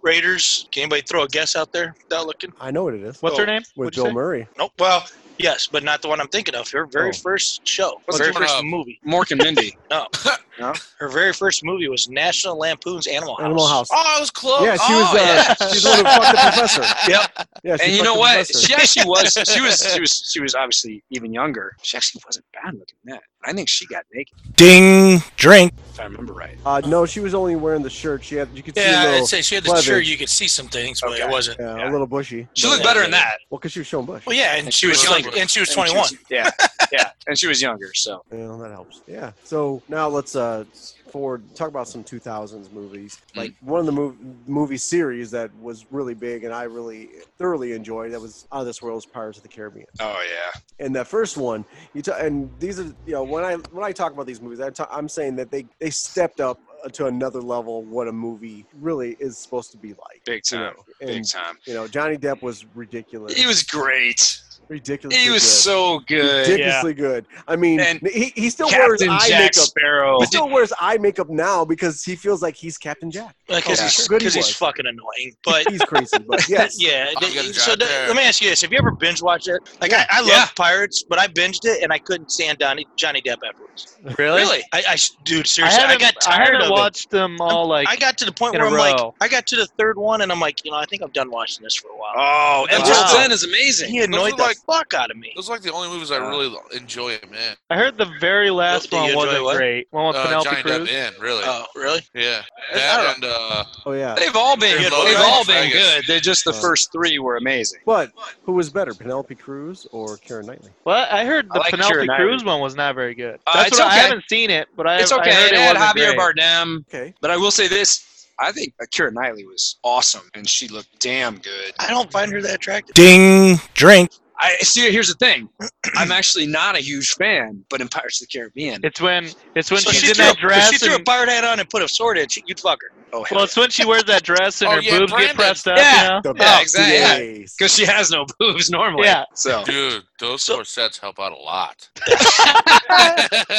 Raiders. Can anybody throw a guess out there? Without looking,
I know what it is
What's her name?
with
What'd you
Bill
say?
Murray.
nope. Well, yes, but not the one I'm thinking of. Her very
Oh.
first show,
What's
her very
the
first
one, uh,
movie.
Mork and Mindy.
Her very first movie was National Lampoon's Animal House. Ah!
Animal House.
Oh, I was close.
Yeah, she
oh,
was. Uh, She's the one who fucked the professor.
Yep.
Yeah, she
and you
fucked
know
the
what?
professor.
She actually was. She was. She was. She was obviously even younger. She actually wasn't bad looking then. I think she got naked,
Ding. Drink.
if I remember right.
Uh, no, she was only wearing the shirt. She had you could see
Yeah,
a
I'd
little,
say she had the
cleavage.
shirt. You could see some things, but
Okay.
it wasn't.
uh, a little bushy. uh,
She looked better in that.
Well, because she was showing bush.
Well, yeah, and, she was like,
younger.
and she was
And
21.
yeah, yeah, and she was younger. So
Yeah, that helps. Yeah. So now let's uh forward talk about some 2000s movies.
Mm-hmm.
Like one of the mov- movie series that was really big and I really thoroughly enjoyed that was Out of This World's Pirates of the Caribbean.
Oh yeah.
And that first one, you ta- and these are you know when I when I talk about these movies, I ta- I'm saying that they they stepped up uh, to another level of what a movie really is supposed to be like.
big time, big
And
time.
you know Johnny Depp was ridiculous.
He was great.
ridiculous.
He was so good.
ridiculously good. I mean,
And
he, he still wears
Captain
eye
Jack
makeup.
Sparrow.
He still wears eye makeup now because he feels like he's Captain Jack.
Because
Oh,
he's,
good he
Uh, 'cause he's
was.
fucking annoying.
[laughs]
But
He's crazy,
[laughs]
but yes.
yeah.
I'm gonna
So
drive
th-
there.
let me ask you this: Have you ever binge watched it? Like I, I love
Yeah.
Pirates, but I binged it and I couldn't stand Donny, Johnny Depp afterwards.
really?
I, I dude,
I
seriously, I,
haven't, I,
got tired
haven't
of it.
watched them all. Like
I got to the point
in
where
a
I'm like,
row.
I got to the third one and I'm like, you know, I think I'm done watching this for a while.
oh, Emerald
Wow.
Zen is amazing.
he annoyed
Those
the
are like-
fuck out of me.
Those are like the only movies I
Uh,
really enjoy him in.
I heard the very last
Well,
one
do you
wasn't
enjoy what?
great. One with
Uh,
Penelope
Johnny
Cruz.
Depp in really.
Oh, really?
yeah.
I
That
don't-
and uh,
Oh yeah.
They've all been
They're
good.
both
They've
right.
all been
Vegas.
good. They're just the
Uh,
first three were amazing.
But who was better, Penelope Cruz or Karen Knightley?
Well, I heard
I
the
like
Penelope
Keira Knightley.
Cruz one was not very good.
Uh,
That's
it's
what I
okay.
haven't seen it, but I,
It's
I
okay.
heard
It
it
had
wasn't
Javier
great.
Bardem.
Okay.
But I will say this: I think Akira Knightley was awesome, and she looked damn good.
I don't find her that attractive.
Ding. Drink.
I see. Here's the
[clears throat]
thing: I'm actually not a huge fan, but in Pirates of the Caribbean,
It's when it's when
so
she's
she
in
threw,
that
a- if
dress.
she threw a
and-
pirate hat on and put a sword in. She, you'd fuck her.
oh
well,
hell,
it's when she wears that dress and
Oh,
her
yeah,
boobs get
Brandon.
pressed up.
Yeah.
You know?
The
Yeah, exactly. Yeah.
days.
because she has no [laughs] boobs normally.
Yeah.
So
dude, those corsets help out a lot.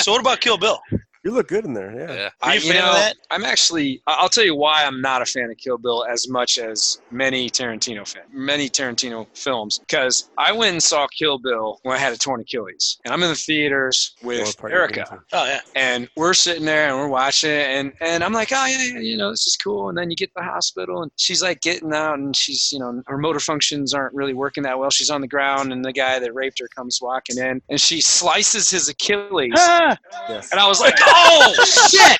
So what about Kill Bill?
You look good in there. Yeah.
Yeah.
I,
you a fan of that?
I'm actually. I- I'll tell you why I'm not a fan of Kill Bill as much as many Tarantino fan, many Tarantino films. Because I went and saw Kill Bill when I had a torn Achilles, and I'm in the theaters with
Or a partner
Erica.
dancing.
Oh yeah.
and we're sitting there and we're watching it and, and i'm like oh yeah, yeah you know this is cool and then you get to the hospital and she's like getting out and she's you know her motor functions aren't really working that well she's on the ground and the guy that raped her comes walking in and she slices his achilles
[laughs] Ah,
Yes.
and i was [laughs] like oh shit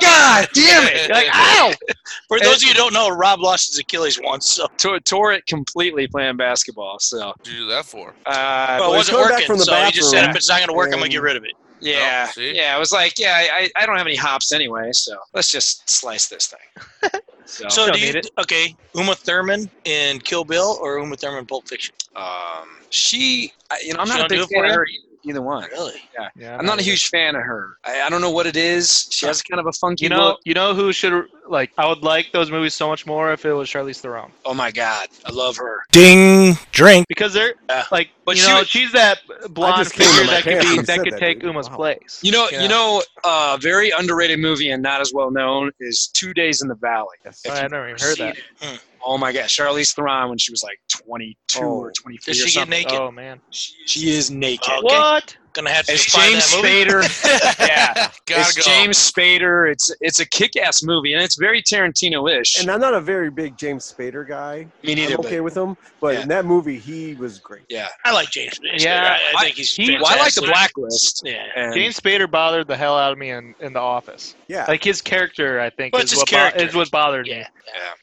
god damn it [laughs] like ah. ow
For those of you who don't know, Rob lost his Achilles once. So
tore, tore it completely playing basketball so
What did you do that for?
uh
well, it
he
wasn't
come back
working.
from the
so he just said,
bathroom
if it's not going to work, I'm going
and-
to get rid of it.
yeah
Oh, see?
yeah i was like yeah I, I don't have any hops anyway so let's just slice this thing so,
So
Don't
do you,
need it.
okay, Uma Thurman in Kill Bill or Uma Thurman in Pulp Fiction?
Um, she, I- you know, I'm
She
not
don't
a
do
big
it for
fan of
you?
her either, either one.
Really?
yeah,
I'm not a huge fan of her. I, I don't know what it is. She has kind of a funky
You know,
look.
you know who should like? I would like those movies so much more if it was Charlize Theron
Oh my god, I love her.
Ding. Drink.
because they're
Yeah.
like,
But
you
she
know,
was-
she's that blonde
just came to
figure
my
that could
pants
be
when you
that
said
could
that,
take
dude.
Uma's
Wow.
place.
You know,
Yeah.
you know, uh, very underrated movie and not as well known is Two Days in the Valley.
Yes.
I never even heard that.
that. Oh my god, Charlize Theron when she was like 22
Oh.
or 23
Does
or
she get
something.
naked?
Oh man,
She is naked.
Okay.
what?
Gonna have to
It's
find
James
that movie.
Spader. yeah.
Gotta
it's
go.
James Spader. It's it's a kick-ass movie, and it's very Tarantino-ish.
And I'm not a very big James Spader guy.
Me neither.
I'm
but-
okay with him, but
Yeah.
in that movie, he was great.
yeah.
I like James. Spader.
Yeah,
I, I think he's.
he-
Well, I like the
fantastic.
Blacklist.
Yeah.
And
James Spader bothered the hell out of me in, in The Office.
Yeah.
Like his character, I think,
Well,
is
it's his
what, bo-
character.
is what bothered me.
Yeah.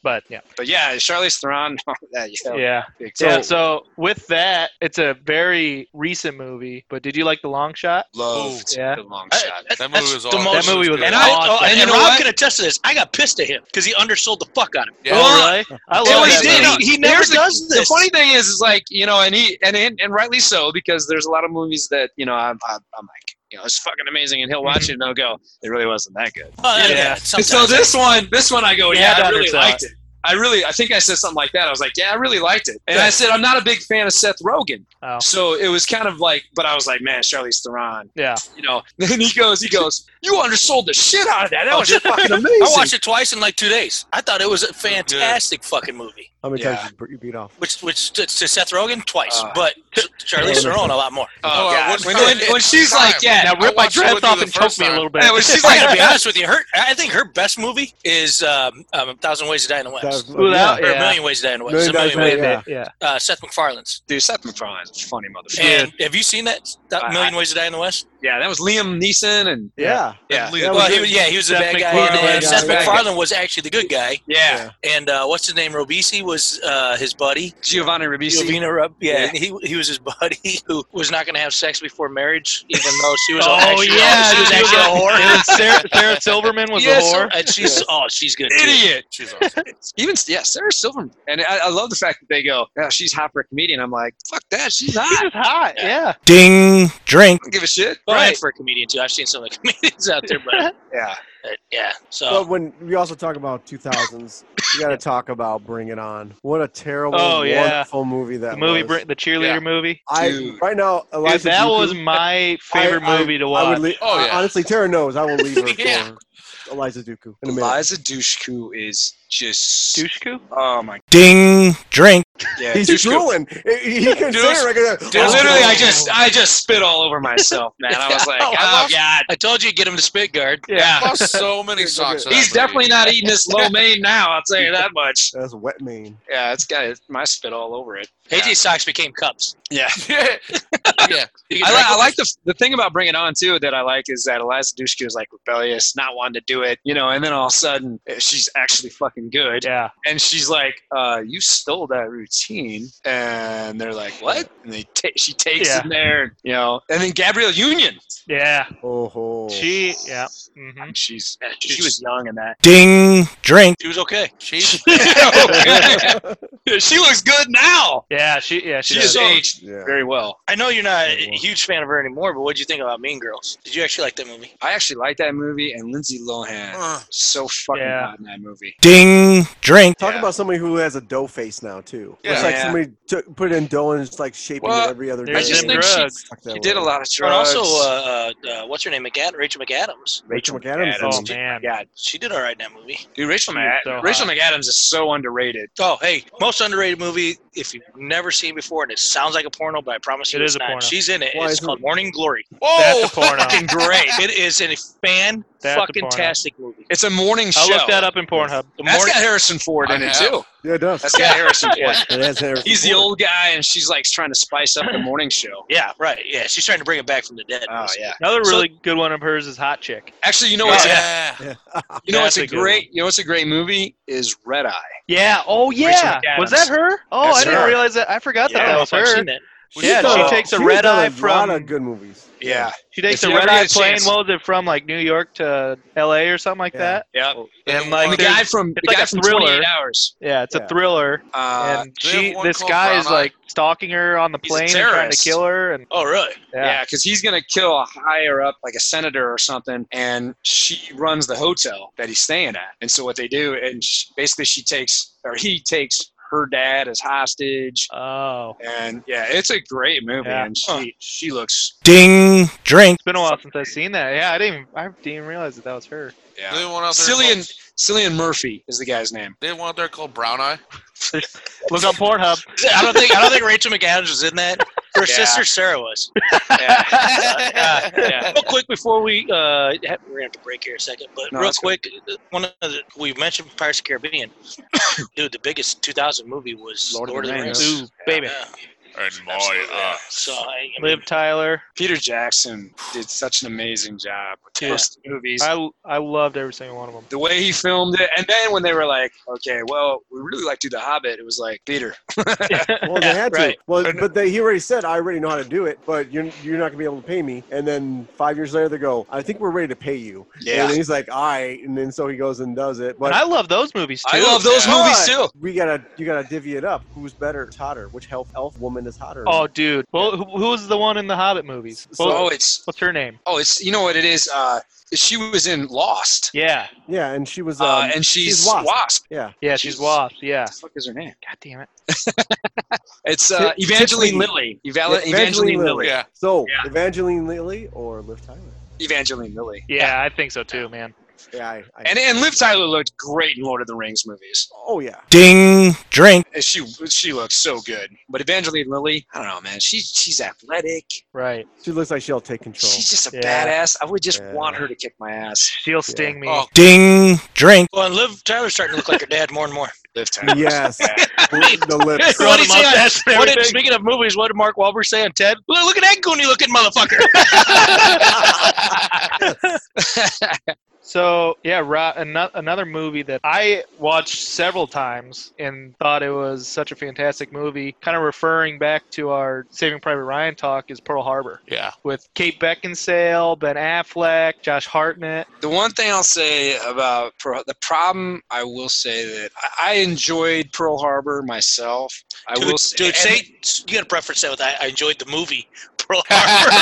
But yeah,
but yeah, Charlize Theron. [laughs] yeah, yeah.
yeah.
Big
So,
time.
so with that, it's a very recent movie. But did you like the long shot?
Oh,
Loved.
Yeah.
The long
I-
shot.
That movie
that's
was
the
awesome.
most-
That movie was
good.
And I oh,
Awesome.
and,
And
you
you
know
know
Rob
what?
can attest to this. I got pissed at him because he undersold the fuck out of me.
Yeah.
Oh, really? I
Well,
love
he
that
did.
movie.
He, he never
Here's the-
does
The
this.
funny thing is, is like you know, and he and and, and rightly so because there's a lot of movies that you know I'm I'm, I'm like you know it's fucking amazing, and he'll watch it and I'll go, it really wasn't that good.
Oh, yeah.
Yeah.
So
Sometimes.
this one, this one, I go,
You had
yeah,
to
I really
undersell
liked it. I really, I think I said something like that. I was like, yeah, I really liked it, and
Yeah.
I said I'm not a big fan of Seth Rogen,
Oh.
so it was kind of like, but I was like, man, Charlize Theron,
Yeah.
you know. [laughs] And he goes, he goes, you undersold the shit out of that. That
Oh,
was
dude.
fucking amazing.
I watched it twice in like two days. I thought it was a fantastic fucking movie.
How many
Yeah.
times did you beat off?
Which, which to, to Seth Rogen twice,
Uh,
but to Charlize Theron a lot more.
Oh,
Oh,
God.
one
When,
time-
when- when she's like, yeah,
Now
I
rip my
watched it
dreads
with you
off
the
and choke
first
me a
time.
little bit.
yeah, [laughs] when she's
I
[laughs]
gotta
[laughs] like,
be honest with you. Her, I think her best movie is um, um, A Thousand Ways to Die in the West,
That-
Ooh, that-
or A
yeah.
Million Ways to Die in the West.
Million
It's a
Ways to
million
Die-
ways.
yeah.
Yeah.
[laughs] yeah.
Uh, Seth MacFarlane's.
dude, Seth MacFarlane's a funny motherfucker.
And have you seen that? That
I-
Million Ways to Die in the West.
yeah, that was Liam Neeson and
Yeah.
yeah,
That was
Well, he
it.
was, yeah, he was the
Seth
bad guy, and,
MacFarlane,
and
yeah,
Seth
the bad guy.
MacFarlane was actually the good guy.
yeah,
And uh, what's his name? Robisi was uh, his buddy.
Giovanni Ribisi.
Giovanna Rob- yeah,
Yeah.
He, he was
[laughs]
his buddy. Who
was not gonna have sex before marriage, even though she [laughs] was.
Oh,
a, actually,
yeah,
she was
dude,
actually a [laughs] whore.
It was Sarah, Sarah Silverman was
Yes,
a whore.
And she's oh, she's good. Too.
Idiot.
She's awesome.
Even yeah, Sarah Silverman, and I, I love the fact that they go, yeah, she's hot for a comedian. I'm like, fuck that, she's hot. I
She's hot. Yeah.
Ding drink.
don't give a shit.
Well,
Right.
and for a comedian too. I've seen some of the [laughs] comedians out there, [laughs] but
Yeah,
uh, yeah. So
But when we also talk about 2000s, you got to talk about Bring It On. What a terrible,
Oh, yeah.
wonderful movie that
The movie,
was.
br- the cheerleader
Yeah.
movie.
I
Dude.
right now,
Dude,
Elijah
that
Duku,
was my favorite
I- I-
movie to
I
watch.
would leave,
Oh, yeah.
honestly, Tara knows I will leave her
Yeah.
for Eliza Duku in a minute.
Eliza Dushku is just.
Dushku?
[laughs]
Oh my.
Ding drink.
Yeah,
He's
Dushku.
drooling. He, he couldn't say it right there. Oh,
Dude, literally, I just, I just spit all over myself, man. I
[laughs]
was like, oh god.
I told you to get him to spit guard.
Yeah.
Lost so many socks. in that
He's
movie.
definitely not eating [laughs] this low main now. I'll tell you that much.
That's wet mane.
Yeah, it's got my spit all over it.
AJ socks became cups.
Yeah.
yeah.
[laughs]
yeah.
You
I,
can
li-
drink
I
them.
like the the thing about bringing on too that I like is that Eliza Dushku is like rebellious, not wanting to do it, you know, and then all of a sudden eh, she's actually fucking good,
Yeah.
and she's like, uh, "You stole that routine," and they're like, "What?" And they ta- she takes
Yeah.
him there, you know, and then Gabrielle Union,
Yeah.
Oh, ho.
She, yeah. hmm
she's eh, she was young in that.
Ding drink.
she was okay.
[laughs]
She's
she looks good now.
Yeah, she, yeah, she,
She
does.
has aged
yeah.
very well.
I know you're not a
Yeah.
huge fan of her anymore, but what'd you think about Mean Girls? Did you actually like that movie?
I actually like that movie, and Lindsay Lohan
Uh,
so fucking
Yeah.
hot in that movie.
Ding drink.
Talk
Yeah.
about somebody who has a dough face now too.
Yeah.
It's like
Yeah.
somebody took, put it in dough and it's like shaping
Well,
it every other day.
There's
I just
them
think she-
drugs.
Fuck that
She did a
word.
lot of
But
drugs.
also, uh, uh, uh, what's her name? McAd- Rachel McAdams.
Rachel McAdams.
Oh,
and-
man.
yeah,
She did all right in that movie.
Dude, Rachel,
She is
Mc-
so
Rachel McAdams is so underrated.
Oh, hey, most underrated movie if you've never seen before, and it sounds like a porno, but I promise you
It
it's
is a
not.
porno.
She's in it.
Why
it's
isn't
called
it?
Morning Glory.
That's
whoa.
Oh,
a porno.
Fucking great! [laughs] it is a fan
That's a
fucking
porno.
tastic movie.
It's a morning show.
I'll look that up in Pornhub.
The
That's
morning,
got Harrison Ford in
I
it
have.
too.
Yeah, it does.
That's got [laughs] Harrison Ford.
It has Harrison
He's the
Ford.
old guy, and she's like trying to spice up the morning show.
yeah, right. Yeah, she's trying to bring it back from the dead.
Oh yeah. Oh,
Another
So-
really good one of hers is Hot Chick.
Actually, you know what's
Yeah.
[laughs] you know what's a
That's a good
great you know what's a great movie is Red Eye.
Yeah. Oh, yeah.
McAdams.
Was that her? Oh,
That's
I didn't
her.
realize that. I forgot
I
that
don't
that
know
was
if I've
her.
seen that.
Yeah,
done-
she takes a
she's
red
done
eye
A lot
from-
of good movies.
Yeah.
She takes
If
a
you ever
red eye
get a
plane.
chance-
What was it from like New York to L.A. or something like
Yeah.
that?
Yeah.
And
And the
like
guy from the
it's like
guy
a
from
thriller.
28 Hours.
Yeah, it's
Yeah.
a thriller,
Uh,
and
do they have
she,
one
this
called
guy
Brown
is
Eye?
like stalking her on the
He's a
plane, and trying to
terrorist.
kill her, and
Oh, really?
yeah,
yeah, because he's gonna kill a higher up, like a senator or something, and she runs the hotel that he's staying at. And so what they do, and sh basically she takes or he takes her dad as hostage.
oh,
And yeah, it's a great movie,
Yeah.
and she she looks
Ding drink.
it's been a while since I've seen that. Yeah, I didn't, I didn't even realize that that was her.
They have one out there
Cillian
Called,
Cillian Murphy is the guy's
[laughs]
name.
they have one out there called Brown Eye.
Look on Pornhub.
[laughs] I don't think I don't think Rachel McAdams was in that. Her
Yeah.
sister Sarah was.
Yeah. Yeah.
Real quick before we uh, ha- we're gonna have to break here a second, but
No,
real
that's
quick, uh, one of the we mentioned Pirates of the Caribbean. [coughs] Dude, the biggest 2000 movie was Lord, of the
[laughs]
Rings.
Ooh, baby. uh,
Yeah,
And
absolutely.
my uh,
so I, I mean,
Liv Tyler.
Peter Jackson did such an amazing job with
Yeah.
those movies.
I, I loved every single one of them.
the way he filmed it, and then when they were like, "Okay, well, we really like to do The Hobbit," it was like Peter.
Well, they had to.
right.
Well, but they, he already said, I already know how to do it, but you're, you're not going to be able to pay me. And then five years later, they go, I think we're ready to pay you. And he's like, all right. And then so he goes and does it. But
and I love those movies too.
I love those
Yeah.
movies too.
we gotta, you gotta divvy it up. Who's better? It's hotter. Which health elf woman is hotter?
oh, dude. Well, who, who was the one in the Hobbit movies?
So,
Well,
oh, it's
what's her name?
oh, it's you know what it is. Uh, she was in Lost,
Yeah.
yeah, and she was. Um,
uh, and she's,
she's
Wasp.
Wasp.
Yeah,
Yeah, she's
Jeez.
Wasp. Yeah.
what the fuck is her name?
God damn it.
It's uh,
Ti-
Evangeline
Tiffany.
Lilly. Eval- Evangeline, Lilly.
God. Yeah.
So
Yeah.
Evangeline Lilly or Liv Tyler?
Evangeline Lilly.
Yeah, I think so too, man.
Yeah, I, I,
And and Liv Tyler looked great in Lord of the Rings movies.
oh yeah.
Ding drink.
And She she looks so good. But Evangeline Lilly, I don't know, man. She she's athletic.
Right.
She looks like she'll take control.
She's just a
Yeah.
badass. I would just
Yeah.
want her to kick my ass.
She'll sting me.
Oh.
Ding drink.
well, and Liv Tyler's starting to look like her dad more and
[laughs]
more.
Liv Tyler.
yes, the
[laughs]
lips.
What did he say on-
mustache and
what did-
everything.
speaking of movies, what did Mark Wahlberg say on Ted? Look, look at that goony looking motherfucker.
So yeah, Ra- ano- another movie that I watched several times and thought it was such a fantastic movie. Kind of referring back to our Saving Private Ryan talk is Pearl Harbor
Yeah.
with Kate Beckinsale, Ben Affleck, Josh Hartnett.
The one thing I'll say about Pearl, the problem I will say that I, I enjoyed Pearl Harbor myself. I
dude,
will say,
dude,
and- [laughs]
say you got to preference that with I, I enjoyed the movie Pearl
[laughs]
Harbor.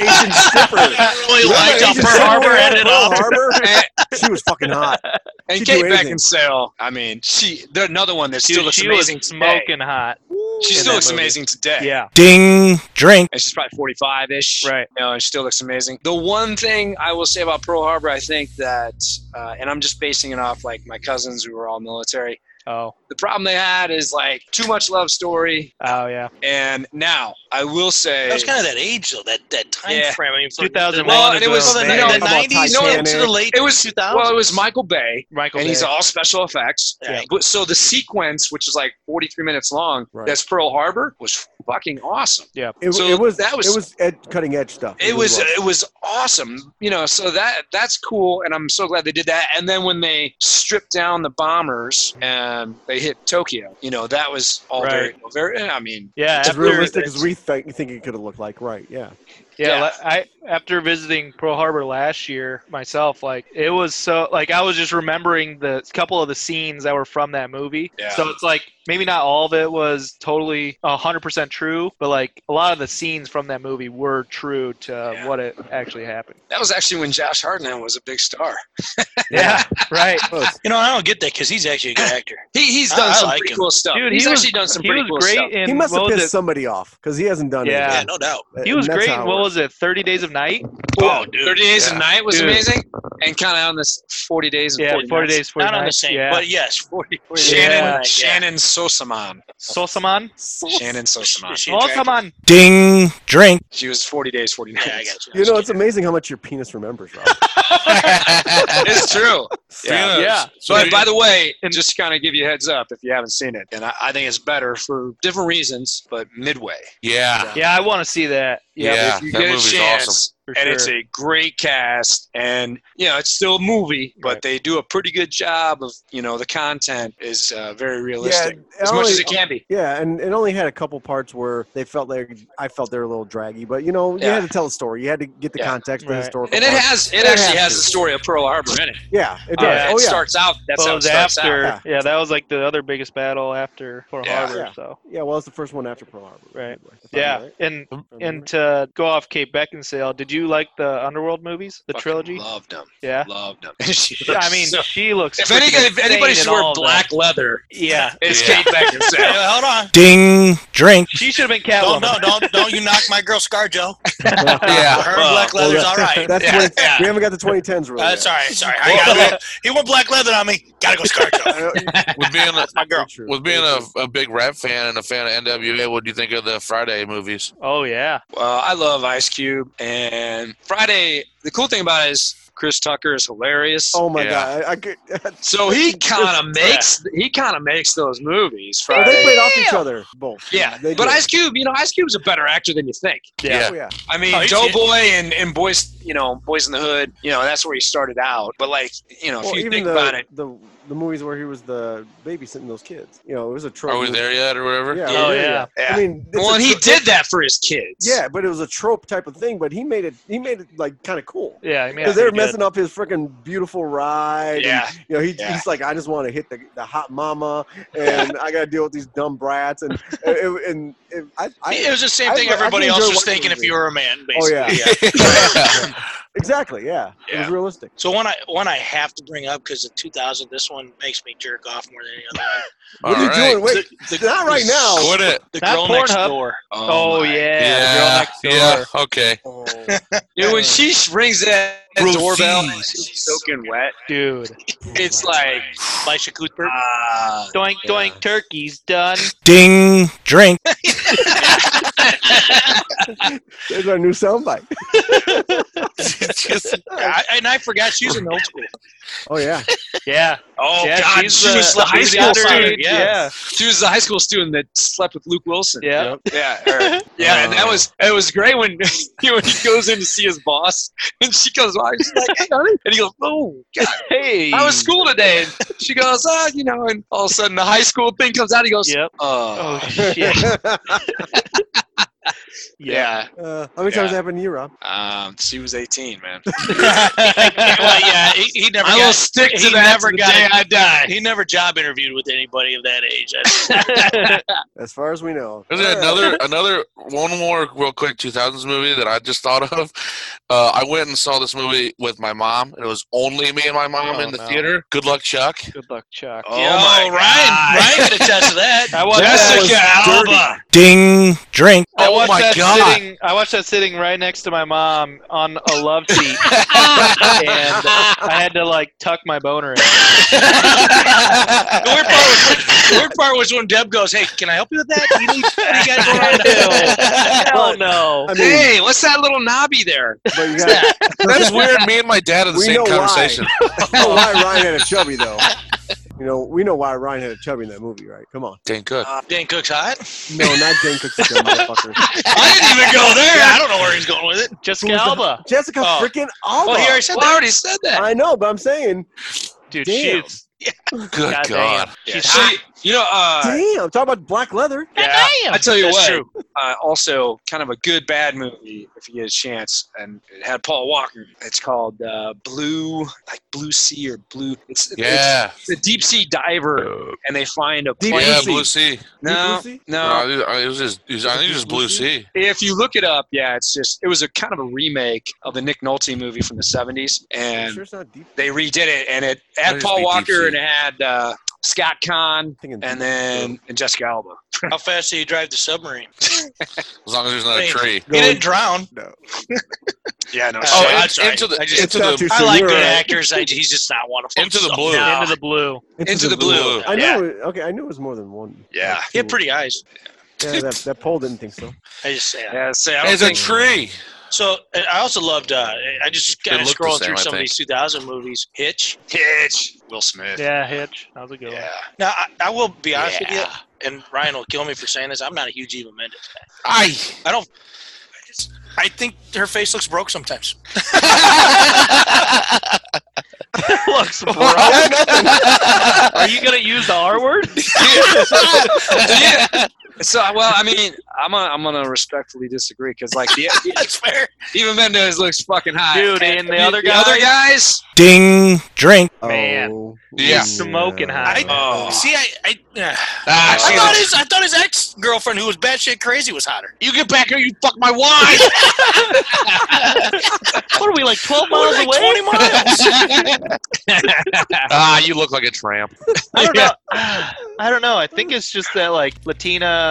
That's like
[laughs]
an Asian stripper.
[laughs]
I really liked how
Asian
Pearl
stripper
Harbor
at
ended
Pearl
up.
Harbor. [laughs] she was fucking hot.
and
she'd
Kate
do anything.
Beckinsale. I mean, she the- another one that still
Dude,
looks
she
amazing
was
today.
smoking hot.
She
in
still
that
looks
movie.
amazing today.
Yeah,
Ding drink.
and she's probably 45 ish.
Right.
You know, and she still looks amazing. The one thing I will say about Pearl Harbor, I think that, uh, and I'm just basing it off like my cousins who were all military.
Oh,
The problem they had is like too much love story.
oh yeah.
And now I will say,
That was kind of that age, though. That that time
Yeah.
frame. I mean, for
2001
Well,
is
and it was
when
the,
they-
the
About
90s
Titanic.
to the late
it was
2000s.
well, it was Michael Bay,
Michael
and he's
Bay.
all special effects.
Yeah.
But so the sequence, which is like 43 minutes long,
Right.
that's Pearl Harbor, was fucking awesome.
It,
So
it was
that
that
was-
was it was ed- cutting edge stuff.
it
really
was it was awesome you know so that that's cool and i'm so glad they did that and then when they stripped down the bombers and they hit tokyo you know that was all very very i mean
yeah,
as
after-
realistic as we think, think it could have looked like. Right? Yeah.
Yeah,
Yeah.
li- I after visiting Pearl Harbor last year myself, like it was so like I was just remembering the couple of the scenes that were from that movie.
Yeah.
So it's like maybe not all of it was totally hundred percent true, but like a lot of the scenes from that movie were true to
Yeah.
what it actually
[laughs]
happened.
that was actually when josh hartnett was a big star
Yeah, right.
You know, I don't get that because he's actually a good actor.
he, he's
I-
done
I
some
like
pretty
him.
cool stuff
Dude,
he's
he was-
actually done some
he
pretty
was
cool
great
stuff
in
He must have
what was
pissed
it-
somebody off because he hasn't done
Yeah.
Yeah,
anything.
no doubt.
He was
And that's
great.
how
in
it
What
works.
was it? Thirty Days of Night.
Oh, dude.
30 days
Yeah.
a night was
Dude.
amazing and kind of on this 40 days and
Yeah,
40,
Forty
nights.
Days, Forty
Not on the
Nights,
same,
yeah.
but yes, 40, 40
shannon
Yeah.
shannon sosaman
Sosaman.
shannon sosaman
She attractive?
Sosaman.
[laughs]
Ding drink.
she was 40 days 40
Yeah,
nights
I got
You know, it's amazing how much your penis remembers, Rob.
it's true [laughs] Yeah.
Yeah.
So
But
but,
by the way,
And-
just kind of give you a heads up if you haven't seen it, and I, I think it's better for different reasons. But midway,
yeah.
Yeah, I want to see that. Yeah,
Yeah.
if you
that
get a
movie's
chance,
awesome.
for
and
sure.
it's a great cast, and you know it's still a movie, but
Right.
they do a pretty good job of you know the content is uh, very realistic
Yeah,
as much
only-
as it can be.
Yeah, and it only had a couple parts where they felt like I felt they were a little draggy, but you know, you
Yeah.
had to tell a story. You had to get the
Yeah.
context, the
Right.
historical.
And it
part.
has it
It
actually
has
has
to.
the story of Pearl Harbor in it.
yeah, it
Yeah.
does.
Uh,
oh
it
yeah,
starts out. That's
Well,
how
it
it
was
starts
after.
out.
out.
Yeah, that was like the other biggest battle after Pearl
Yeah.
Harbor.
Yeah.
So
yeah. Well, it's the first one after Pearl Harbor,
Right.
If I'm
yeah,
right.
and
If I'm
and
right.
to go off Kate Beckinsale, did you you like the Underworld movies, the
Fucking
trilogy?
Loved them.
Yeah.
Loved them. [laughs] She
I
looks
mean,
so-
she looks.
if, any,
freaking
if anybody
insane
should
in all
wear
of them.
black leather,
yeah,
it's
Yeah.
Kate
[laughs]
Beckinsale.
Hold on.
Ding drink.
she should have been
No,
Catwoman.
no, don't, don't you knock my girl ScarJo.
Yeah.
Her black leather's all right.
[laughs] That's
yeah,
20
yeah.
We haven't got the 2010s really.
Uh,
yet. [laughs]
sorry, sorry. I gotta, [laughs] he went black leather on me. Gotta go ScarJo.
I don't-
With being a,
That's my girl.
true.
with being a, a big rap fan and a fan of NWA, what do you think of the Friday movies?
Oh yeah,
Well, I love Ice Cube, and Friday. The cool thing about it is Chris Tucker is hilarious.
Oh my
Yeah.
god! I, I could, [laughs]
So he kind of makes he kind of makes those movies.
Well, Oh, they
Friday.
played off each other both.
Yeah,
they
but
did.
Ice Cube, you know, Ice Cube's a better actor than you think.
Oh, yeah.
I mean,
Oh, he's-
Doughboy and, and Boys, you know, Boys in the Hood, you know, that's where he started out. But like, you know, if
Well,
you
even
think
the,
about it,
the the movies where he was the babysitting those kids, you know, it was a trope.
Are we
movie.
Oh, there yet or whatever? [laughs]
Yeah.
Oh,
we're there
yeah.
yet.
Yeah.
I mean, it's
well,
a
and he
tro-
did that for his kids.
Yeah, but it was a trope type of thing. But he made it. He made it like kind of cool.
yeah. I mean,
Because
I
they're
think he did.
messing up his freaking beautiful ride. and,
Yeah.
you know, he,
Yeah.
he's like, I just want to hit the, the hot mama, and I got to deal with these dumb brats. And and, and, and [laughs] I,
it
I,
was the same
I-
thing
I
everybody
enjoy
else was
watching
thinking if
movies.
you were a man,
oh
basically.
yeah,
Yeah.
exactly. Yeah, it was
Yeah.
realistic.
So one I one I have to bring up because in 2000, this one makes me jerk off more than any other one. [laughs]
All
What are you
right.
doing? Wait, not right now.
[laughs] Quit it.
The
Not
girl next
Pornhub.
door.
Oh,
my.
yeah, Girl
Yeah.
Next Door.
Yeah. Okay.
Dude, when she rings that
Proceed.
doorbell, and she's soaking wet.
dude.
It's like,
Elisha Cuthbert.
ah,
Doink doink, turkey's
[laughs]
done.
Ding drink.
There's our new soundbite.
Just-
I, and I forgot she's
[laughs]
in old school.
Oh yeah, [laughs]
Yeah,
oh
yeah.
god,
she's
she
the,
was the high
she's the
school
underage,
student. Yeah.
yeah,
she was the high school student that slept with Luke Wilson.
yeah.
[laughs] Yeah, or- yeah, and that was it was great when [laughs] you know, when he goes in to see his boss [laughs] and she goes, "Why?" She's like, "Hey, honey," and he goes, "Oh, God,
Hey,
I was school today." And she goes, "Ah, you know," and all of a sudden the high school thing comes out. He goes,
Yep.
"Oh,
Oh
[laughs]
shit.
yeah."
Uh, how many
Yeah.
times happened to you, Rob?
Um, she was 18,
[laughs]
man.
[laughs]
yeah, well, yeah, he, he never
I will
got,
stick to
he
that
never
to the
got
day
it.
I die.
he never job interviewed with anybody of that age. That's-
[laughs]
As far as we know.
There's another another one more real quick 2000s movie that I just thought of. Uh, I went and saw this movie with my mom. It was only me and my mom
Oh,
in the
no.
theater. Good luck, Chuck.
Good luck, Chuck.
Oh
Yo,
my
Ryan, Ryan could attest to [laughs] that.
I watched
Jessica
that.
[laughs]
Alba.
Ding drink.
I
Oh
watched
my
that
God.
sitting. I watched that sitting right next to my mom on a love seat, and I had to like tuck my boner in.
The weird, part was, the weird part was when Deb goes, "Hey, can I help you with that? You need, what do you got going on?"
[laughs] Hell no.
I mean,
Hey, what's that little knobby [laughs] there?
but you got
That's weird. Me and my dad had the
We know
same
why. [laughs]
conversation.
you know why Ryan had a chubby though. You know, we know why Ryan had a chubby in that movie, right? Come on.
Dang good.
Uh, Dan Cook's hot.
No, not Jane Cook's a dumb motherfucker.
I didn't even
[laughs]
go there. I don't know where he's going with it.
Jessica Alba,
Jessica
Oh.
freaking Alba.
Well, he already said
Well, I already said that.
I know, but I'm saying,
dude.
Damn.
She's
Good
God
God.
damn.
Yeah. So, you know, uh,
damn, talk about black leather.
Yeah. I tell you
That's
what.
true.
Uh, also, kind of a good bad movie if you get a chance, and it had Paul Walker. It's called uh, Blue, like Blue Sea or Blue. It's it's,
Yeah. Uh,
it's a deep sea diver, and they find a
Deep
plane.
yeah,
Sea.
Blue Sea.
No,
Blue Sea?
no.
No, I- I- it was just, it was- I think it was Blue Sea.
If you look it up, yeah, it's just it was a kind of a remake of the Nick Nolte movie from the '70s,
I'm
and
sure it's not deep.
they redid it, and it
Might
had
just
Paul
be deep sea.
Walker and it had uh, Scott Kahn,
Thinking
and then and Jessica Alba.
How fast do you drive the submarine?
As long as there's not a
Hey.
tree.
He didn't drown.
no.
Yeah, no.
Oh,
Oh,
I'm
in-
sorry.
into the
I just-
into
It's not too
the
I
soon.
like
We're,
good
uh,
actors. I, he's just not one of them.
Into the
So,
blue.
no.
into the blue.
Into the blue.
I
Yeah.
knew. It, okay, I knew it was more than one.
Yeah.
He had pretty eyes.
Yeah, that, that poll didn't think so.
I just say that.
Yeah, say I don't
It's a
think-
tree.
So and I also loved. Uh, I just
They
kind of
look the
scrolling
same,
through
I
some of
think.
these 2000 movies. Hitch.
Hitch. Will Smith.
Yeah, Hitch. That was a good [laughs]
[laughs] Yeah.
Now I, I will be honest
Yeah.
with you, and Ryan will kill me for saying this. I'm not a huge Eva Mendes. fan.
I.
I don't. I just. I think her face looks broke sometimes.
one. Looks broke. Are you gonna use the R word?
So well, I mean, I'm gonna, I'm gonna respectfully disagree because like the,
[laughs] That's fair.
even Mendez looks fucking hot,
Dude, and the other
The
guy?
other guys,
Ding drink.
[laughs] Man.
Oh,
Yeah.
Smoking hot.
I-
Oh.
See, I, I, uh,
Ah,
I
see,
thought
the-
his, I thought his ex girlfriend, who was batshit crazy, was hotter.
you get back here, you fuck my wine.
What are we like twelve
We're
miles
like
away?
twenty miles.
ah, you look like a tramp.
[laughs] I don't know. I don't know. I think it's just that like Latina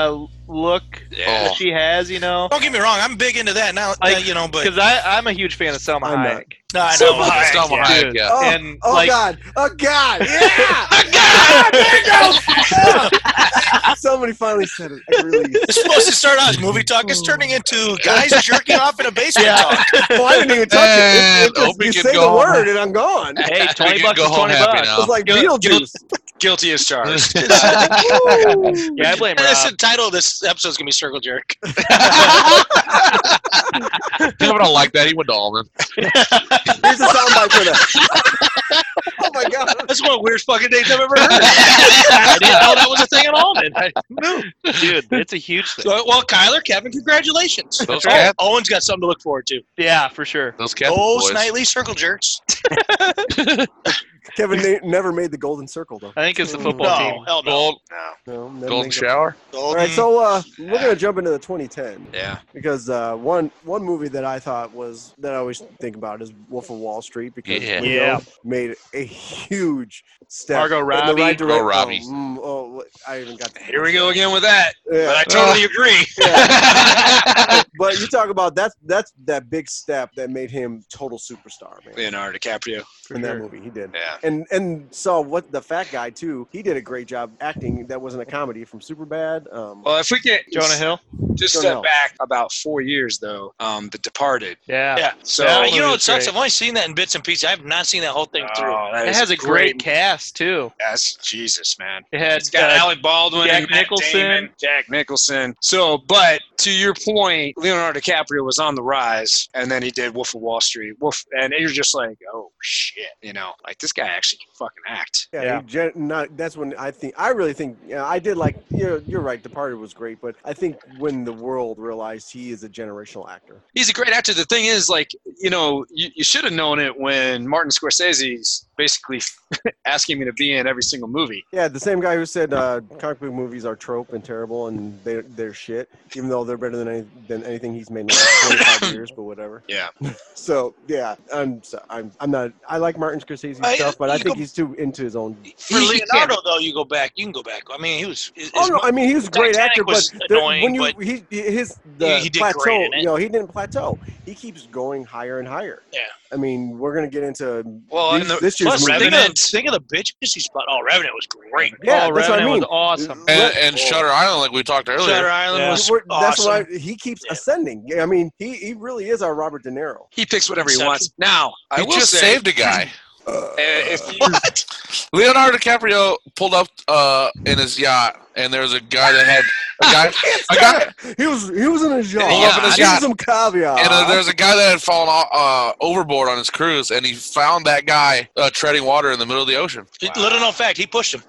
look
Oh.
that she has, you know.
[laughs] Don't get me wrong, I'm big into that now.
Like,
uh, you know,
[laughs]
but
Because I I'm a huge fan of Selma
I'm not.
Hayek.
no, I
Selma
know.
Hayek,
I-
Selma
yeah.
Hayek,
Dude.
yeah.
Oh,
And,
oh
like- [laughs]
god! Ah, Oh god! Yeah! Somebody finally said it. I really.
It's supposed to start out as movie talk. It's turning into
[laughs]
guys jerking off in a basement talk.
Well, I didn't even touch it.
And
It- it just-
hope
you
you
say
get
the
gone.
word and I'm gone. It's
Hey,
We
20
can
bucks
go
is
home
20
happy
bucks.
like
Guilt-
Beetlejuice.
Guilty as charged. [laughs]
Woo!
Yeah, I blame
And that's
Rob.
the title of this episode is gonna be Circle Jerk.
Kevin don't like that. He went to Alman.
Here's a soundbite for that. [laughs] oh my god!
That's one of the weirdest fucking days I've ever heard. I didn't know that was a thing at all. Man. I-
Dude, it's a huge thing.
So, well, Kyler, Kevin, congratulations.
Those
Oh,
cats,
[laughs] Owen's got something to look forward to.
Yeah, for sure.
those cats,
Those
boys.
nightly circle jerks.
Kevin na- never made the golden circle though.
I think it's the football
Oh,
No,
team.
hell no.
Gold,
No, never
golden
made it.
shower.
All right, so uh, we're gonna jump into the 2010
yeah.
because uh, one one movie that I thought was that I always think about is Wolf of Wall Street because
Yeah.
Leo
Yeah.
made a huge step
Margot
in the
Robbie.
right
Margot
direction.
Robbie.
Oh, mm, oh, I even got.
Here we go again with that.
Yeah.
But I totally agree.
[laughs]
but you talk about that's that's that big step that made him total superstar, man.
Leonardo DiCaprio.
in that movie, he did.
Yeah.
And and so what the fat guy too, he did a great job acting. That wasn't a comedy from Superbad. Um,
Well, if we can
Jonah Hill.
just
Jonah
step
Hill.
back about four years, though, um, The Departed.
Yeah.
Yeah.
So
Uh,
movie
you know
was
what sucks?
great.
I've only seen that in bits and pieces. I have not seen that whole thing through.
Oh, that
It
is
has a great, cast too.
That's Jesus, man.
It had
It's got
uh,
Alec Baldwin,
Jack
Matt
Nicholson.
Damon, Jack Nicholson. So, but to your point, Leonardo DiCaprio was on the rise, and then he did Wolf of Wall Street. Wolf, and you're just like, oh shit, you know, like this guy actually can fucking act.
Yeah, he gen- not, that's when I think I really think yeah, I did like you're you're right. Departed was great, but I think when the world realized he is a generational actor,
He's a great actor. The thing is, like, you know, you, you should have known it when Martin Scorsese's basically [laughs] asking me to be in every single movie.
yeah, the same guy who said uh, comic book movies are trope and terrible and they they're shit, even though they're better than any, than anything he's made in the last 25 years, but whatever.
Yeah.
[laughs] So yeah, I'm so, I'm I'm not I like Martin Scorsese
I-
stuff, but I
you
think
go-
he's too into his own.
For Leonardo, though, you go back. You can go back. I mean, he was. his-
Oh
his
no, I mean he was a great
Titanic
actor,
was
but there-
annoying,
when you
but-
he his the
He- he did great
plateau,
in it.
you know, he didn't plateau. He keeps going higher and higher.
Yeah.
I mean, we're gonna get into
Well,
these-
and the-
this year's
Plus,
movie.
think
Revenant.
of, think of the bitches he spot. Oh, Revenant was great.
Yeah,
Paul
that's what I
Revenant
mean.
was awesome.
And, and Shutter Island, like we talked earlier.
oh. Shutter Island
Yeah.
was.
We're- That's why
awesome.
he keeps
Yeah.
ascending. Yeah, I mean, he, he really is our Robert De Niro.
He picks whatever he
Inception.
wants. Now, I
He
will
just
say,
saved a
[laughs]
guy.
uh, [laughs] if you
Leonardo DiCaprio pulled up uh, in his yacht, and there was a guy that had a
[laughs]
guy, a guy,
[laughs] He was he was in a yacht.
Yeah,
Give
I
him
got-
some caviar.
and uh, there was a guy that had fallen uh, overboard on his cruise, and he found that guy uh, treading water in the middle of the ocean.
Little known fact, he pushed him.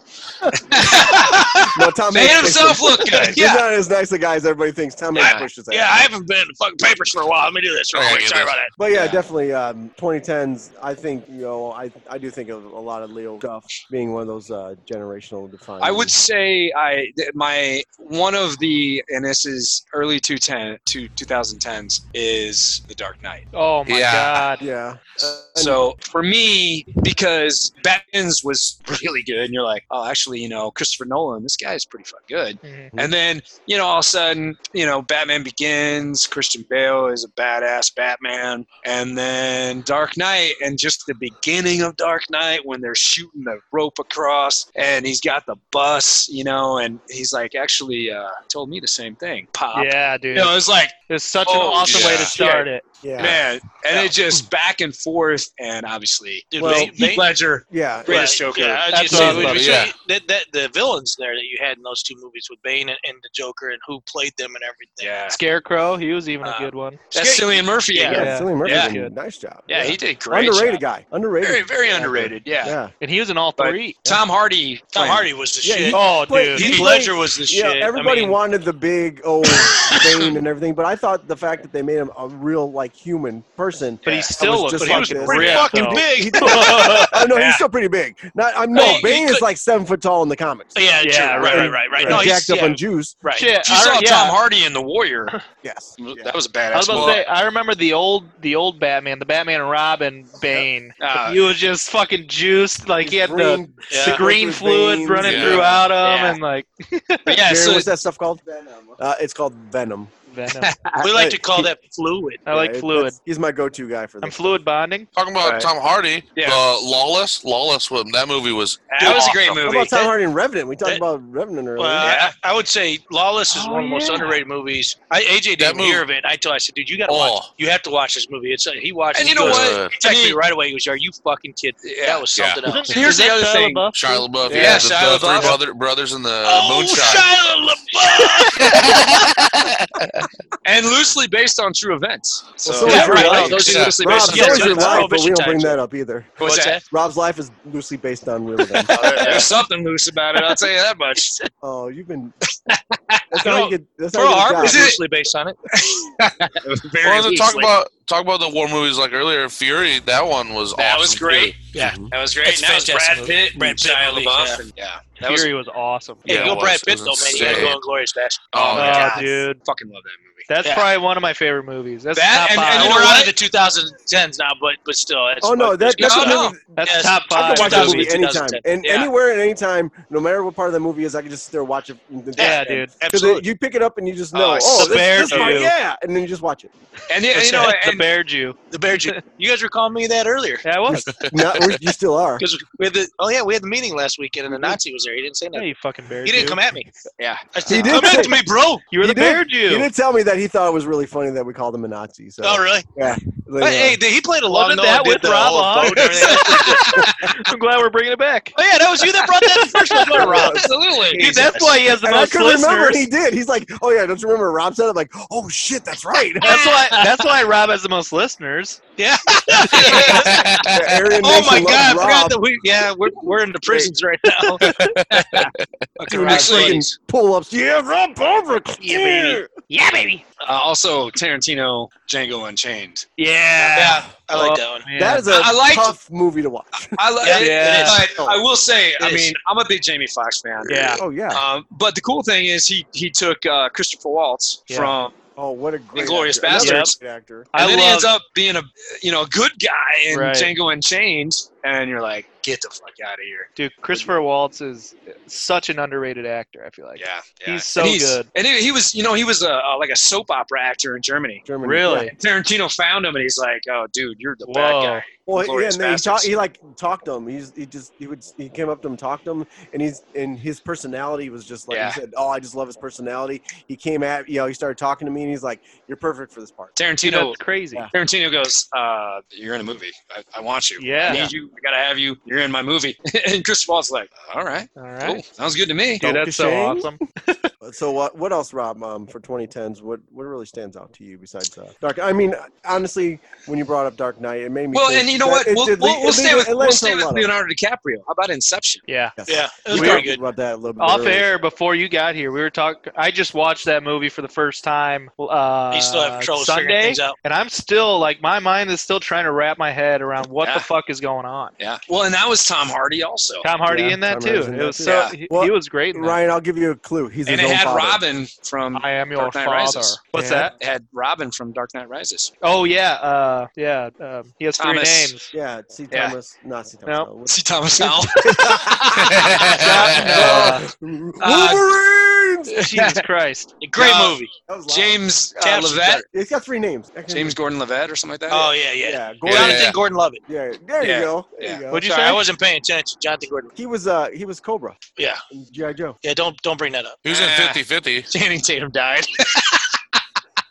no, Tom
made
Hanks pushed
himself
him.
look
[laughs]
good.
He's
Yeah.
not as nice a guy as everybody thinks. Tom Hanks
Yeah.
pushed his ass.
Yeah, I haven't been in the fucking papers for a while. Let me do this real
Yeah,
quick.
you
Sorry
do.
about that.
But yeah,
Yeah.
definitely um, 2010s. I think you know, I I do think of a lot of Leo stuff being one of those uh, generational defining.
I would say I th- my one of the and this is early 210 to 2010s is The Dark Knight.
Oh my
Yeah.
god.
Yeah.
So for me, because Batman's was [laughs] really good, and you're like, oh, actually, you know, Christopher Nolan, this guy is pretty fucking good.
Uh,
Mhm.
Mm-hmm. And then you know, all of a sudden, you know, Batman Begins, Christian Bale is a badass Batman, and then Dark Knight, and just the beginning of Dark Knight when they're shooting the rope across, and he's got the bus, you know, and he's like, actually, uh, told me the same thing, pop.
Yeah, dude.
You know, it's like,
it's such an
oh,
awesome way
yeah.
to start it.
Yeah.
man, and it just back and forth, and obviously,
Dude,
Well,
they-
Heath
they-
Ledger,
Yeah.
greatest
Right,
Joker.
Yeah, I was
That's
just
what I
saying,
was
we-
about
we
to-
should-
yeah.
that, that, the villains there that you had in those two movies with Bane and, and the Joker and who played them and everything.
Yeah.
Scarecrow, he was even a
Uh,
good one.
That's Cillian Murphy.
Yeah.
Yeah,
Yeah.
Yeah.
Cillian Murphy
Yeah.
did a nice job.
yeah, he did great.
underrated
job.
guy. Underrated.
Very, very
actor.
underrated. Yeah.
Yeah.
And he was in all
But-
three.
Tom Hardy.
Tom
playing-
Hardy was the
Yeah,
shit.
oh,
But
dude.
he he
Ledger was the
Yeah,
shit.
everybody
I mean,
wanted the big old Bane and everything, but I thought the fact that they made him a real like human person.
But he
Yeah.
still
was
looks
just
like
like
this.
this.
pretty
Yeah,
fucking
so-
[laughs]
big.
Oh no,
Yeah.
he's still pretty big. Not I'm no
Hey, he
Bane is
could-
like seven foot tall in the comics.
yeah,
Yeah,
true. right, right,
right.
right, right.
And
No, he's,
jacked up
yeah,
on Jews.
right.
Shit,
You
I-
saw
yeah.
Tom Hardy in The Warrior.
Yes. Yeah.
That was a
I was
badass.
about
movie.
to say, I remember the old, the old Batman, the Batman and Robin Bane.
Uh,
he was just fucking juiced, like he had the,
Green-
Yeah.
the green
Veins.
fluid running
Yeah.
[laughs] throughout him,
Yeah.
and like
but yeah,
Darren,
so
what's that stuff called? Venom. Uh, it's called Venom.
[laughs]
venom.
We like to call that fluid.
I like
Yeah, it-
fluid.
that's- He's my go-to guy for
I'm
this.
fluid bonding.
Talking about
Right.
Tom Hardy,
Yeah.
the Lawless, Lawless with That movie was
that was a great
awesome.
How
movie.
about Tom Hardy and Revenant? We talked
That-
about Revenant earlier.
Well,
Yeah.
I, I would say Lawless
Oh,
is one of the most underrated movies. I, AJ
That
didn't hear
movie-
of it until I said, "Dude, you got to
Oh.
watch. You have to watch this movie." It's uh, he watched.
And
it,
you know
he goes,
what?
Good.
He texted me
And
right away. He goes, "Are you fucking kidding?" That was
Yeah.
something
he-
else.
Here's the other thing.
Shia LaBeouf,
Yeah,
yeah, the,
Shia
the three
LaBeouf.
brother, brothers in the
Oh,
Uh, moonshine.
Shia LaBeouf!
And loosely based on true events. So,
so
yeah,
is your
right.
life.
No, those
Yeah.
are loosely
Rob,
based
so
on
yeah,
is
true
your
that's
events.
life, but we
Prohibition
don't bring
times,
that up either.
What's that?
Rob's life is loosely based on real events.
There's something loose about it. I'll tell you that [laughs] much.
oh, you've been. That's how
You know,
you get. That's how
Pearl
you get a
Harbor
job.
is loosely based on it.
Very
Well, to talk
loosely.
about talk about the war movies like earlier, Fury. That one was
That
awesome.
was great.
too.
Yeah.
That was great.
It's
And that was
fantastic
Brad
movie.
Pitt,
Brad
and
Pitt
Shia
movie,
LaBeouf,
yeah.
and yeah, that was
Fury was awesome.
Hey,
Yeah,
go
it was.
Brad Pitt
It was
though, man. You got to
insane.
go on Glorious Bastard.
Oh,
Oh,
my God.
dude,
fucking love that movie.
that's
Yeah.
probably one of my favorite movies. That's
That
top
and-
five.
and you know
we're out
what?
of the 2010s now, but but still, it's
Oh no, that, that's
No,
a
no.
movie.
that's
yes,
top
I
five.
can watch that
2000,
movie anytime
2010.
and
Yeah.
anywhere and anytime, no matter what part of the movie is. I can just still watch it.
Yeah, dude.
Because
absolutely.
you pick it up and you just
Oh,
know.
I
Oh,
The
this,
Bear
this part,
Jew.
yeah, and then you just
[laughs]
watch it.
And, you-
[laughs]
and you know,
What's
what?
the
and
bear Jew.
The Bear Jew. You guys were calling me that earlier.
Yeah, it was.
Not, or you still are.
Because we had the oh yeah, we had the meeting last weekend and the Nazi was there. He didn't say
yeah,
nothing.
you fucking bear
He didn't
Jew.
come at me.
yeah,
I said,
did
come
say-
at me, bro.
you were
He
the
did.
bear Jew.
He did tell me that he thought it was really funny that we called him a Nazi. So
Oh really?
like,
But,
uh,
hey, he played along
Wasn't
though.
that
and did
with
the [laughs]
Rob
whole
Long?
vote and everything.
[laughs] I'm glad we're bringing it back.
oh yeah, that was you that brought that first one, wasn't
[laughs]
it, Rob.
absolutely.
Dude, that's why he has the
and I
most
couldn't remember, and
listeners.
he did. He's like, "Oh yeah, don't you remember?" Rob said, "I'm like, oh shit, that's
[laughs]
right."
That's why. That's why Rob has the most listeners.
Yeah.
[laughs]
The Aryan
oh my
Nation loves
God, I
Rob.
forgot that we yeah we're we're in the prisons right now.
Doing
Rob
these freaking
buddies.
pull-ups. Yeah, Rob Ulrich.
Yeah, baby. Yeah, baby.
Uh, also, Tarantino, Django Unchained.
Yeah.
Yeah, I like that one.
That is a
I- I liked-
tough movie to
[laughs]
watch.
I love
Yeah,
it.
it is.
But I will say, I
is.
mean, I'm a big Jamie Foxx fan.
Yeah. [laughs]
Oh yeah.
Um, but the cool thing is he he took uh, Christopher Waltz
Yeah.
from
Oh, what a great
Inglourious
actor. Another
Bastards.
great actor.
and
I
then he
love-
ends up being a you know good guy in
Right.
Django Unchained, and you're like, get the fuck out of here.
Dude, Christopher Waltz is such an underrated actor. I feel like.
Yeah, yeah.
He's so
And
good.
And he, he was you know he was a, a like a soap opera actor in Germany.
German.
Really?
And Tarantino found him, and he's like, oh dude, you're the
Whoa.
bad guy.
Well, yeah,
Inglourious
and then he, talk,
Basterds.
he like talked to him. He's he just he would he came up to him, talked to him, and he's and his personality was just like
Yeah.
he said. Oh, I just love his personality. He came at you know he started talking to me, and he's like, "You're perfect for this part."
Dude,
Tarantino
that's crazy.
Yeah.
Tarantino goes, uh, "You're in a movie. I, I want you. I
Yeah.
need you. I gotta have you. You're in my movie." [laughs] and Chris Paul's like, "All right,
All
cool.
right.
Sounds good to me."
Dude, that's so
Dankeschön.
awesome.
So what what else, Rob? Um, for 2010s, what what really stands out to you besides uh, Dark? I mean, honestly, when you brought up Dark Knight, it made me.
Well,
think
and you know
that
what?
it
We'll,
did
we'll,
lead-
we'll
it
stay
lead-
with,
it led
we'll
into
stay
a
with
lot of-
Leonardo DiCaprio. How about Inception?
Yeah.
Yes.
Yeah, it
We
was
We
pretty
talked
good.
about that a little bit.
Off
earlier.
air before you got here, we were talking. I just watched that movie for the first time. Uh,
You still have trouble figuring
Sunday,
things out.
and I'm still like my mind is still trying to wrap my head around what
Yeah.
the fuck is going on.
Yeah. Well, and that was Tom Hardy also,
Tom Hardy
Yeah,
in that
Tom Hardy's
too.
in
It
that
was
too.
so
Yeah.
he,
Well,
he was great. In that.
Ryan, I'll give you a clue. He's
and
his
it
own
had
father.
Robin from
I am your
Dark Knight
father.
Rises.
What's
Yeah.
that?
It had Robin from Dark Knight Rises.
Oh yeah, uh, yeah. Um, he has
Thomas.
three
[laughs]
names.
Yeah, C.
Yeah.
Thomas, not C.
Nope.
Thomas.
See Thomas Howell.
Uh,
Wolverine.
[laughs]
[laughs]
Uh,
Jesus Christ!
Great
Uh,
movie.
That was loud.
James uh,
Taps is
Levette,
better.
He's got three names. I can't
James Gordon Levitt, or something like that.
Oh yeah,
remember. Yeah,
yeah.
Yeah,
Gordon.
yeah,
Jonathan
yeah.
Gordon Levitt.
Yeah, there
Yeah.
you go.
Yeah.
There you go.
What'd you
Sorry,
say?
I wasn't paying attention. Jonathan Gordon.
He was uh he was Cobra.
Yeah,
in GI Joe.
yeah. Don't don't bring that up.
He was in
Ah.
50 50.
Channing Tatum died.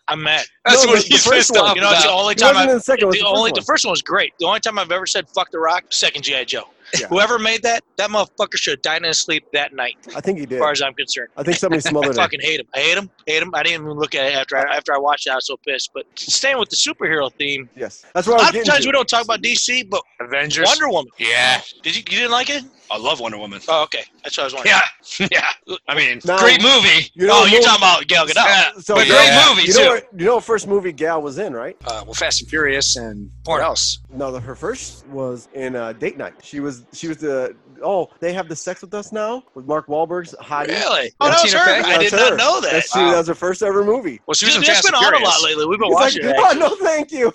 I'm mad.
That's
No,
what
the- the
he's
first
pissed
one.
off
You know, it's
about.
the only
He
time
wasn't
I.
in the second. it was
The
the
only
first
the first one was great. The only time I've ever said "fuck the rock," second GI Joe. Whoever made that, that motherfucker should have died in his sleep that night,
I think he
as
did.
far as I'm concerned.
I think
[laughs]
somebody
I
smothered him.
fucking hate him. I hate him. Hate him. I didn't even look at it after I, after I watched it. I was so pissed. But staying with the superhero theme,
Yes, that's what I
a
was
lot of
getting.
times we
To.
don't talk about DC, but
Avengers.
Wonder Woman.
Yeah.
Did you? You didn't like it?
I love Wonder Woman.
Oh, okay. That's what I was wondering.
Yeah, yeah. I mean,
No.
great movie.
You
oh,
know-
you're talking about Gal Gadot.
Yeah.
So
but
Yeah.
great movie
you
too.
know what? You know what first movie Gal was in, right?
uh, well, Fast and Furious and what else?
No, the, her first was in uh, Date Night. She was she was the oh they have the sex with us now with Mark Wahlberg's hottie.
Really? Oh, that was
Tina
her.
Fey?
I did
That's
not
her.
know that.
That's, she,
Wow.
that was her first ever movie.
Well, she was
Dude,
in
that's
Fast
been
and
on a
Furious.
lot lately. [laughs] We've been
He's like,
watching that.
oh, no, thank you.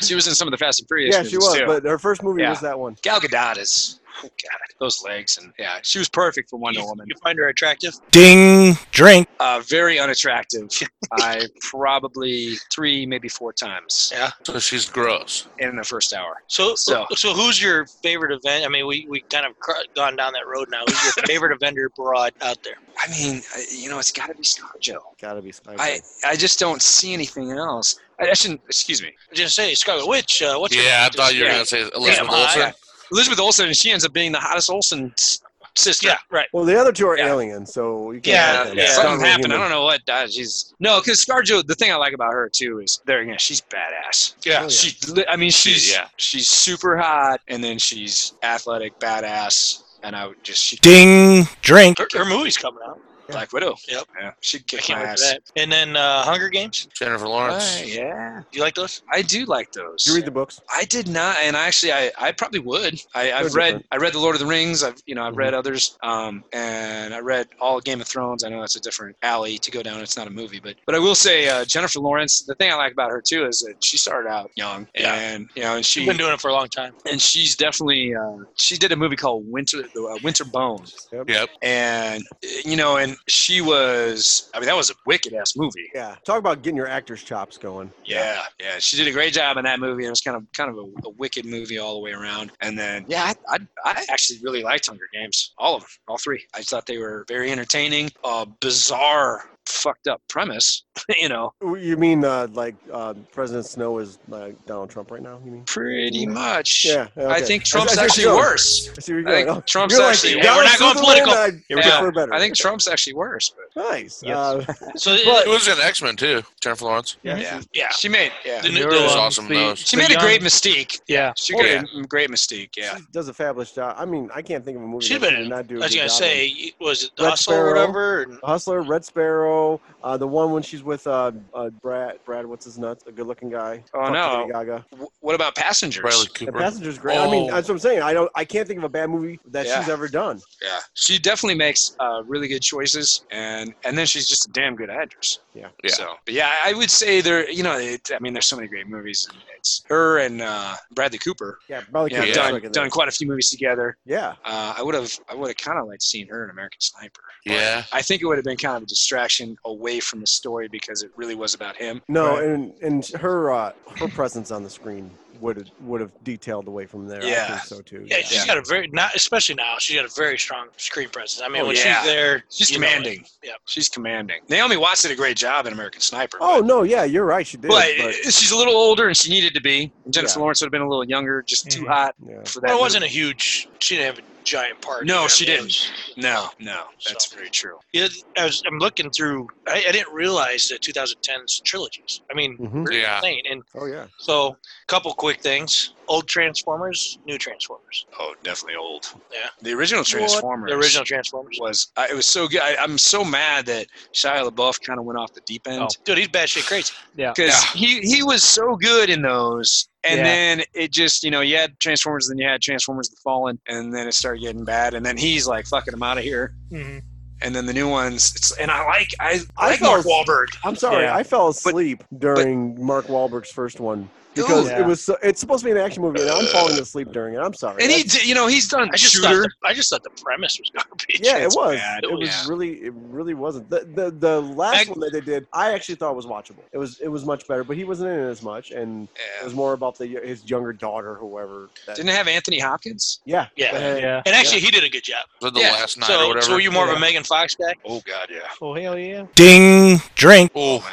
[laughs]
She was in some of the Fast and Furious.
yeah, she
movies,
was,
too.
but her first movie
Yeah.
was that one.
Gal Gadot is. Oh God, those legs and yeah, she was perfect for Wonder
You-
Woman.
You find her attractive?
Ding. Drink.
Uh, very unattractive. [laughs] I probably three, maybe four times
So she's gross.
in the first hour.
So, so,
So-
who's your favorite event? I mean, we we kind of cr- gone down that road now. Who's [laughs] your favorite Avenger broad out there?
I mean, I- you know, it's got to be ScarJo.
Gotta be. I
I I just don't see anything else. I, I shouldn't. Excuse me.
Just say Scarlet Witch. Uh, what's her-
Yeah, I thought you were
yeah.
gonna say Elizabeth
Damn, I-
Olsen.
Elizabeth Olsen, and she ends up being the hottest Olsen s- sister.
Yeah, right.
well, the other two are
Yeah.
aliens, so you can't
Yeah,
count them.
yeah.
It's not
Something
really
happened.
human.
I don't know what. Uh, she's no, because ScarJo. The thing I like about her too is there again. She's badass.
Yeah.
Oh,
She. li- I mean, she's
yeah.
she's super hot, and then she's athletic, badass, and I would just she
Ding. Drink.
Her, her movie's coming out.
Black Widow.
Yep.
Yeah, she'd
I
kick
can't
my
wait for
ass.
that. And then uh, Hunger Games.
Jennifer Lawrence.
Ah, yeah,
You like those?
I do like those.
You read the books.
I did not, and actually, I, I probably would. I, I've
Those are
read
good.
I read the Lord of the Rings. I've you know I've
Mhm.
read others, um, and I read all of Game of Thrones. I know that's a different alley to go down. It's not a movie, but but I will say uh, Jennifer Lawrence. The thing I like about her too is that she started out young,
Yeah.
and you know, and
She's
she
been doing it for a long time.
and she's definitely uh, she did a movie called Winter uh, Winter Bone,
Yep.
and uh, you know, and she was I mean that was a wicked ass movie.
Yeah, talk about getting your actors' chops going.
Yeah, yeah, she did a great job in that movie. It was kind of kind of a, a wicked movie all the way around. And then, yeah, I, I, I actually really liked Hunger Games, all of them, all three. I thought they were very entertaining, uh, bizarre, fucked up premise. [laughs] you know,
You mean uh, like uh, President Snow is like Donald Trump right now? You mean?
pretty much.
Yeah,
I
okay.
think
see-
Trump's
see where
actually
you're going.
worse.
I see where you're
I think
going. Oh,
Trump's
you're
actually-
like,
yeah, we're
Donald
not going
Sutherland,
political.
I
Yeah.
prefer better.
I think Trump's actually worse. But
nice.
Yes.
Uh, [laughs]
So
It was in X Men too. Jennifer Lawrence.
yeah,
yeah.
she made yeah.
The new,
newer
the-
She was
one.
awesome in
the-
those.
She
the
made a
young-
great mistake.
Yeah.
She
Well,
made a great mistake. Yeah.
She does a fabulous job. I mean, I can't think of a movie
She's
that
been
she did
in-
not do. a
I was
good
gonna
job
say,
in.
y- was it the
Red
Hustle or
Sparrow.
whatever? And,
Hustler, Red Sparrow, uh, the one when she's with uh, uh, Brad. Brad, what's his nuts? A good-looking guy.
Oh,
Fuck
no.
Lady Gaga.
W- what about Passengers?
Bradley
The
Cooper.
Passenger's great. I mean,
Oh.
that's what I'm saying. I don't. I can't think of a bad movie that
Yeah.
she's ever done.
Yeah, she definitely makes uh, really good choices, and and then she's just a damn good actress.
Yeah.
Yeah.
So but yeah, I would say there. You know, it, I mean, there's so many great movies. and It's her and uh, Bradley Cooper.
Yeah, probably.
You know,
Yeah.
Cooper's like
done
in
done
that.
quite a few movies together.
Yeah.
Uh, I would have I would have kind of liked seeing her in American Sniper.
Yeah.
I think it would have been kind of a distraction away from the story because it really was about him.
No, and and her uh, her presence on the screen would would have detailed away from there. I
Yeah.
think so too.
yeah, she's
Yeah.
got a very not especially now. She's got a very strong screen presence. I mean,
Oh,
when
yeah.
she's there,
She's
you know it.
commanding.
Yeah.
She's commanding. Naomi Watts did a great job in American Sniper. but-
Oh no, yeah, you're right. She did.
but,
but-
she's a little older and she needed to be. Jennifer
Yeah. Mm-hmm.
Lawrence would have been a little younger, just too
Mhm.
hot
yeah.
for that.
Well, it
movie.
wasn't a huge. She didn't have a giant part.
No,
you know
she
what I mean?
didn't. No, no, that's
So-
very true.
Yeah, I was, I'm looking through. I, I didn't realize the 2010s trilogies. I mean,
Mhm.
they're
Yeah.
insane. And
Oh yeah.
so, a couple quick things: old Transformers, new Transformers,
Oh, definitely old.
Yeah.
the original Transformers.
the original Transformers.
was I, it was so good. I, I'm so mad that Shia LaBeouf kind of went off the deep end
Dude, he's batshit crazy.
because he he was so good in those. And
Yeah.
then it just, you know, you had Transformers, then you had Transformers The Fallen, and then it started getting bad. And then he's like, fucking, I'm out of here.
Mhm.
And then the new ones, it's, and I like, I,
I
I like Mark
felt-
Wahlberg.
I'm sorry,
Yeah.
I fell asleep during Mark Wahlberg's first one because
Ooh.
it was so, it's supposed to be an action movie, and I'm falling asleep during it. I'm sorry.
And he,
That's-
did, you know, he's done
I just
shooter.
thought the, I just thought the premise was garbage.
yeah, it
it's
was.
bad.
It
It
was
was-
really, it really wasn't. The the, the last
I-
one that they did, I actually thought was watchable. It was it was much better, but he wasn't in it as much, and it
Yeah.
was more about the his younger daughter, whoever. That,
Didn't it have Anthony Hopkins?
yeah,
Yeah.
Uh,
Yeah.
And actually, he did a good job.
Was it the
Yeah.
last night or
so,
whatever?
so were you more of
Yeah.
a Megan Fox guy?
Oh God, yeah.
Oh hell yeah.
Ding. Drink.
oh,
man.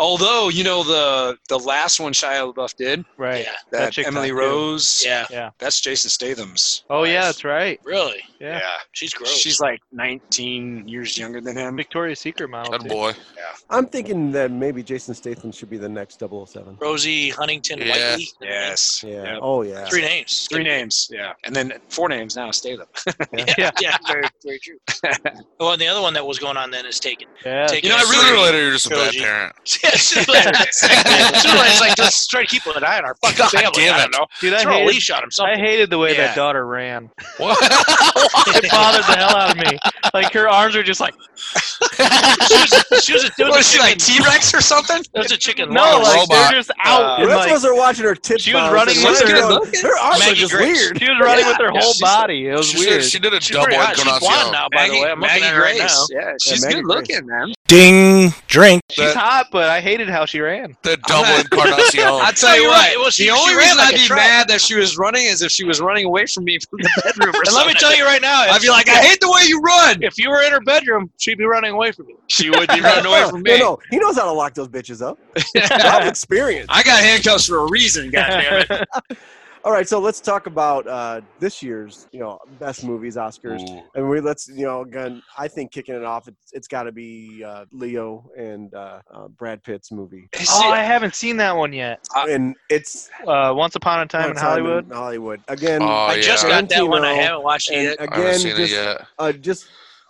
Although you know the the last one Shia LaBeouf did,
Right.
Yeah.
that,
chick
Emily
too.
Rose,
Yeah.
that's Jason Statham's.
Oh yeah,
Nice.
that's right.
Really?
Yeah.
She's gross.
she's like 19 years younger than him.
Victoria's Secret model.
Good
Too.
boy.
I'm thinking that maybe Jason Statham should be the next 007.
Rosie Huntington
Yeah.
Whiteley.
Yes,
Yeah.
Yep.
Oh yeah.
Three names.
Three names, yeah, and then four names now. Statham.
Yeah. yeah. Very, very true. well, and the other one that was going on then is Taken.
Yeah.
Taken.
You know, I
is
really
three.
related you're just a bad
Trilogy.
parent.
[laughs] Yeah, sooner or later,
[laughs]
exactly. Sooner or later, it's like, let's try to keep an eye on our fucking
God
family.
damn
I
it.
don't know.
Dude, I
Throw a
hated,
leash on him. Something.
I hated the way
Yeah.
that daughter ran.
What?
It bothered the hell out of me. Like her arms were just like
she was, she was a, there was
What
a
is she
chicken.
like T Rex or something?
there was a chicken.
no,
lunch.
like
Robot.
they're just out.
Uh,
and,
The rest
like,
of us are watching her tits.
She was
bounce,
running
and
with
we're
her-
going, her arms
Maggie
are just
Grace.
[laughs]
weird.
she was running with her
Yeah,
whole
she's like-
body. It was
She
weird.
did, she did a
She's
double
very
on
hot. She's blonde
Conacio.
now, [laughs] by the way. I'm looking at her right now.
yeah, she's
Maggie
good
Grace.
looking, man.
Ding, drink.
She's
That-
hot, but I hated how she ran.
The double in
I'll
Conacio.
tell you
you're
what.
right. It was- Oh, she-
the only
she ran
reason
like
I'd
a
be
track.
mad that she was running is if she was running away from me from
[laughs]
the bedroom. Or
And let me
something.
tell you right now,
I'd
if,
be like, I hate the way you run.
if you were in her bedroom, she'd be running away from you.
She would be running away
No,
[laughs]
from
no,
me.
no, he knows how to lock those bitches up. Rob's experienced.
I got handcuffs for a [laughs] reason, goddammit.
[laughs] All right, so let's talk about uh, this year's, you know, best movies Oscars.
Ooh.
And we let's you know again. I think kicking it off, it's, it's got to be uh, Leo and uh, uh, Brad Pitt's movie,
Oh, I haven't seen that one yet.
and it's
Uh, Once Upon a Time in
Once Upon a Time
Hollywood.
in Hollywood again.
Oh,
I just
yeah.
got that one. I
Tarantino
haven't watched it
and
yet.
I haven't
again,
seen
just,
it yet.
Uh, just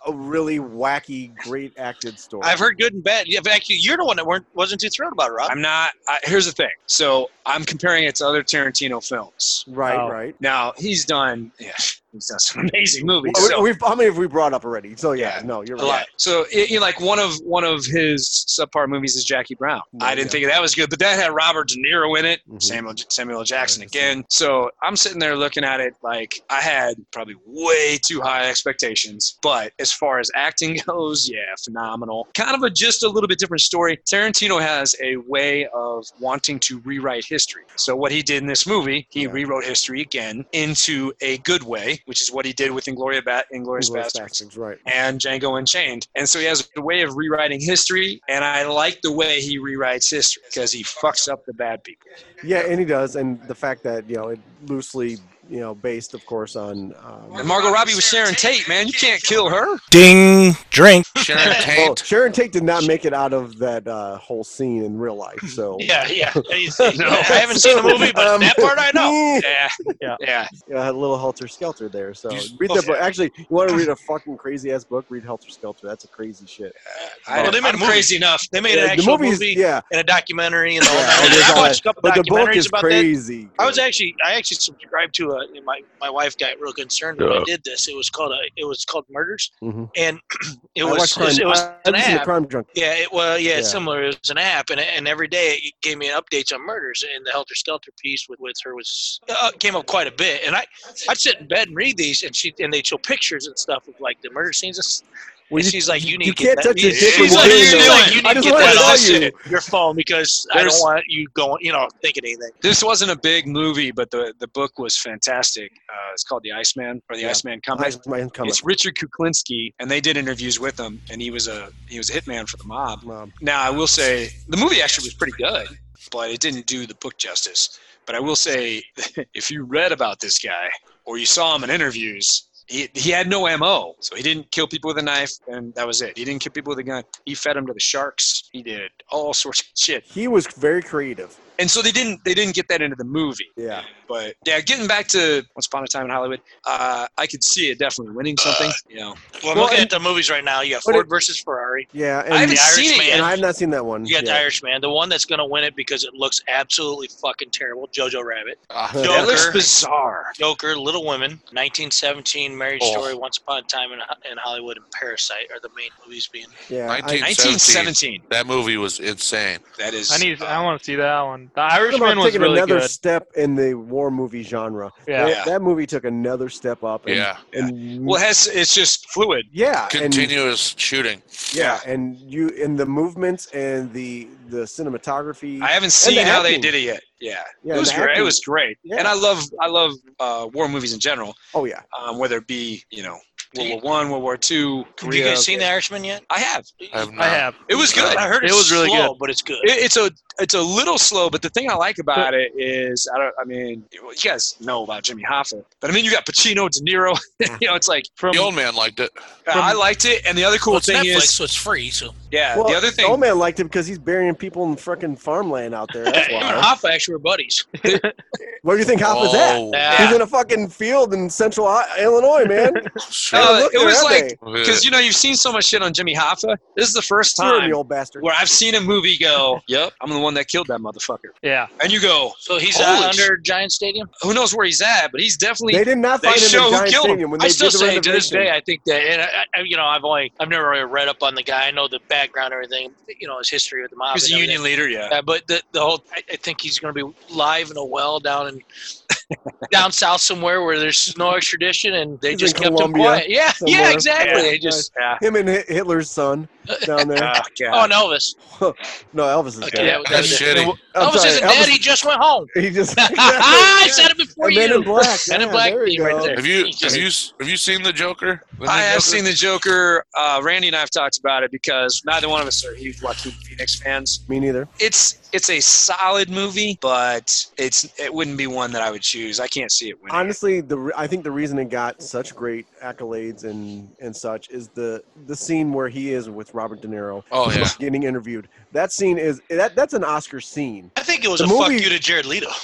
a really wacky, great acted story.
I've heard good and bad. Yeah, but actually, you're the one that weren't wasn't too thrilled about it, Rob.
I'm not. I, here's the thing. So I'm comparing it to other Tarantino films.
right,
Oh.
right.
Now he's done. Yeah, he's done some [laughs] amazing movies.
Well,
so-
we- we've, how many have we brought up already? So yeah,
Yeah.
no, you're
a
right.
lot. So, it, you know, like one of one of his subpar movies is Jackie Brown.
Yeah,
I didn't
yeah.
think that was good, but that had Robert De Niro in it,
Mhm.
Samuel Samuel L. Jackson
Yeah, I see.
again. So I'm sitting there looking at it like I had probably way too high expectations, but as far as acting [laughs] goes, yeah, phenomenal. Kind of a just a little bit different story. Tarantino has a way of wanting to rewrite history. So what he did in this movie, he
Yeah.
rewrote history again into a good way, which is what he did with Inglourious, ba-
Inglourious
Inglourious Basterds
Basterds, right.
and Django Unchained. And so he has a way of rewriting history, and I like the way he rewrites history because he fucks up the bad people.
Yeah, and he does, and the fact that you know it loosely, you know, based of course on. Um,
And Margot Robbie was Sharon Tate, man. You can't kill her.
Ding, drink.
[laughs] Sharon
well,
Tate.
Sharon Tate did not make it out of that uh, whole scene in real life, so
[laughs] Yeah, yeah. He's- I haven't seen the movie, but
Um,
that part I
[laughs] eh,
know.
Yeah,
Yeah.
yeah.
yeah, a little helter skelter there. So
You-
read the
okay.
book. Actually, you want to read a fucking crazy ass book? Read Helter Skelter. That's a crazy shit.
I,
Well, they made
I'm
a movie.
crazy enough.
They made an
Yeah, the
actual
movie's
[laughs] movie
yeah,
and a documentary and the whole
Yeah,
thing.
it is
I
all
watched a couple
but the book
documentaries
is
about that.
crazy.
I was actually, I actually subscribed to a. My my wife got real concerned when I did this. It was called a. It was called Murders,
Mhm.
and [clears throat] it
I
was
watched
it was,
Crime-
it was
I've
an
seen the
app.
crime drunk.
Yeah, it well, yeah, it's
Yeah.
similar. It was an app, and, and every day it gave me updates on murders. And the Helter Skelter piece with, with her was uh, came up quite a bit. And I I'd sit in bed and read these, and she and they would show pictures and stuff of like the murder scenes. And s-
Well,
and
you-
she's like, you need
you
to get
can't
that.
touch your
you-
dick
she's
with
like,
what you're
she's
doing.
like,
I
you need to
just
get
wanted
that
to
off
tell you.
your phone because I don't
There's-
want you going, you know, thinking anything.
This wasn't a big movie, but the, the book was fantastic. Uh, it's called The Iceman or The
Yeah.
Iceman Comeback.
I, my coming.
It's Richard Kuklinski, and they did interviews with him, and he was a he was a hitman for the mob.
Mom.
Now, I will say the movie actually was pretty good, but it didn't do the book justice. But I will say, [laughs] if you read about this guy or you saw him in interviews, he, he had no MO. So he didn't kill people with a knife, and that was it. He didn't kill people with a gun. He fed them to the sharks. He did all sorts of shit.
He was very creative.
And so they didn't they didn't get that into the movie.
Yeah.
But yeah, getting back to Once Upon a Time in Hollywood, uh, I could see it definitely winning something. you know,
Well, I'm
Well,
looking
and-
at the movies right now. You got
but
Ford
it-
versus Ferrari.
Yeah. And
I haven't
The
seen it.
Irishman.
yet.
And I have not seen that one.
You got
yet.
the Irishman, the one that's going to win it because it looks absolutely fucking terrible. Jojo Rabbit.
Ah,
Joker.
That looks bizarre.
Joker, Little Women, 1917, Marriage
Oh.
Story, Once Upon a Time in, in Hollywood, and Parasite are the main movies being.
Yeah. I-
19.
1917.
That movie was insane.
That is.
I need.
uh,
I want to see that one. The
Talk about
Irishman was
taking
really
another
good.
step in the war movie genre.
Yeah.
That, that movie took another step up. And,
Yeah.
And
well, it has it's just fluid.
yeah. And,
Continuous shooting.
yeah. And you in the movements and the the cinematography.
I haven't
And the
seen how they
acting.
did it yet. Yeah,
yeah,
it was
the
great. It
acting.
was great.
Yeah.
And I love I love uh, war movies in general,
Oh yeah.
um, whether it be you know World War One, World War Two,
Have
Korea.
you guys seen The Irishman yet?
I have.
I have not.
I have.
It was good.
[laughs] I heard
It
it's
was really
slow, but it's good.
It, it's a it's a little slow, but the thing I like about it is I don't. I mean, you guys know about Jimmy Hoffa, but I mean, you got Pacino, De Niro. [laughs] you know, it's like
From
The old man liked it.
I liked it, and the other cool
Well, it's
thing
Netflix,
is,
so it's free. So
yeah,
Well,
the other thing.
old man liked him because he's burying people in fucking farmland out there.
[laughs]
That's
him and
why.
Hoffa actually were buddies.
Where do you think Hoffa's at?
oh,
Yeah.
He's in a fucking field in central I- Illinois,
[laughs]
man.
shit.
Uh,
Look
it
at
was
that
like
day.
because you know you've seen so much shit on Jimmy Hoffa. This is the first
Screw him,
time
you old bastard.
where I've seen a movie go, "Yep, I'm the one that killed that motherfucker,"
Yeah.
and you go,
So he's
Holy
out under Giant Stadium.
"Who knows where he's at?" But he's definitely
They did not
They
find him
show
in
who
Giant
killed him.
Stadium when they
I still
did the
say to
renovation.
this day, I think that, and I, I, you know, I've only, I've never really read up on the guy. I know the background and everything, you know, his history with the mob.
he was a
and everything.
union leader. Yeah,
Yeah, but the, the whole, I, I think he's going to be live in a well down in down south somewhere where there's no extradition, and they
He's
just
in
kept
Colombia
him quiet. Yeah, [laughs]
somewhere.
yeah, exactly.
yeah,
They
he
just,
just yeah.
him and Hi- Hitler's son down
[laughs]
there.
Oh, God.
oh, and Elvis.
no, Elvis is
Okay,
dead.
that, that
That's
was it.
shitty.
I'm
Elvis
sorry,
isn't
Elvis-
dead. He just went
[laughs]
home.
He just.
[laughs] I said it before
And
you.
Men in Black.
[laughs] Men in
yeah,
Black
There you
theme right
go.
there.
Have you
He just-
have you s- have you seen the Joker? The new
I have
Joker?
seen the Joker. Uh, Randy and I have talked about it because neither one of us are huge Joaquin Phoenix fans.
Me neither.
It's it's a solid movie, but it's it wouldn't be one that I would choose. I can't see it winning.
Honestly, the re- I think the reason it got such great accolades and and such is the the scene where he is with Robert De Niro
Oh
[laughs]
yeah.
getting interviewed. That scene is that that's an Oscar scene.
I think it was
The
a
movie-
fuck you to Jared Leto. [laughs]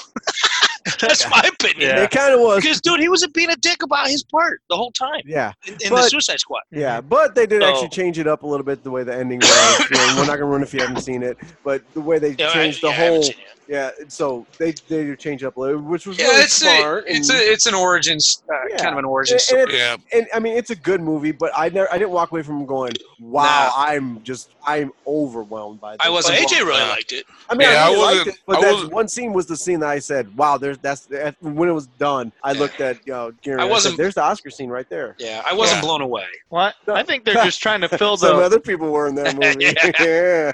That's my opinion.
Yeah.
It kind of was.
Because dude, he was being a dick about his part the whole time
Yeah,
in, in the
But-
Suicide Squad.
yeah, but they did
So-
actually change it up a little bit the way the ending was.
[laughs]
You know, we're not gonna ruin it if you haven't seen it, but the way they
Yeah,
changed
I-
the
yeah, I haven't
whole
seen it.
yeah, so they they did change it up a little, which was
yeah,
really
it's a,
smart.
it's
and-
a it's an origin uh,
Yeah.
kind of an
and-
origin
and
story.
it's-
Yeah.
and I mean it's a good movie, but I never I didn't walk away from going, wow, I'm just I'm overwhelmed by this.
I wasn't
But AJ really
Yeah.
liked it.
I mean,
Yeah,
I
I
really liked
wasn't-
it, but
I
that
wasn't-
one scene was the scene that I said, "Wow, there's that's that, when it was done." I looked at you know, Gary.
I
and I
wasn't-
said, there's the Oscar scene right there.
Yeah, I wasn't
Yeah.
blown away.
Well, I- I think they're just trying to [laughs] fill
Some
the.
other people were in
[laughs]
that movie. yeah.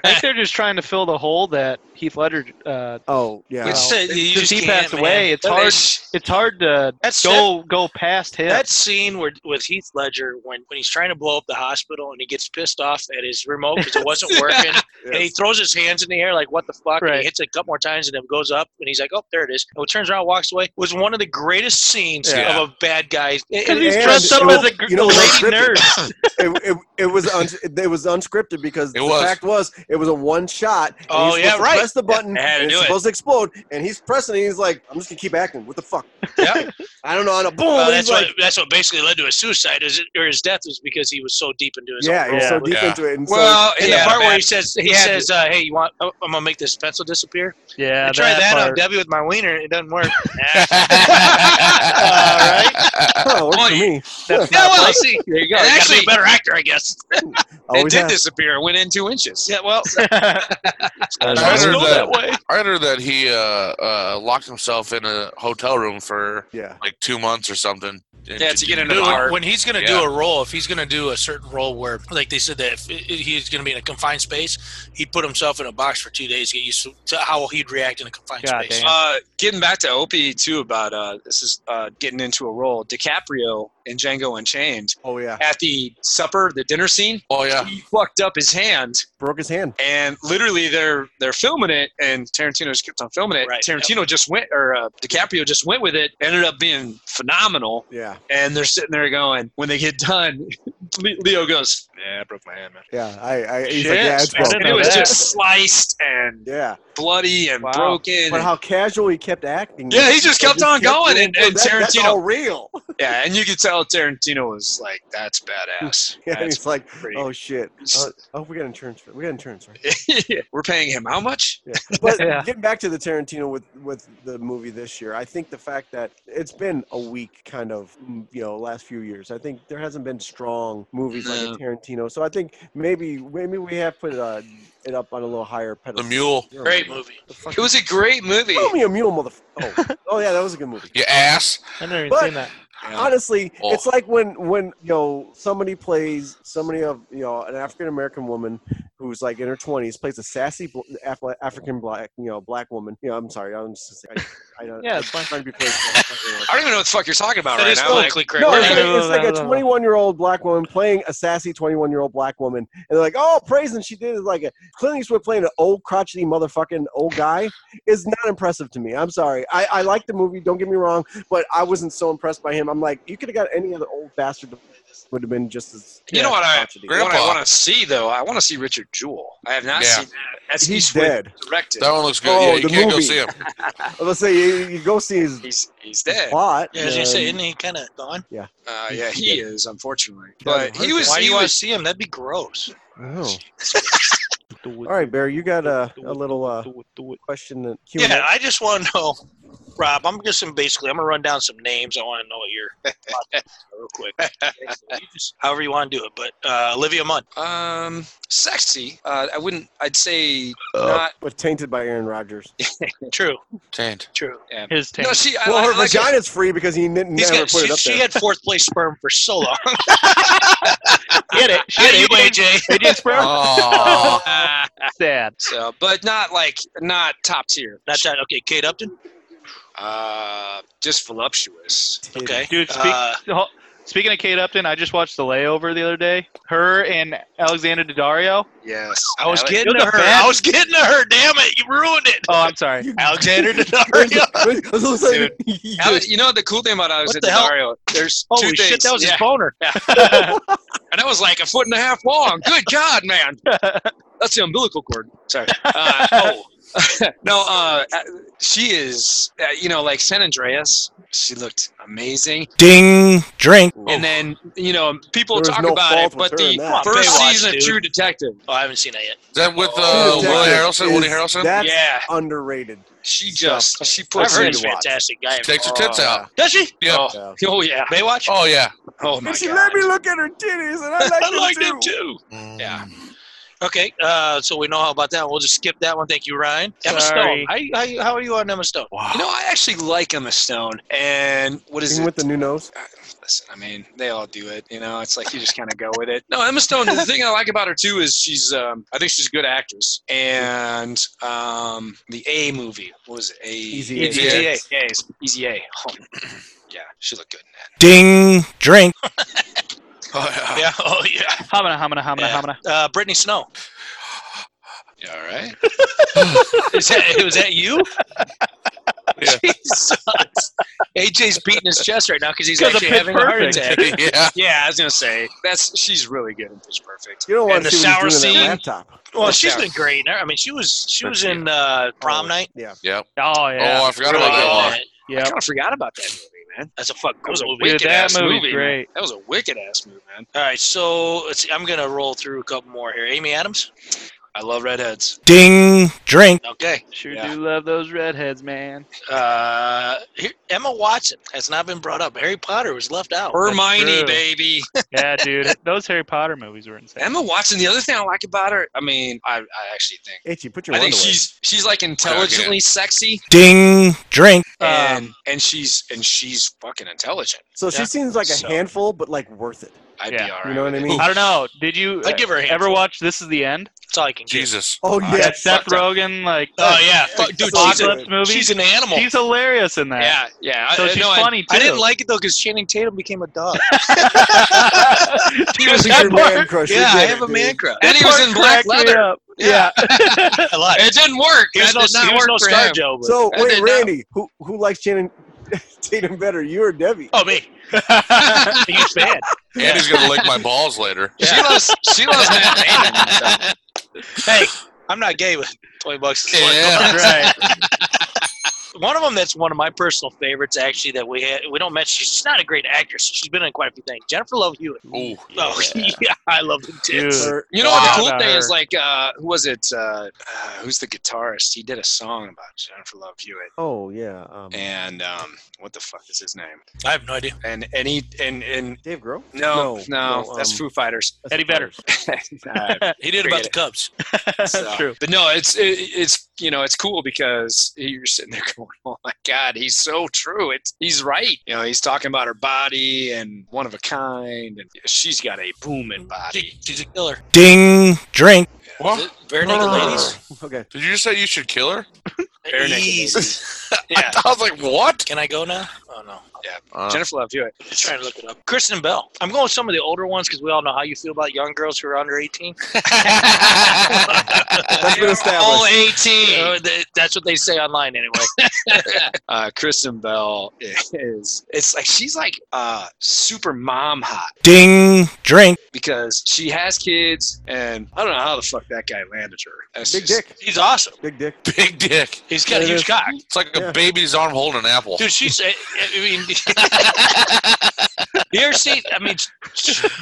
I think they're just trying to fill the hole that Heath Ledger. Uh,
[laughs] Oh yeah.
Well,
It's just- you
since
just
he
can't,
passed away,
man.
it's
That
hard-
is-
it's hard to
That's
go go past him.
That scene where with Heath Ledger when, when he's trying to blow up the hospital and he gets pissed off at his remote because it
[laughs]
wasn't working and he throws his hands in the air like what the fuck and
Right.
he hits it a couple more times and then goes up and he's like oh there it is and turns around walks away was one of the greatest scenes
Yeah.
of a bad guy. It-
Because
it-
he's
And
dressed up
you know-
as a gr-
you know
a
what's
lady
scripted?
nurse.
it, it, it was un- it was unscripted because
It
the
was.
fact was it was a one shot. and
Oh,
he's
yeah,
supposed to
right.
Press the button.
I had to
and it's
do it.
supposed to explode, and he's pressing. it, and he's like, "I'm just gonna keep acting. What the fuck?
Yeah.
[laughs]
Oh,
I don't know." And a boom.
Well,
he's
Oh, that's
like,
what that's what basically led to his suicide is or his death was because he was so deep into his
"Yeah,
own
he's so
role.
deep
Yeah.
into it." And so-
Well,
And
yeah,
the part where
man.
he says he
He had
says uh, hey you want I'm gonna make this pencil disappear.
Yeah,
I tried that on
part.
Debbie with my wiener it doesn't [laughs] work.
oh, it worked for me.
yeah, well, see, there you go.
Yeah,
It
actually,
actually,
a better actor, I guess.
it
Always
did
Oh, have.
disappear. It went in two inches.
Yeah, [laughs] well,
I
I
heard
know
that.
that way.
I heard that he uh, uh, locked himself in a hotel room for
Yeah.
like two months or something.
Yeah, to get into
Dude,
the
when,
art.
when he's going to
Yeah.
do a role, if he's going to do a certain role where, like they said, that if i- i- he's going to be in a confined space, he'd put himself in a box for two days, get used to, to how he'd react in a confined
God
space.
damn.
Uh, getting back to Opie too about uh, this is uh, getting into a role. DiCaprio in Django Unchained
Oh yeah.
at the supper, the dinner scene,
Oh yeah.
he fucked up his hand,
Broke his hand.
and literally they're they're filming it, and Tarantino just kept on filming it.
Right,
Tarantino just went, or uh, DiCaprio just went with it. Ended up being phenomenal,
Yeah.
and they're sitting there going, when they get done, [laughs] Le- Leo goes, "Yeah, I broke my hand, man."
Yeah. I. I he's
Shit.
like, yeah, it's broke.
and it was
that.
just sliced and
Yeah.
bloody and
Wow.
broken.
But
and-
how casual he kept acting.
Yeah, he just kept on going,
doing-
and- and
that- That's
Tarantino-
all real. [laughs]
Yeah, and you could tell Tarantino was like, "That's badass."
Yeah, and
That's
he's like,
pretty-
oh shit. Oh, oh, we got insurance. For, we got insurance, right?
We're paying him how much?
Yeah. But
Yeah.
getting back to the Tarantino with with the movie this year, I think the fact that it's been a weak kind of mm, you know last few years. I think there hasn't been strong movies
No.
like a Tarantino. So I think maybe maybe we have put uh, it up on a little higher
The
pedestal.
mule.
Yeah,
Great
man.
movie.
The fuck
It was a great movie.
Throw me a mule, mother. Oh. oh yeah, that was a good movie.
You ass.
I've never even
But-
seen that.
Honestly,
Oh.
it's like when when you know somebody plays somebody of you know an African American woman who's like in her twenties, plays a sassy bl- Af- African black, you know, black woman. You know, I'm sorry, I'm just, I, I don't.
Yeah, it's
I'm
fine.
trying to be
[laughs]
I don't even know what the fuck you're talking about
That
right
is
now. Like,
politically correct.
No, it's
I
like,
don't
it's
know,
like
I
a
don't know.
21 year old black woman playing a sassy 21 year old black woman, and they're like, "Oh, praise!" And she did it like a Clint Eastwood playing an old crotchety motherfucking old guy is not impressive to me. I'm sorry. I, I like the movie. Don't get me wrong, but I wasn't so impressed by him. I'm like, you could have got any other old bastard that would have been just as
you know what I,
crotchety.
Grandpa.
what I want to see though? I want to see Richard Jewell. I have not
Yeah.
seen that. That's
He's
Eastwood
dead.
directed.
That one looks good.
Oh,
yeah, you
the
can't go
movie.
see him.
Let's say you, you go see his
He's he's dead.
plot.
Yeah, as you
and-
say, isn't he kind of gone?
Uh, yeah, he is unfortunately.
Kevin
But he
Hart.
was
Why do
he
you want
was
to see him? That'd be gross. [laughs]
Oh. All right, Barry, you got a, a little uh, question. That, Q&A?
Yeah, I just want to know, Rob. I'm just gonna basically. I'm gonna run down some names. I want to know what [laughs] your thoughts are real quick. You just- however you want to do it, but uh, Olivia Munn.
um sexy. Uh, I wouldn't. I'd say
Uh,
not.
but tainted by Aaron Rodgers.
True,
Taint.
true.
His tank.
No, she. I,
Well,
I,
her
I like
vagina's free because he n-
He's
never
got,
put it
she,
up
she
there.
had fourth place sperm for so [laughs] long.
She had it. She had
you, Uh,
alien-
AJ.
alien sperm.
Oh,
Ah.
Sad.
So, but not like not top tier.
That's not okay. Kate Upton.
Uh, just voluptuous.
[laughs]
Okay,
Dude, speak,
Uh,
ho- speaking of Kate Upton, I just watched The Layover the other day. Her and Alexander Daddario.
Yes.
I was getting
kidding.
to
You're the
her.
best.
I was getting to her. Damn it! You ruined it.
Oh, I'm sorry.
Alexander Daddario.
[laughs]
Dude, Alex, you know the cool thing about Alex
What the hell?
Daddario? There's two
Holy
things.
shit! [laughs] That was
yeah.
his boner.
and that was like a foot and a half long.
[laughs]
Good God, man! That's the umbilical cord. Sorry. Uh, oh. [laughs] no, uh, she is. Uh, you know, like San Andreas, she looked amazing.
Ding. Drink.
And then you know, people
There was
talk
no
about
fault
it, but
with her in
the
that.
first
Baywatch,
season
dude.
of True Detective.
Oh, I haven't seen that yet.
is that with uh,
Oh,
Dude,
Will
that
Harrelson? Woody
is-
Harrelson?
That's
yeah,
underrated.
she just she
I've
puts
heard
in.
he's a
to watch.
fantastic guy.
Takes her tits
Oh,
out.
Does she?
Yeah.
Oh,
Yeah.
[laughs] oh yeah.
Baywatch.
Oh
[laughs]
yeah. [laughs]
Oh my
and she
God.
let me look at her titties, and I liked
I
them
liked
too.
him too. Yeah.
Okay, uh, so we know all about that. We'll just skip that one. Thank you, Ryan. Emma
Sorry.
Stone. How, how, how are you on Emma Stone?
You know, I actually like Emma Stone, and what is
Even
it?
with the new nose.
Listen, I mean, they all do it. You know, it's like you just kind of go with it. [laughs] No, Emma Stone. The thing I like about her too is she's, um, I think she's a good actress. And um, the A movie what was it? A
Easy A.
Easy A. Yeah, it's Easy A. Oh, yeah, she looked good in that.
Ding.
[laughs]
Drink.
Oh, yeah.
Yeah, [laughs] oh yeah.
Hamina, hamina, hamina,
Yeah.
hamina.
Uh, Brittany Snow.
You all [laughs] right.
Is that was that you?
[laughs] Yeah.
Jesus. AJ's beating his chest right now because he's
'Cause of
actually
Pitch
having a heart
Perfect.
attack.
[laughs] yeah.
Yeah, I was gonna say that's she's really good in Pitch Perfect.
You don't want
And the
to see
shower
what he's doing
scene.
on that laptop.
Well,
Yeah.
she's been great. I mean, she was she was in uh, prom
Oh,
night.
Yeah.
Oh
Oh,
yeah.
I forgot
Really
about that
good in
one.
that.
I
yeah.
kind of forgot about that movie, man.
That's a fuck
That
cool
was a
movie.
wicked
Dude, that
ass
movie's
movie. man.
great.
That was a wicked ass movie, man.
All right, so let's see. I'm gonna roll through a couple more here. Amy Adams.
I love redheads.
Ding. Drink.
Okay.
Sure
Yeah.
do love those redheads, man.
Uh, here, Emma Watson has not been brought up. Harry Potter was left out.
Hermione,
true.
baby.
Yeah, dude. [laughs] Those Harry Potter movies were insane.
Emma Watson. The other thing I like about her, I mean, I, I actually think
Itchy, put your
I think
wand away.
she's she's like intelligently sexy,
Ding. Drink.
and and she's and she's fucking intelligent.
So she
Yeah.
seems like a
So-
handful, but like worth it.
I'd
Yeah.
be all right.
You know what I mean?
I don't know. Did you
I give her a hand.
ever watch This Is the End?
That's all I can give.
Jesus.
Oh
I-
yeah.
That Seth Rogen like
Oh yeah, fuck, dude.
so
She's, a,
good.
apocalypse movie.
she's an animal.
She's hilarious in that.
Yeah, yeah.
So
I, uh,
she's
no, I-
funny too.
I didn't like it though because Channing Tatum became a dog.
Dude,
This is
that
your
part-
man crush.
yeah,
You
I
get
have
it,
a man
dude.
crush.
and he was in black
cracked me
leather. [laughs]
up. Yeah.
I lied.
It didn't work.
He was
That
no,
did
he
not
was
work
no
for
star
him.
Joe. But,
So
I
wait,
did not-
Randy, who who likes [laughs] Channing Tatum better, you or Debbie?
oh me, huge
[laughs]
fan.
And he's gonna
[laughs]
lick my balls later.
She loves she loves Matt Damon. so.
Hey, I'm not gay, but twenty bucks. Is fun.
Yeah.
right.
One of them that's one of my personal favorites, actually, that we had, we don't mention. She's not a great actress. She's been in quite a few things. Jennifer Love Hewitt. [laughs]
Ooh.
Oh yeah, I love them too.
Dude.
Or-
You know
Wow.
what the cool
About
thing
her.
is? Like, uh, who was it? Uh, uh, who's the guitarist? He did a song about Jennifer Love Hewitt,
Oh yeah. Um,
and um, what the fuck is his name?
I have no idea.
And and he and and
Dave Grohl.
no, no, that's
um,
Foo Fighters. [laughs]
that's
Eddie Vedder.
Uh,
He did
Forget
about the
it.
Cubs.
[laughs]
so-
true.
But no, it's it, it's you know it's cool because you're sitting there [laughs] going, oh my god, he's so true. It's he's right. You know, he's talking about her body and one of a kind, and she's got a booming body.
She, she's a killer.
Ding. Drink.
What?
Bare naked ladies.
[laughs] Okay.
Did you say you should kill her? [laughs]
Bare naked
Easy.
[laughs]
I, I was like, what?
Can I go now? Oh no.
Uh,
Jennifer Love Hewitt.
I'm trying to look it up. Kristen Bell. I'm going with some of the older ones because we all know how you feel about young girls who are under 18.
[laughs] That's been
All
established.
18. Uh, th- that's what they say online
[laughs]
anyway.
Uh, Kristen Bell is. It's like she's like uh, super mom hot.
Ding. Drink.
because she has kids, and I don't know how the fuck that guy landed her. That's
Big
just-
dick.
He's awesome.
Big dick.
big dick.
He's got a
It
huge
is.
cock.
It's like
Yeah.
a baby's arm holding an apple.
Dude, she's. I I mean, [laughs] you ever see? I mean,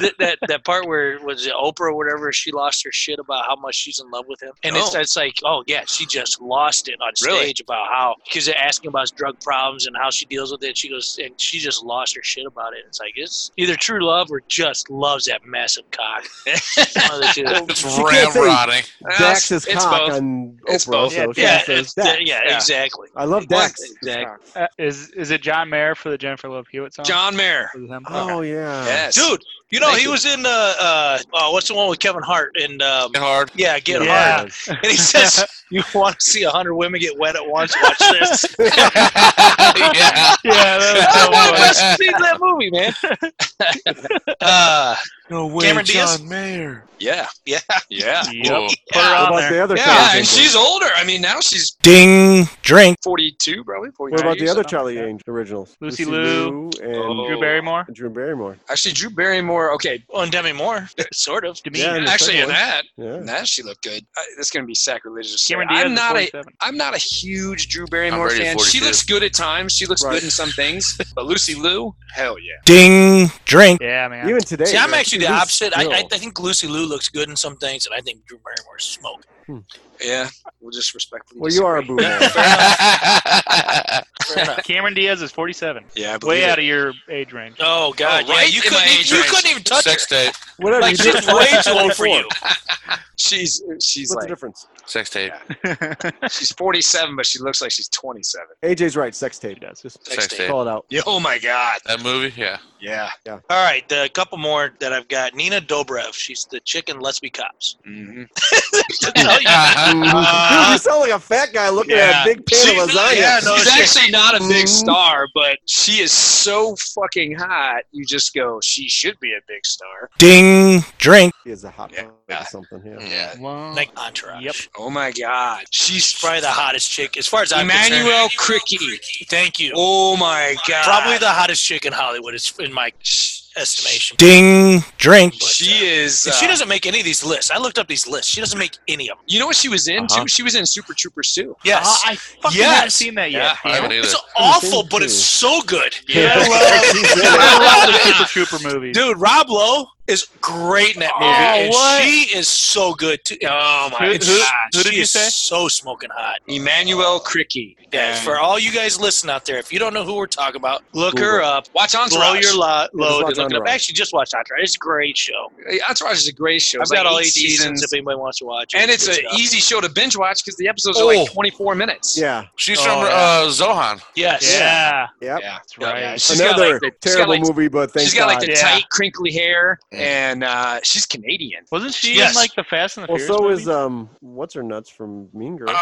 that, that that part where was it Oprah or whatever? She lost her shit about how much she's in love with him, and it's
No.
it's like, oh yeah, she just lost it on stage
Really?
about how because they're asking about his drug problems and how she deals with it. She goes and she just lost her shit about it. It's like it's either true love or just loves that massive cock. One of the
[laughs]
two.
it's
She can't say
ramrodding.
Dax is
uh, it's
cock
both.
on
It's
Oprah,
both.
so she
Yeah,
just says
it's-
Dax.
yeah,
Yeah.
exactly.
I love Dax.
Exactly.
Uh, is is it John Mayer for the Jennifer Love Hewitt song?
John Mayer.
Is it him?
Oh yeah.
Yes.
Dude, you know
Thank
he
you.
was in uh, uh oh, what's the one with Kevin Hart and um,
Hard.
[laughs]
[laughs]
yeah, get
Yeah.
[laughs]
hard. And he [laughs] says, "You want to see a hundred women get wet at once? [laughs] Watch this."
yeah.
[laughs] yeah,
I want
that was
to see that movie, man. [laughs] uh,
No way,
Cameron Diaz?
Mayer.
Yeah.
yeah,
[laughs]
Yeah.
so Yep.
[laughs] Ooh.
Put her on
What about
there.
the other Charlie
Yeah, and
Angel?
she's older. I mean, now she's
Ding. Drink.
42, probably. 49
What about the
years
other
old.
Charlie Angel originals?
Lucy Liu.
and
Oh.
Drew Barrymore.
Drew Barrymore.
Actually, Drew Barrymore. Okay.
on Demi Moore, [laughs] sort of.
Demi.
Yeah, and the
Actually, in
second one.
that, in
Yeah.
that she looked good. I, that's gonna be sacrilegious. to say.
Cameron Diaz
I'm
is
not a.
47.
I'm not a huge Drew Barrymore
ready for
fan. She
42.
looks good at times. She looks
Right.
good in some things. [laughs] But Lucy Liu, hell yeah.
Ding. Drink.
Yeah, man.
Even today.
See, I'm
like,
actually the
she's
opposite. I,
still-
I, I think Lucy Liu looks good in some things, and I think Drew Barrymore's smoke.
Yeah. We'll just respectfully.
well, you are a
disagree.
boomer.
Fair
[laughs]
enough.
Cameron Diaz is 47.
Yeah, I believe
Way
it.
out of your age range. [laughs]
Oh God,
right
yeah, you
in my
couldn't,
age
you
range.
couldn't even touch
Sex
her.
tape.
Whatever.
[laughs] Like
you
she's
did. [laughs]
way too old [laughs] for you.
She's
What's
she's
the
like
difference?
Sex tape.
she's 47, but she looks like she's 27.
AJ's right. Sex tape.
She does.
Just
Sex tape.
call it out.
Yeah, oh my god.
That movie? Yeah.
[laughs]
Yeah.
All right, the couple more that I've got. Nina Dobrev, she's the chicken. Let's be cops.
Mm-hmm.
No,
[laughs]
you-
Dude,
Uh,
you sound like a fat guy looking at
yeah.
a big pan
She-
of lasagna.
yeah, no,
She's
she-
actually not a big
Mhm.
star, but she is so fucking hot. You just go, she should be a big star.
Ding. Drink.
He is a hot
Yeah. Hmm.
dog or something. Yeah.
Uh,
Yeah.
like Entourage.
Yep.
Oh my god.
She's probably the hottest chick as far as I'm
Emmanuel
concerned.
Cricky.
Thank you.
Oh my god.
Probably the hottest chick in Hollywood, is in my estimation.
Ding. Drink.
But,
She
uh,
is.
and she
uh,
doesn't make any of these lists. I looked up these lists. She doesn't make any of them.
You know what she was in
Uh-huh.
too? She was in Super Troopers too.
Yes.
Uh, I fucking
Yes.
haven't seen that yet.
I haven't either.
it's awful, but it's so good.
Yeah.
[laughs] I love-
[laughs]
He's in it.
I love the Super Trooper movies.
Dude, Rob Lowe is great in that movie.
Oh,
and
what?
she is so good too. Oh my
Who- who-
god.
who did
she
you
is
say?
so smoking hot.
Emmanuel Cricky.
Yeah,
And
for all you guys listening out there, if you don't know who we're talking about, look her
Google.
up.
watch
Blow
Entourage.
your lo- load.
watch
and Look it up.
Entourage.
Actually, just watch Entourage. It's a great show.
Entourage is a great show.
I've
It's
got
like
all
eight
eight seasons, if anybody wants to watch it.
and it's
good
an
stuff.
easy show to binge watch because the episodes are
Oh.
like 24 minutes.
Yeah.
She's
Oh,
from
yeah.
uh, Zohan.
E, Yes.
Yeah.
Yep.
yeah,
That's right.
She's got,
Another
like, the- she's got,
terrible
like,
movie, but thank
she's got like
God.
the
Yeah.
tight, crinkly hair,
Yeah.
and uh, she's Canadian.
Wasn't she
Yes.
in like the Fast and the
well,
Furious?
so
movies?
is um, what's her nuts from Mean Girls?
Uh,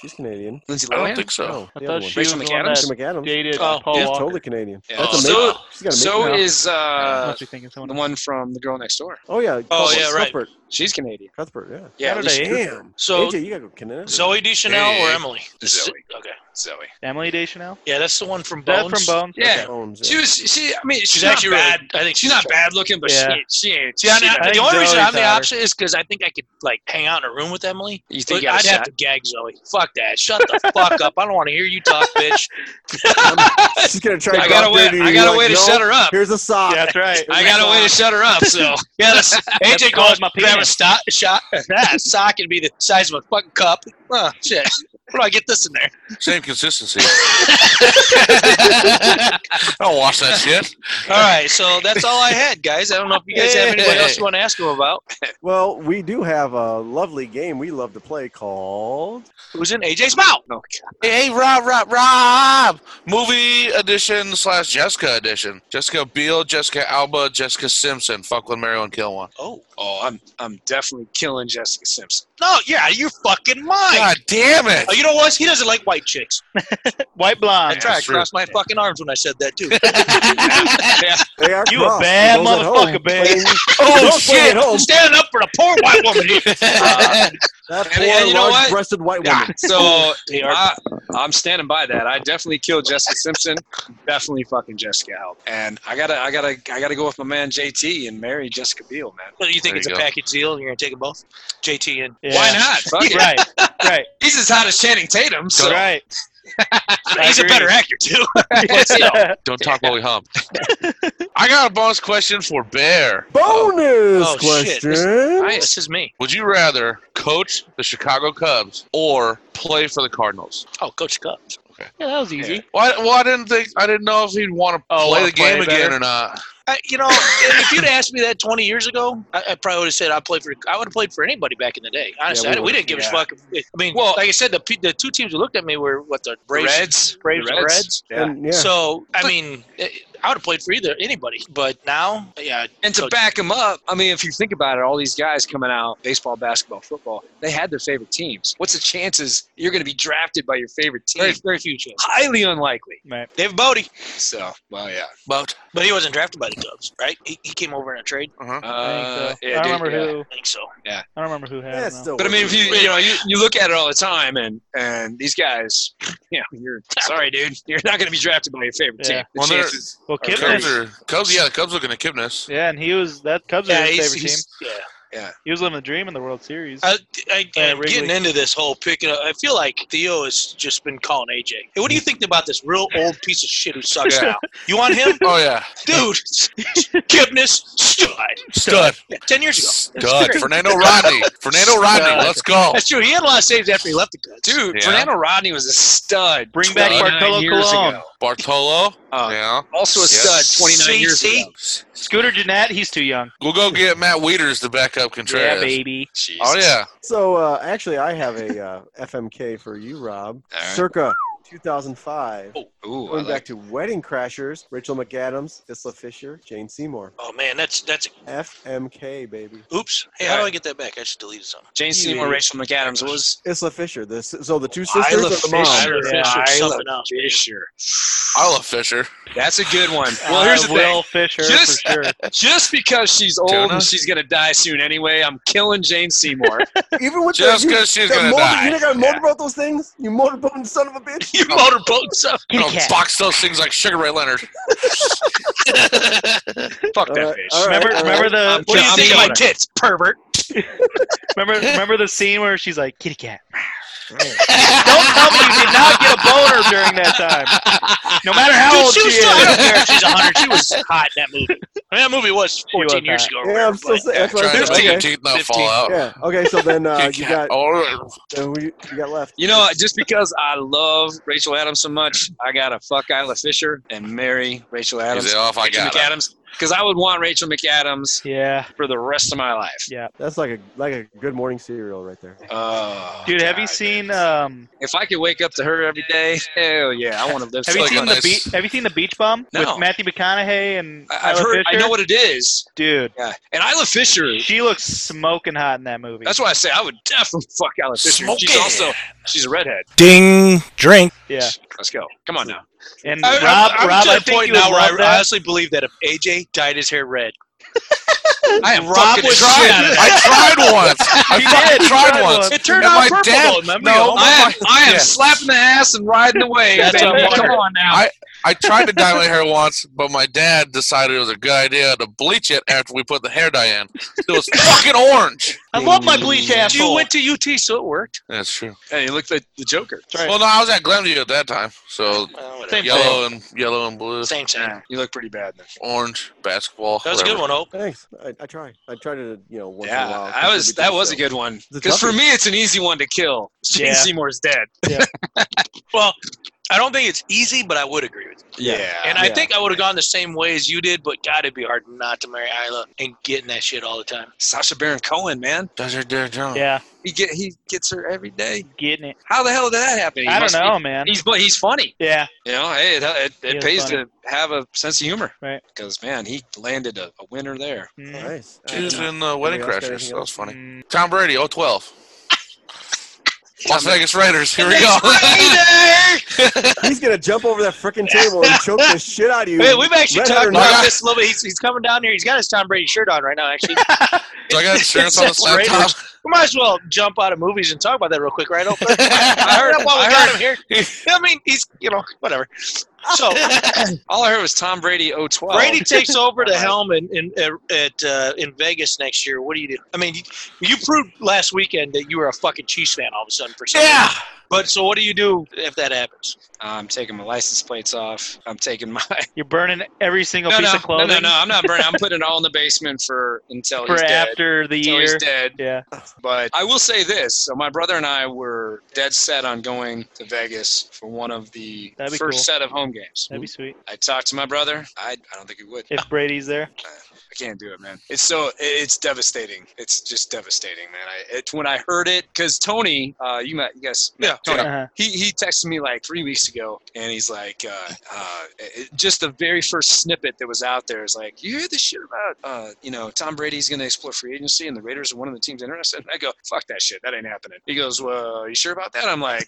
She's Canadian.
Lindsay
I
Lohan.
don't think so.
No,
I
the
thought
other
she was the
one.
Rachel
one
McAdams?
that
Rachel McAdams.
dated
Oh,
Paul
She's
Walker.
totally Canadian.
Yeah.
That's amazing.
So-
she's got a
So
makeup.
is uh,
Must be thinking someone
the one from The Girl Next Door.
Oh yeah. Cuthbert-
yeah, right.
Cuthbert.
She's Canadian.
Cuthbert. Yeah.
Yeah, at least
Saturday.
she's
Damn.
So
AJ, you gotta go Canada.
Zoe Deschanel or
Yeah.
Emily?
Zoe.
Okay.
Zoe.
Emily Deschanel.
Yeah, that's the one from
That
Bones.
from Bones.
Yeah,
Owns it.
she was. She. I mean, she's,
She's,
not
actually
bad.
bad. I think
She's not bad looking, but
Yeah.
she ain't. She ain't.
Yeah, and
she
I-
not-
the
think
only reason
Zoe's
I'm the
hotter.
opposite is because I think I could like hang out in a room with Emily.
you
But
think you got
I'd
a shot?
have to gag Zoe. Fuck that. Shut the fuck up. I don't want to hear you talk, [laughs] bitch.
[laughs]
she's gonna try.
I
to
got
talk
a way.
dirty to
I
you,
got a
like,
way to
"No,
shut her up.
Here's a sock.
Yeah, that's right.
I got a way to shut her up. So
Yeah, [laughs] that's,
That's
AJ
called
goes
my
my grab a
penis.
sto- shot. That sock and be the size of a fucking cup. Oh, shit. Where do I get this in there?
Same consistency. I'll watch that shit.
All right, so that's all I had, guys. I don't know if you guys have anybody else you want to ask them about.
Well, we do have a lovely game we love to play called.
Who's in AJ's mouth?
Hey, hey, Rob, Rob, Rob! Movie edition slash Jessica edition. Jessica Biel, Jessica Alba, Jessica Simpson. Fuck with Mary and kill one.
Oh, oh, I'm I'm definitely killing Jessica [laughs] Simpson.
No, yeah, you fucking mind.
God damn it!
Oh, you know what? He doesn't like white chicks.
White
I
blonde.
Yeah,
tried. I
that's true.
crossed my fucking arms when I said that too.
They are
You a
crossed.
bad
For those at home
motherfucker, babe.
[laughs]
playing-
Oh
Don't play at
shit!
home.
Standing up for the poor white woman.
That
And- and
poor
you know what?
large-breasted white
Yeah,
woman.
Uh, [laughs] so
They are-
I, I'm standing by that. I definitely killed Jessica Simpson. definitely fucking Jessica Alba. And I gotta, I gotta, I gotta go with my man JT and marry Jessica Biel, man.
you think
There
it's
you
a
go.
package deal and you're gonna take them both? JT and
Yeah.
Why not? Fuck it.
right, right,
He's as hot as Channing Tatum. So
right.
he's a better actor too.
[laughs]
[laughs]
Don't talk while we hump. I got a bonus question for Bear.
Bonus
Oh, shit.
question.
This is me.
Would you rather coach the Chicago Cubs or play for the Cardinals?
Oh, Coach Cubs.
Yeah, that was easy.
Well, I, well, I didn't think I didn't know if he'd want to
Oh,
play
wanna
the game
play
again
better?
or not.
I, you know, if you'd asked me that 20 years ago, I, I probably would have said I played for. I would have played for anybody back in the day. Honestly,
Yeah, we
I- we,
would've.
didn't give
Yeah.
a fuck. I mean,
Well-
like I said, the pe- the two teams who looked at me were what the
The
Braves,
Reds,
Braves,
The
and Reds.
Yeah.
And, yeah.
So I mean, it, I would have played for either anybody, but now, yeah,
And to
So-
back him up, I mean, if you think about it, all these guys coming out, baseball, basketball, football, they had their favorite teams. What's the chances you're going to be drafted by your favorite team?
very, very few chances.
Highly unlikely.
Dave Bodie,
So, well, yeah.
But
but he wasn't drafted by the Cubs, right? He, he came over in a trade.
Uh,
I, think so.
yeah,
I
dude,
don't remember
yeah.
who.
I think so.
I don't remember who had
Yeah,
it
it's
now.
still
But I mean, if
working.
you you know you, you look at it all the time, and and these guys, [laughs] you know, you're sorry, dude, you're not going to be drafted by your favorite
Yeah.
team. The
Well, they're-
chances-
Well,
Or
Cubs
Kipnis.
are Cubs. Yeah, the Cubs looking
[laughs]
at Kipnis.
Yeah, and he was that Cubs are
Yeah,
his
he's-
favorite
he's-
team.
yeah.
He was living the dream in the World Series.
I, I,
Yeah,
I'm
Wrigley.
getting into this whole picking up. I feel like Theo has just been calling AJ. Hey, what do you think about this real old piece of shit who sucks
Yeah.
now? You want him?
Oh yeah,
Dude, Gibness stud.
stud,
Yeah, 10 years ago.
stud. Fernando Rodney, Fernando Rodney. Let's go.
That's true. He had a lot of saves after he left the Cubs.
dude,
Yeah.
Fernando Rodney was a stud.
Bring back
29
Bartolo
years
Colon.
ago.
Bartolo.
Uh,
Yeah,
Also a
Yeah.
stud. Twenty nine years
CC.
ago.
Scooter Jeanette, he's too young.
we'll go get Matt Wieters to back up
Yeah,
Contreras.
baby.
Oh yeah,
So uh, actually, I have a uh, FMK for you, Rob.
All right.
Circa 2005.
Ooh, I
Going
like
back to Wedding Crashers, Rachel McAdams, Isla Fisher, Jane Seymour.
Oh, man. That's, that's,
FMK, baby.
oops. Hey, how do I get that back? I just deleted something.
Jane Seymour, Rachel McAdams. What was
Isla Fisher. The, s- so the two sisters
Isla
and the mom.
Fisher.
Isla
Yeah,
Fisher,
Isla
something else, man.
Fisher.
I love Fisher.
That's a good one. Well, here's
Uh,
the
Will Fisher
Just-
for
[laughs]
sure.
thing. Just because she's old
Tuna?
and she's gonna die soon anyway, I'm killing Jane Seymour.
Even with
Just
the, you-
'cause she's
that
gonna
motor-
die.
You think I
Yeah.
motorboat those things? You motorboating son of a bitch.
You motorboat stuff.
You know, box those things like Sugar Ray Leonard.
Fuck that
Alright,
bitch.
alright,
Remember,
alright.
remember the
Uh, What do you
I'm
think of my
killing her.
tits, pervert?
remember remember the scene where she's like kitty
[laughs]
cat. Don't tell me you did not get a boner during that time. No matter how old
Dude,
she
she was still, I don't
is.
care if she's 100. She was hot in that movie. I mean, that movie was 14
was
years
hot.
ago. or
[laughs] Yeah, I'm
whatever,
still
but-
saying. That's what
Trying
I
to make
said.
your
Okay.
teeth not
15.
fall out.
Yeah. Okay. So then
[laughs]
uh,
Kit
you
Kat.
got
Oh,
then we, you got left.
You know, just because I love Rachel Adams so much, I gotta fuck Isla Fisher and marry Rachel Adams.
He's off. I
Rachel
got it.
McAdams, because I would want Rachel
[laughs]
McAdams
Yeah.
for the rest of my life.
Yeah.
That's like a like a good morning cereal right there.
Oh,
Dude, have you
God.
seen um
If I could wake up to her every day, hell yeah, I want to live.
have
so
you
like
seen
a
the
nice-
beach have you seen the beach bomb
No.
with Matthew McConaughey and
I- I've
Isla
heard. I
Fisher?
know what it is.
Dude,
Yeah, and Isla Fisher.
she looks smoking hot in that movie.
That's why I say I would definitely [laughs] fuck Isla Fisher.
Smoke
she's
it.
also she's a redhead.
Ding drink.
yeah.
Let's go. Come on now.
And
I,
Rob
I'm, I'm
Rob
to the
I think
point
you would
now where I
love that.
honestly believe that if AJ dyed his hair red,
I am
Rob
fucking
was
shit out of
I tried once. I fucking
did. He
tried,
tried
once.
once.
it turned
And
out
my
purple.
dad-
though, remember?
no,
You
I am, I am
Yeah.
slapping the ass and riding away.
That's
baby.
what I'm
Come
wondering.
on now.
I- I tried to
[laughs]
dye my hair once, but my dad decided it was a good idea to bleach it after we put the hair dye in. It
[laughs]
was fucking orange.
I love my bleach asshole.
You went to UT, so it worked.
That's true.
Hey, you look like the Joker.
Well, no, I was at Glenview at that time, so
Well, whatever.
Same thing.
yellow and yellow and blue,
Same thing.
You look pretty bad. Then.
orange basketball.
That was a
whatever.
good one, Hope.
Thanks. I, I try. I try to, you know, once in a while.
Yeah, I was.
contribute to
That
the
was a
show.
good one.
The
Because for
toughest.
me, it's an easy one to kill. Shane
Yeah.
Seymour's dead. [laughs]
Well, I don't think it's easy, but I would agree with you.
Yeah.
And I
Yeah.
think I would have gone the same way as you did, but God, it'd be hard not to marry Isla and getting that shit all the time.
Sasha Baron Cohen, man,
That's your dear John.
Yeah,
he get he gets her every day.
getting it.
How the hell did that happen? He
I don't
must be-
know, man.
he's but he's funny.
Yeah,
You know, hey, it, it,
He
it
is
pays
funny.
to have a sense of humor.
Right.
Because man, he landed a, a winner there.
Mm.
Nice.
She was in uh, Wedding
Anybody else got
Crashers.
anything
That was funny.
Mm.
Tom Brady,
[laughs]
012. Las Vegas Raiders. Here we go.
He's gonna jump over that freaking table and choke the shit out of you.
Hey, we've actually
Red
talked
Hunter
about
Knight.
this a little bit. He's, he's coming down here. He's got his Tom Brady shirt on right now, actually.
Do I got insurance on this
That's Raiders.
laptop?
we might as well jump out of movies and talk about that real quick, right? Hope?
I
heard while we
I
got him here. I mean, he's, you know, whatever. So
All I heard was Tom Brady 012.
Brady takes over the helm in, in, at, uh, in Vegas next year. What do you do? I mean, you, you proved last weekend that you were a fucking Chiefs fan all of a sudden for some
Yeah.
reason. But so what do you do if that happens?
I'm taking my license plates off. I'm
[laughs]
taking my
You're burning every single
no,
piece
no,
of
no,
clothing
no, no. I'm not burning. I'm putting it all in the basement for until
for
he's dead.
after the
until he's
year.
dead.
Yeah,
But I will say this: so my brother and I were dead set on going to Vegas for one of the
That'd be
first
cool.
set of home games.
that'd be sweet
I talked to my brother. I, I don't think he would. [laughs]
if Brady's there.
I can't do it, man. It's so it- it's devastating. It's just devastating, man. I, it's when I heard it because Tony, uh, you might you guys, yeah, Tony.
Uh-huh.
He, he texted me like three weeks ago, and he's like, uh, uh, it, it- just the very first snippet that was out there is like, you hear this shit about, uh, you know, Tom Brady's going to explore free agency, and the Raiders are one of the teams interested. And I go, fuck that shit, that ain't happening. He goes, well, you sure about that? I'm like,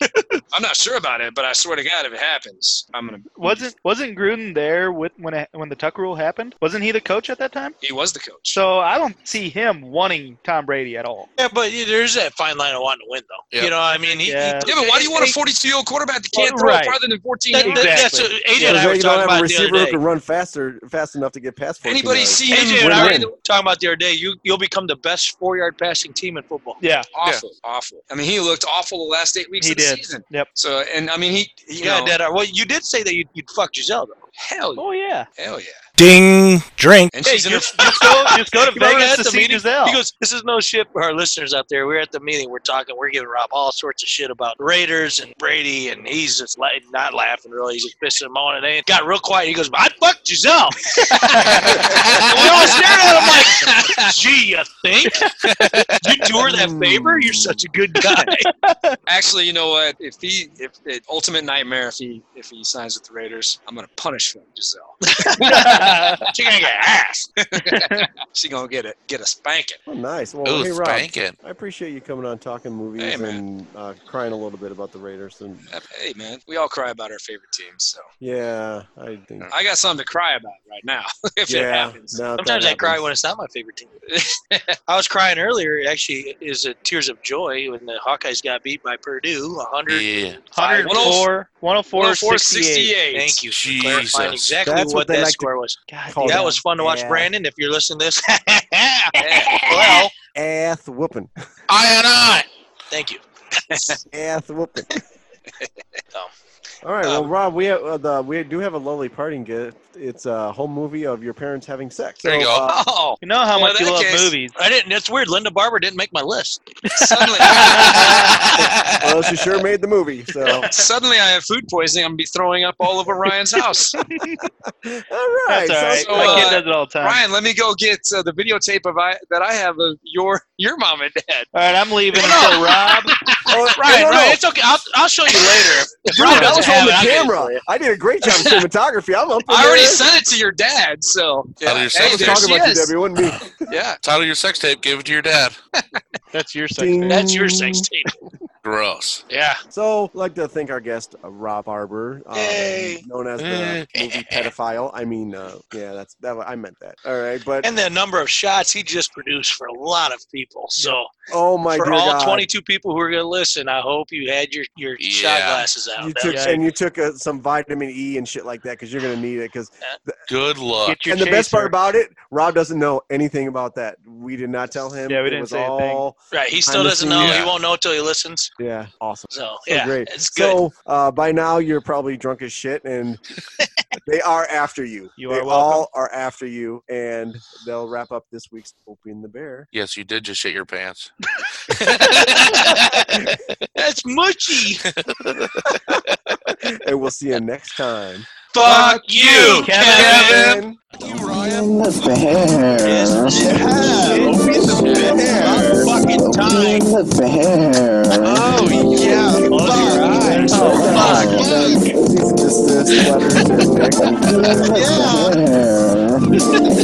I'm not sure about it, but I swear to God, if it happens, I'm gonna.
Wasn't wasn't Gruden there with when it, when the Tuck rule happened? Wasn't he the coach at that time?
He was the coach.
So I don't see him wanting Tom Brady at all.
Yeah, but there's that fine line of wanting to win, though.
Yeah.
You know, I mean, he,
Yeah.
Yeah, but why do you want a 42 year old quarterback that can't
Well,
throw
right.
farther than 14
that,
yards?
that, that's what
Exactly.
AJ and I
Because
were
you don't have
talking
a
about the
receiver
other
who
day.
can run faster, fast enough to get past. 14
Anybody
yards.
see him?
AJ and I were
Win-win.
talking about the other day. You you'll become the best four yard passing team in football.
Yeah,
Awful, awful. I mean, he looked awful the last eight weeks
He
of the
did.
season.
Yep.
So, and I mean, he, you
yeah,
know,
that. uh, Well, you did say that you'd, you'd fuck Giselle though.
hell,
Oh yeah.
hell yeah.
Ding drink.
And
Hey,
she's
[laughs]
in her,
you- you
[laughs]
go-
Just go to
You remember
Vegas
that
to
at the
see
meeting?
Giselle.
He goes, "This is no shit for our listeners out there. We're at the meeting. We're talking. We're giving Rob all sorts of shit about Raiders and Brady, and he's just la- not laughing really. He's just pissing and moaning. And it got real quiet. He goes, "I fucked Giselle." [laughs] and we all stared at him like, "Gee, you think you do her
Mm.
that favor? You're such a
[laughs]
good guy."
[laughs] actually, you know what? If he, if it, ultimate nightmare, if he, if he signs with the Raiders, I'm gonna punish him, Giselle. [laughs]
She gonna get ass.
She gonna get it, get a spanking.
Oh, nice. Well,
Ooh,
hey Rob,
spanking.
I appreciate you coming on talking movies
Hey, man.
and uh, crying a little bit about the Raiders. And
Hey, man, we all cry about our favorite teams, so
yeah, I think.
I got something to cry about right now [laughs] if it
yeah,
happens.
now that
Sometimes I cry
happens.
when it's not my favorite team. [laughs] I was crying earlier. Actually, is it tears of joy when the Hawkeyes got beat by Purdue, 100
Yeah.
104, 104,
104,
68.
68.
Thank you for
Jesus.
clarifying exactly
That's
what,
what they
that
like to
score was.
God,
Call
that
them
was fun to watch,
ass-
Brandon. If you're listening to this, [laughs]
Yeah.
ass whooping.
I and I.
thank you.
ass whooping.
Oh.
All right, well, Rob, we have uh, the we do have a lovely parting gift. It's a home movie of your parents having sex.
There you
So,
go.
uh,
Oh,
You know how
Well,
much
in
you love
that case-
movies.
I didn't. That's weird. Linda Barber didn't make my
[laughs]
list.
suddenly.
well, she sure made the movie. So, all
Suddenly, I have food poisoning. I'm gonna be throwing up all over Ryan's house.
right,
That's all right.
sounds
so,
good.
My
uh,
kid does it all the time.
Ryan, let me go get uh, the videotape of I that I have of your your mom and
[laughs]
dad.
All right, I'm leaving until Rob.
Oh,
Right,
no, no,
right. It's okay. I'll, I'll show you later. If
Dude,
Rob
that
doesn't
was
have
on the
it, I'll get it for you.
camera. I did a great job of cinematography. I'm up. in
I already
there.
sent it to your dad, so
Out of your
Hey,
sex
I was
tape.
there she
talking about you,
is.
Debbie. It wasn't me.
yeah.
Title of your sex tape. Give it to your dad.
That's your sex
Ding.
tape.
That's your sex
Mm.
tape.
Gross.
Yeah.
So, I'd like to thank our guest, uh, Rob Arbor, um,
Yay.
known as
[laughs]
the movie pedophile. I mean, uh, yeah, that's that. I meant that. All right, but
And the number of shots he just produced for a lot of people. So
Oh my
For
dear
all
God.
22 people who are going to listen, I hope you had your, your shot
Yeah.
glasses out.
You
That
took
was-
and you took uh some vitamin E and shit like that because you're gonna need it. Because
Good luck.
Get your
and the best part
chaser.
about it, Rob doesn't know anything about that. We did not tell him.
Yeah, we
It
didn't
was
say a thing.
all,
right. He still
I'm
doesn't know.
listening.
He
Yeah.
won't know until he listens.
Yeah, awesome.
So,
So
yeah,
great.
it's good.
So uh, by now you're probably drunk as shit,
[laughs]
and they are after you.
You
they
are welcome.
all are after you, and they'll wrap up this week's Opium the Bear.
Yes, you did just shit your pants.
[laughs] That's mushy.
and we'll see you next time.
Fuck you,
Kevin.
And-
Yeah, open the bear. Fucking time. Oh yeah. Alright. Oh,
Fuck. Cease and desist letters and-
Yeah. [laughs] Oh, Oh.